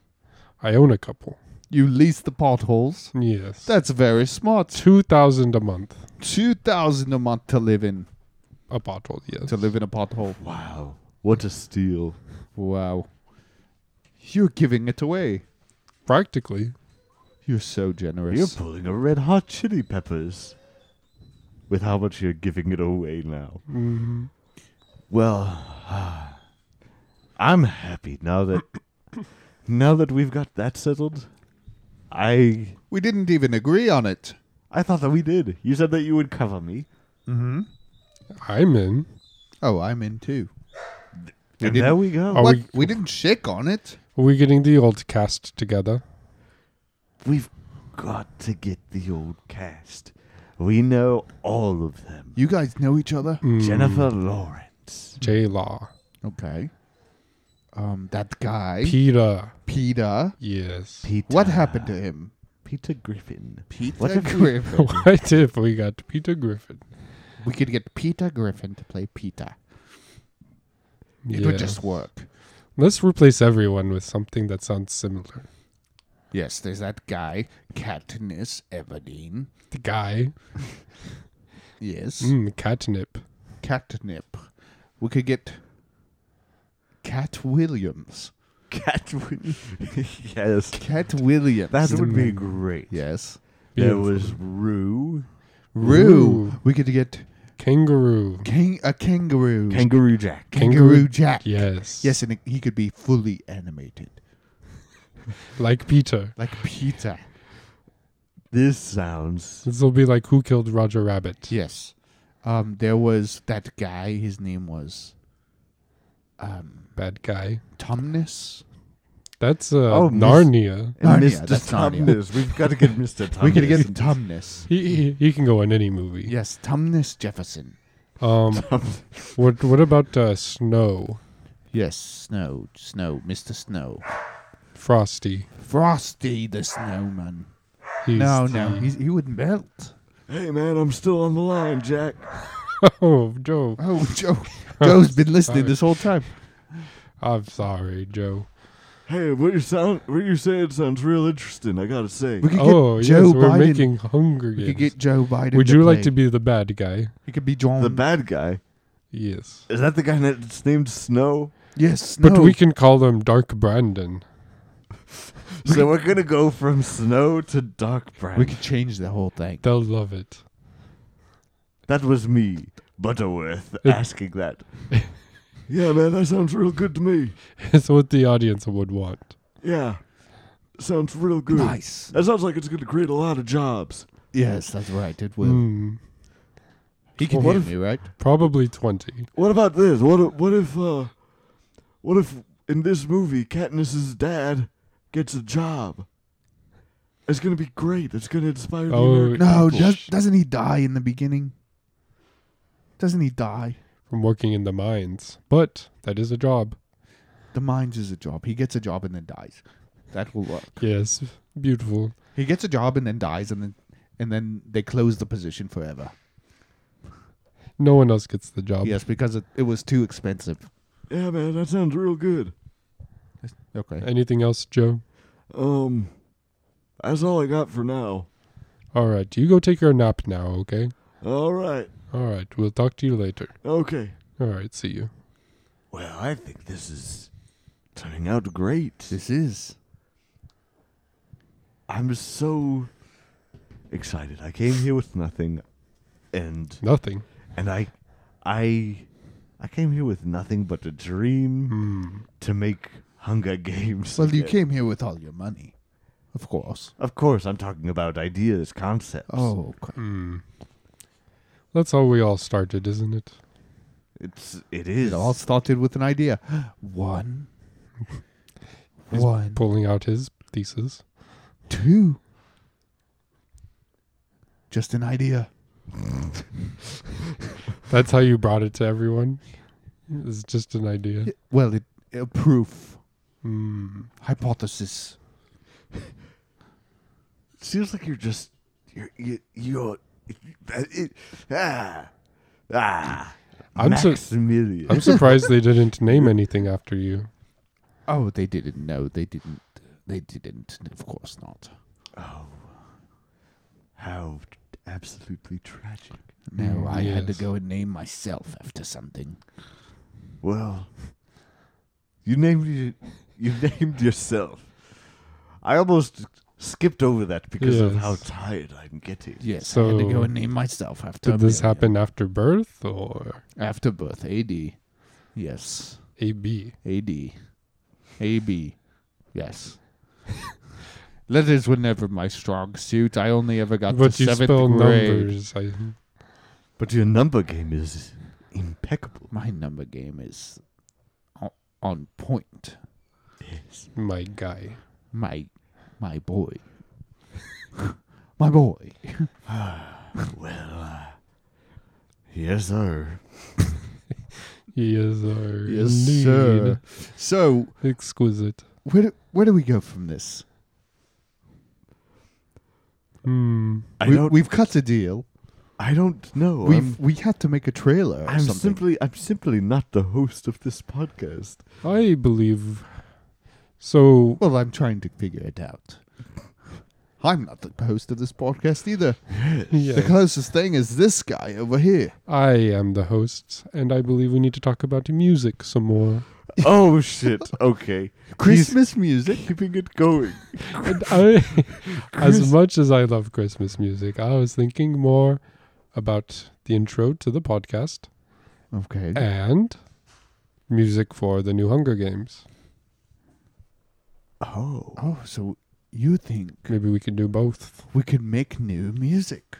[SPEAKER 2] I own a couple.
[SPEAKER 3] You lease the potholes.
[SPEAKER 2] Yes.
[SPEAKER 3] That's very smart.
[SPEAKER 2] two thousand a month.
[SPEAKER 3] Two thousand a month to live in.
[SPEAKER 2] A pothole. Yes.
[SPEAKER 3] To live in a pothole.
[SPEAKER 4] wow, what a steal!
[SPEAKER 3] Wow. You're giving it away.
[SPEAKER 2] Practically.
[SPEAKER 3] You're so generous.
[SPEAKER 4] You're pulling a red hot chili peppers with how much you're giving it away now.
[SPEAKER 3] Mm-hmm.
[SPEAKER 4] Well, [SIGHS] I'm happy now
[SPEAKER 3] [COUGHS]
[SPEAKER 4] that now that we've got that settled. I
[SPEAKER 3] We didn't even agree on it.
[SPEAKER 4] I thought that we did. You said that you would cover me. Mm-hmm.
[SPEAKER 2] I'm in.
[SPEAKER 3] Oh, I'm in too.
[SPEAKER 4] And
[SPEAKER 3] didn't-
[SPEAKER 4] there we go.
[SPEAKER 2] Are
[SPEAKER 3] what?
[SPEAKER 2] we-
[SPEAKER 3] We, didn't shake on it.
[SPEAKER 2] Are we getting the old cast together?
[SPEAKER 4] We've got to get the old cast. We know all of them.
[SPEAKER 3] You guys know each other?
[SPEAKER 2] Mm.
[SPEAKER 4] Jennifer Lawrence.
[SPEAKER 2] J Law.
[SPEAKER 3] Okay. Um, that guy,
[SPEAKER 2] Peter.
[SPEAKER 3] Peter.
[SPEAKER 2] Yes.
[SPEAKER 4] Peter.
[SPEAKER 3] What happened to him?
[SPEAKER 4] Peter Griffin.
[SPEAKER 3] Peter
[SPEAKER 4] What if we-
[SPEAKER 2] [LAUGHS]
[SPEAKER 3] Griffin.
[SPEAKER 2] what if we got Peter Griffin?
[SPEAKER 3] we could get Peter Griffin to play Peter. It would just
[SPEAKER 2] Yes.
[SPEAKER 3] work.
[SPEAKER 2] Let's replace everyone with something that sounds similar.
[SPEAKER 3] Yes, there's that guy, Katniss Everdeen.
[SPEAKER 2] The guy.
[SPEAKER 3] Yes.
[SPEAKER 2] Mm, catnip.
[SPEAKER 3] Catnip. We could get Cat Williams.
[SPEAKER 4] Cat. [LAUGHS] yes.
[SPEAKER 3] Cat Williams.
[SPEAKER 4] That would be great.
[SPEAKER 3] yes.
[SPEAKER 4] There
[SPEAKER 2] Beautiful.
[SPEAKER 4] was Rue.
[SPEAKER 3] Roo. We could get
[SPEAKER 2] Kangaroo.
[SPEAKER 3] King, a kangaroo.
[SPEAKER 4] Kangaroo Jack.
[SPEAKER 3] kangaroo Jack.
[SPEAKER 2] Yes.
[SPEAKER 3] Yes, and he could be fully animated,
[SPEAKER 2] Like Peter.
[SPEAKER 3] like Peter.
[SPEAKER 4] This sounds.
[SPEAKER 2] This will be like Who Killed Roger Rabbit?
[SPEAKER 3] Yes. Um, there was that guy. His name was
[SPEAKER 2] Bad guy.
[SPEAKER 3] Tumnus.
[SPEAKER 2] That's uh,
[SPEAKER 4] Oh, Miss-
[SPEAKER 2] Narnia.
[SPEAKER 3] Narnia,
[SPEAKER 4] Mr.
[SPEAKER 3] that's Narnia.
[SPEAKER 4] Tumnus. We've got to get Mr.
[SPEAKER 3] [LAUGHS]
[SPEAKER 4] Tumnus.
[SPEAKER 3] We could get Tumnus.
[SPEAKER 2] He, he he can go in any movie.
[SPEAKER 3] Yes, Tumnus Jefferson. [LAUGHS]
[SPEAKER 2] Um. what what about uh, Snow?
[SPEAKER 3] Yes, Snow, Snow, Mr. Snow,
[SPEAKER 2] Frosty.
[SPEAKER 3] Frosty the Snowman.
[SPEAKER 2] He's
[SPEAKER 3] no,
[SPEAKER 2] the-
[SPEAKER 3] no,
[SPEAKER 2] [LAUGHS]
[SPEAKER 3] he's, he would melt.
[SPEAKER 4] Hey, man, I'm still on the line, Jack.
[SPEAKER 2] Oh, Joe.
[SPEAKER 3] Oh, [LAUGHS]
[SPEAKER 2] [LAUGHS]
[SPEAKER 3] Joe, Joe's been listening
[SPEAKER 2] Sorry.
[SPEAKER 3] this whole time.
[SPEAKER 2] I'm sorry, Joe.
[SPEAKER 4] Hey, what you sound, what you're saying sounds real interesting. I gotta say.
[SPEAKER 3] We could
[SPEAKER 2] Oh,
[SPEAKER 3] get
[SPEAKER 2] yes,
[SPEAKER 3] Joe
[SPEAKER 2] we're
[SPEAKER 3] Biden.
[SPEAKER 2] making Hunger
[SPEAKER 3] we
[SPEAKER 2] Games.
[SPEAKER 3] could get Joe Biden.
[SPEAKER 2] Would you like
[SPEAKER 3] play.
[SPEAKER 2] to be the bad guy?
[SPEAKER 3] He could be John.
[SPEAKER 4] The bad guy
[SPEAKER 2] Yes.
[SPEAKER 4] is that the guy that's named Snow.
[SPEAKER 3] yes,
[SPEAKER 2] But
[SPEAKER 3] no.
[SPEAKER 2] we can call him Dark Brandon.
[SPEAKER 4] So we're gonna go from Snow to Doc Brown.
[SPEAKER 3] we could change the whole thing.
[SPEAKER 2] They'll love it. [LAUGHS]
[SPEAKER 4] That was me, Butterworth, asking
[SPEAKER 3] [LAUGHS]
[SPEAKER 4] that. yeah, man, that sounds real good to me.
[SPEAKER 2] It's what the audience would want.
[SPEAKER 4] Yeah, sounds real good.
[SPEAKER 3] Nice.
[SPEAKER 4] That sounds like it's gonna create a lot of jobs.
[SPEAKER 3] Yes, that's right. It will.
[SPEAKER 2] Hmm.
[SPEAKER 3] He can
[SPEAKER 2] Well, what
[SPEAKER 3] hear
[SPEAKER 2] if-
[SPEAKER 3] me, right?
[SPEAKER 2] probably 20.
[SPEAKER 4] What about this? What if, what if, uh, what if in this movie Katniss's dad gets a job? It's gonna be great. It's gonna inspire the
[SPEAKER 2] Oh,
[SPEAKER 4] American
[SPEAKER 3] No,
[SPEAKER 4] people.
[SPEAKER 3] does, doesn't he die in the beginning? Doesn't he die?
[SPEAKER 2] from working in the mines. But that is a job.
[SPEAKER 3] The mines is a job. He gets a job and then dies. That will work.
[SPEAKER 2] Yes, beautiful.
[SPEAKER 3] He gets a job and then dies, and then and then they close the position forever.
[SPEAKER 2] No one else gets the job.
[SPEAKER 3] Yes, because it, it was too expensive.
[SPEAKER 4] Yeah, man, that sounds real good.
[SPEAKER 3] Okay.
[SPEAKER 2] Anything else, Joe?
[SPEAKER 4] Um, that's all I got for now.
[SPEAKER 2] All right, you go take your nap now, okay?
[SPEAKER 4] All right.
[SPEAKER 2] All right, we'll talk to you later.
[SPEAKER 4] Okay.
[SPEAKER 2] All right, see you.
[SPEAKER 4] Well, I think this is turning out great.
[SPEAKER 3] This is.
[SPEAKER 4] I'm so excited. I came here with nothing and
[SPEAKER 2] Nothing.
[SPEAKER 4] and I I I came here with nothing but a dream
[SPEAKER 2] Hmm.
[SPEAKER 4] to make Hunger Games.
[SPEAKER 3] Well, you
[SPEAKER 4] again.
[SPEAKER 3] came here with all your money, of course.
[SPEAKER 4] Of course, I'm talking about ideas, concepts.
[SPEAKER 3] Oh, okay.
[SPEAKER 2] Hmm. That's how we all started, isn't it?
[SPEAKER 4] it's it is.
[SPEAKER 3] It all started with an idea. [GASPS] One.
[SPEAKER 2] He's
[SPEAKER 3] One.
[SPEAKER 2] Pulling out his thesis.
[SPEAKER 3] Two. Just an idea.
[SPEAKER 2] That's how you brought it to everyone. It's just an
[SPEAKER 3] [LAUGHS]
[SPEAKER 2] idea.
[SPEAKER 3] Well, it a proof,
[SPEAKER 2] Hmm.
[SPEAKER 3] hypothesis.
[SPEAKER 4] seems like you're just you're you, you're that- it, ah ah
[SPEAKER 2] I'm so-
[SPEAKER 4] Maximilian.
[SPEAKER 2] I'm surprised they didn't name anything after you.
[SPEAKER 3] Oh, they didn't know. They didn't. They didn't. Of course not.
[SPEAKER 4] Oh, how absolutely tragic.
[SPEAKER 3] No,
[SPEAKER 2] Mm,
[SPEAKER 3] I had to
[SPEAKER 2] yes.
[SPEAKER 3] go and name myself after something.
[SPEAKER 4] Well, you named you, you [LAUGHS] named yourself. I almost skipped over that because of how
[SPEAKER 2] Yes.
[SPEAKER 4] tired I'm getting.
[SPEAKER 3] Yes, I had to
[SPEAKER 2] So,
[SPEAKER 3] go and name myself after.
[SPEAKER 2] Did this
[SPEAKER 3] Amelia.
[SPEAKER 2] happen after birth or
[SPEAKER 3] after birth? AD. Yes,
[SPEAKER 2] AB?
[SPEAKER 3] AD. AB. [LAUGHS] Yes. Letters were never my strong suit. I only ever got
[SPEAKER 2] But
[SPEAKER 3] to
[SPEAKER 2] you
[SPEAKER 3] seventh
[SPEAKER 2] spell
[SPEAKER 3] grade.
[SPEAKER 2] numbers. I,
[SPEAKER 4] But your number game is impeccable.
[SPEAKER 3] My number game is o- on point.
[SPEAKER 4] Yes.
[SPEAKER 2] my guy.
[SPEAKER 3] My, my boy. [LAUGHS] my boy.
[SPEAKER 4] Well, uh, yes, sir.
[SPEAKER 2] Yes, sir.
[SPEAKER 3] Yes, sir. So
[SPEAKER 2] Exquisite.
[SPEAKER 3] where do, where do we go from this?
[SPEAKER 2] Hmm.
[SPEAKER 4] I
[SPEAKER 3] We,
[SPEAKER 4] don't.
[SPEAKER 3] we've cut a deal.
[SPEAKER 4] I don't know.
[SPEAKER 3] We've we had to make a trailer. Or
[SPEAKER 4] I'm, I'm
[SPEAKER 3] something.
[SPEAKER 4] simply. I'm simply not the host of this
[SPEAKER 3] [LAUGHS]
[SPEAKER 4] podcast.
[SPEAKER 2] I believe. So
[SPEAKER 3] well. I'm trying to figure it out. I'm not the host of this podcast either. The
[SPEAKER 2] yeah,
[SPEAKER 3] closest thing is this guy over here.
[SPEAKER 2] I am the host, and I believe we need to talk about music some more.
[SPEAKER 4] oh shit! Okay,
[SPEAKER 3] Christmas music.
[SPEAKER 4] He's keeping it going.
[SPEAKER 2] And
[SPEAKER 3] [LAUGHS]
[SPEAKER 2] I, as much as I love Christmas music, I was thinking more about the intro to the podcast
[SPEAKER 3] Okay.
[SPEAKER 2] and music for the new Hunger Games.
[SPEAKER 4] Oh,
[SPEAKER 3] Oh, so you think
[SPEAKER 2] Maybe we can do both.
[SPEAKER 3] we could make new music?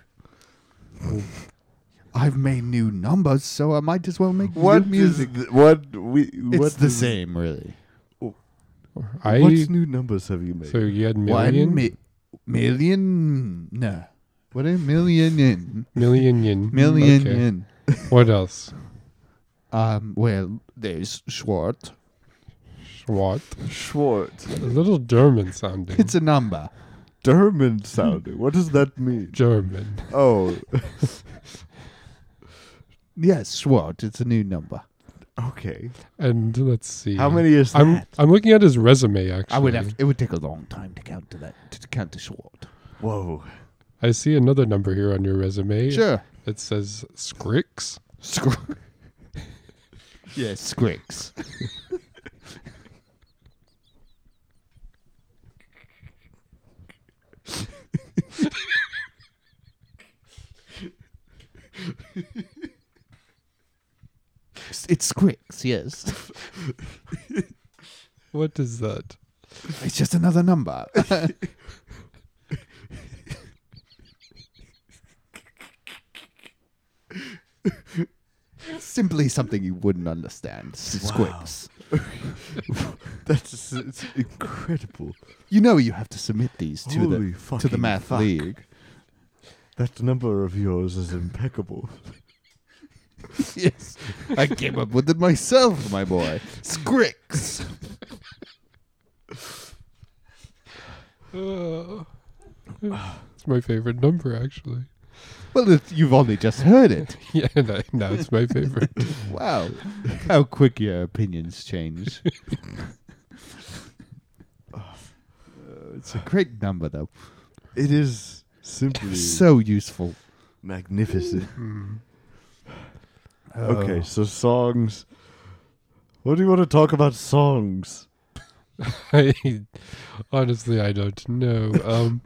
[SPEAKER 3] I've made new numbers, so I might as well make
[SPEAKER 4] what
[SPEAKER 3] new music.
[SPEAKER 4] music? what we? what is-
[SPEAKER 3] same, really.
[SPEAKER 2] I
[SPEAKER 4] What new numbers have you made?
[SPEAKER 2] so you had
[SPEAKER 3] One
[SPEAKER 2] million
[SPEAKER 3] mi- million. No. What a million in.
[SPEAKER 2] million yen
[SPEAKER 3] Million
[SPEAKER 2] Okay.
[SPEAKER 3] in.
[SPEAKER 2] What else?
[SPEAKER 3] Um, well, there's Schwartz.
[SPEAKER 2] Schwart.
[SPEAKER 4] Schwartz.
[SPEAKER 2] A little German sounding.
[SPEAKER 3] It's a number.
[SPEAKER 4] German sounding. What does that mean?
[SPEAKER 2] [LAUGHS] German.
[SPEAKER 4] Oh,
[SPEAKER 3] Yes, Swart. It's a new number.
[SPEAKER 4] okay.
[SPEAKER 2] And let's see.
[SPEAKER 4] How many is that?
[SPEAKER 2] I'm I'm looking at his resume actually.
[SPEAKER 3] I would have. It would take a long time to count to that to count to Swart.
[SPEAKER 4] Whoa.
[SPEAKER 2] I see another number here on your resume.
[SPEAKER 3] Sure.
[SPEAKER 2] It says Scrix.
[SPEAKER 3] Scr- yeah, Squix. it's Squix, yes.
[SPEAKER 2] What is that?
[SPEAKER 3] It's just another number. [LAUGHS] Simply something you wouldn't understand. Squix.
[SPEAKER 4] That's just- it's incredible.
[SPEAKER 3] You know you have to submit these to
[SPEAKER 4] Holy
[SPEAKER 3] the to the
[SPEAKER 4] fucking
[SPEAKER 3] math
[SPEAKER 4] fuck.
[SPEAKER 3] league. [LAUGHS]
[SPEAKER 4] That number of yours is impeccable.
[SPEAKER 3] yes, I came up with it myself, my boy. Squix.
[SPEAKER 2] Uh, [SIGHS] it's my favorite number actually. [LAUGHS]
[SPEAKER 3] Well, it, you've only just heard it.
[SPEAKER 2] Yeah, no, now it's my favorite. [LAUGHS]
[SPEAKER 3] Wow, how quick your opinions
[SPEAKER 4] [LAUGHS]
[SPEAKER 3] change. it's a great number, though.
[SPEAKER 4] It is simply
[SPEAKER 3] So Mm. useful.
[SPEAKER 4] magnificent. Okay, so songs. What do you want to talk about songs?
[SPEAKER 2] I honestly I don't know. Um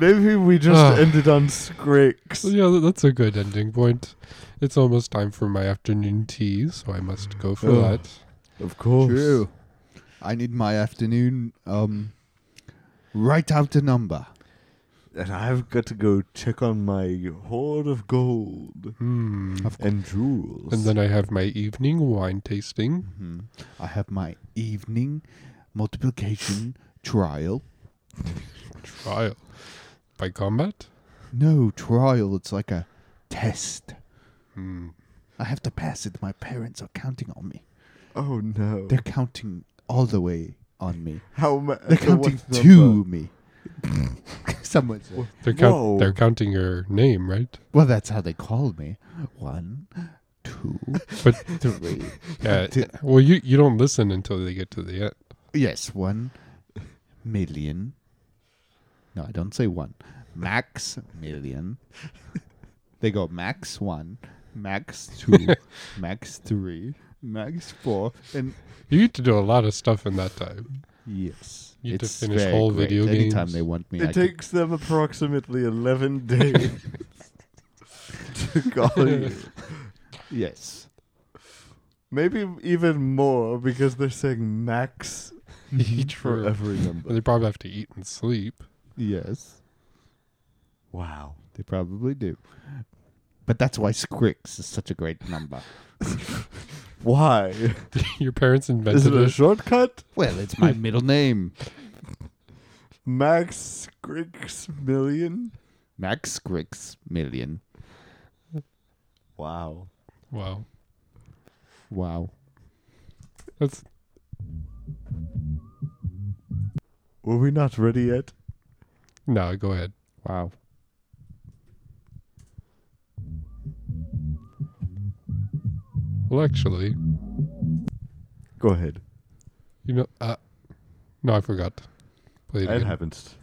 [SPEAKER 4] Maybe we just
[SPEAKER 2] Ah.
[SPEAKER 4] ended on Skrix.
[SPEAKER 2] so yeah, th- that's a good ending point. It's almost time for my afternoon tea, so I must go for
[SPEAKER 4] Oh.
[SPEAKER 2] that.
[SPEAKER 4] Of course.
[SPEAKER 3] True. I need my afternoon. Um, write out a number.
[SPEAKER 4] And I've got to go check on my hoard of gold
[SPEAKER 2] Hmm.
[SPEAKER 4] and jewels.
[SPEAKER 2] And then I have my evening wine tasting.
[SPEAKER 3] I have my evening multiplication trial.
[SPEAKER 2] trial by combat.
[SPEAKER 3] No trial. It's like a test.
[SPEAKER 4] Hmm.
[SPEAKER 3] I have to pass it. My parents are counting on me.
[SPEAKER 4] oh no!
[SPEAKER 3] They're counting all the way on me.
[SPEAKER 4] How ma-
[SPEAKER 3] They're
[SPEAKER 4] Uh, so
[SPEAKER 3] counting
[SPEAKER 4] what's the
[SPEAKER 3] to
[SPEAKER 4] number? [LAUGHS]
[SPEAKER 3] me. Someone said.
[SPEAKER 2] They're count-
[SPEAKER 4] Whoa.
[SPEAKER 2] they're counting your name, right?
[SPEAKER 3] Well, that's how they call me. One, two,
[SPEAKER 2] But
[SPEAKER 4] [LAUGHS]
[SPEAKER 3] three.
[SPEAKER 2] [LAUGHS] yeah, well, you you don't listen until they get to the end.
[SPEAKER 3] yes, one million. No, I don't say one. Max million. They go max one, max two,
[SPEAKER 2] [LAUGHS]
[SPEAKER 3] max three, max four, and
[SPEAKER 2] You get to do a lot of stuff in that
[SPEAKER 4] [LAUGHS]
[SPEAKER 2] time.
[SPEAKER 3] Yes.
[SPEAKER 2] You have to finish whole
[SPEAKER 3] great.
[SPEAKER 2] video
[SPEAKER 3] Anytime
[SPEAKER 2] games.
[SPEAKER 3] they want me,
[SPEAKER 4] It
[SPEAKER 3] I take
[SPEAKER 4] takes them approximately eleven [LAUGHS] days to call you.
[SPEAKER 3] yes.
[SPEAKER 4] Maybe even more because they're saying max
[SPEAKER 2] [LAUGHS] Each
[SPEAKER 4] for every
[SPEAKER 2] [LAUGHS]
[SPEAKER 4] number.
[SPEAKER 2] They probably have to eat and sleep. [LAUGHS]
[SPEAKER 3] Yes.
[SPEAKER 4] Wow.
[SPEAKER 3] They probably do. But that's why Scrix is such a great number.
[SPEAKER 4] Why?
[SPEAKER 2] your parents
[SPEAKER 4] Is
[SPEAKER 2] invented
[SPEAKER 4] it a
[SPEAKER 2] it.
[SPEAKER 4] shortcut?
[SPEAKER 3] well,
[SPEAKER 2] [LAUGHS]
[SPEAKER 3] it's my middle name.
[SPEAKER 4] Max Grix million?
[SPEAKER 3] Max Scrix million.
[SPEAKER 4] Wow.
[SPEAKER 2] Wow,
[SPEAKER 3] Wow.
[SPEAKER 2] that's
[SPEAKER 4] Were we not ready yet?
[SPEAKER 2] no. Go ahead.
[SPEAKER 3] Wow.
[SPEAKER 2] Well, actually,
[SPEAKER 4] Go ahead.
[SPEAKER 2] you know, uh, no, I forgot. Play it
[SPEAKER 4] It
[SPEAKER 2] again.
[SPEAKER 4] happens.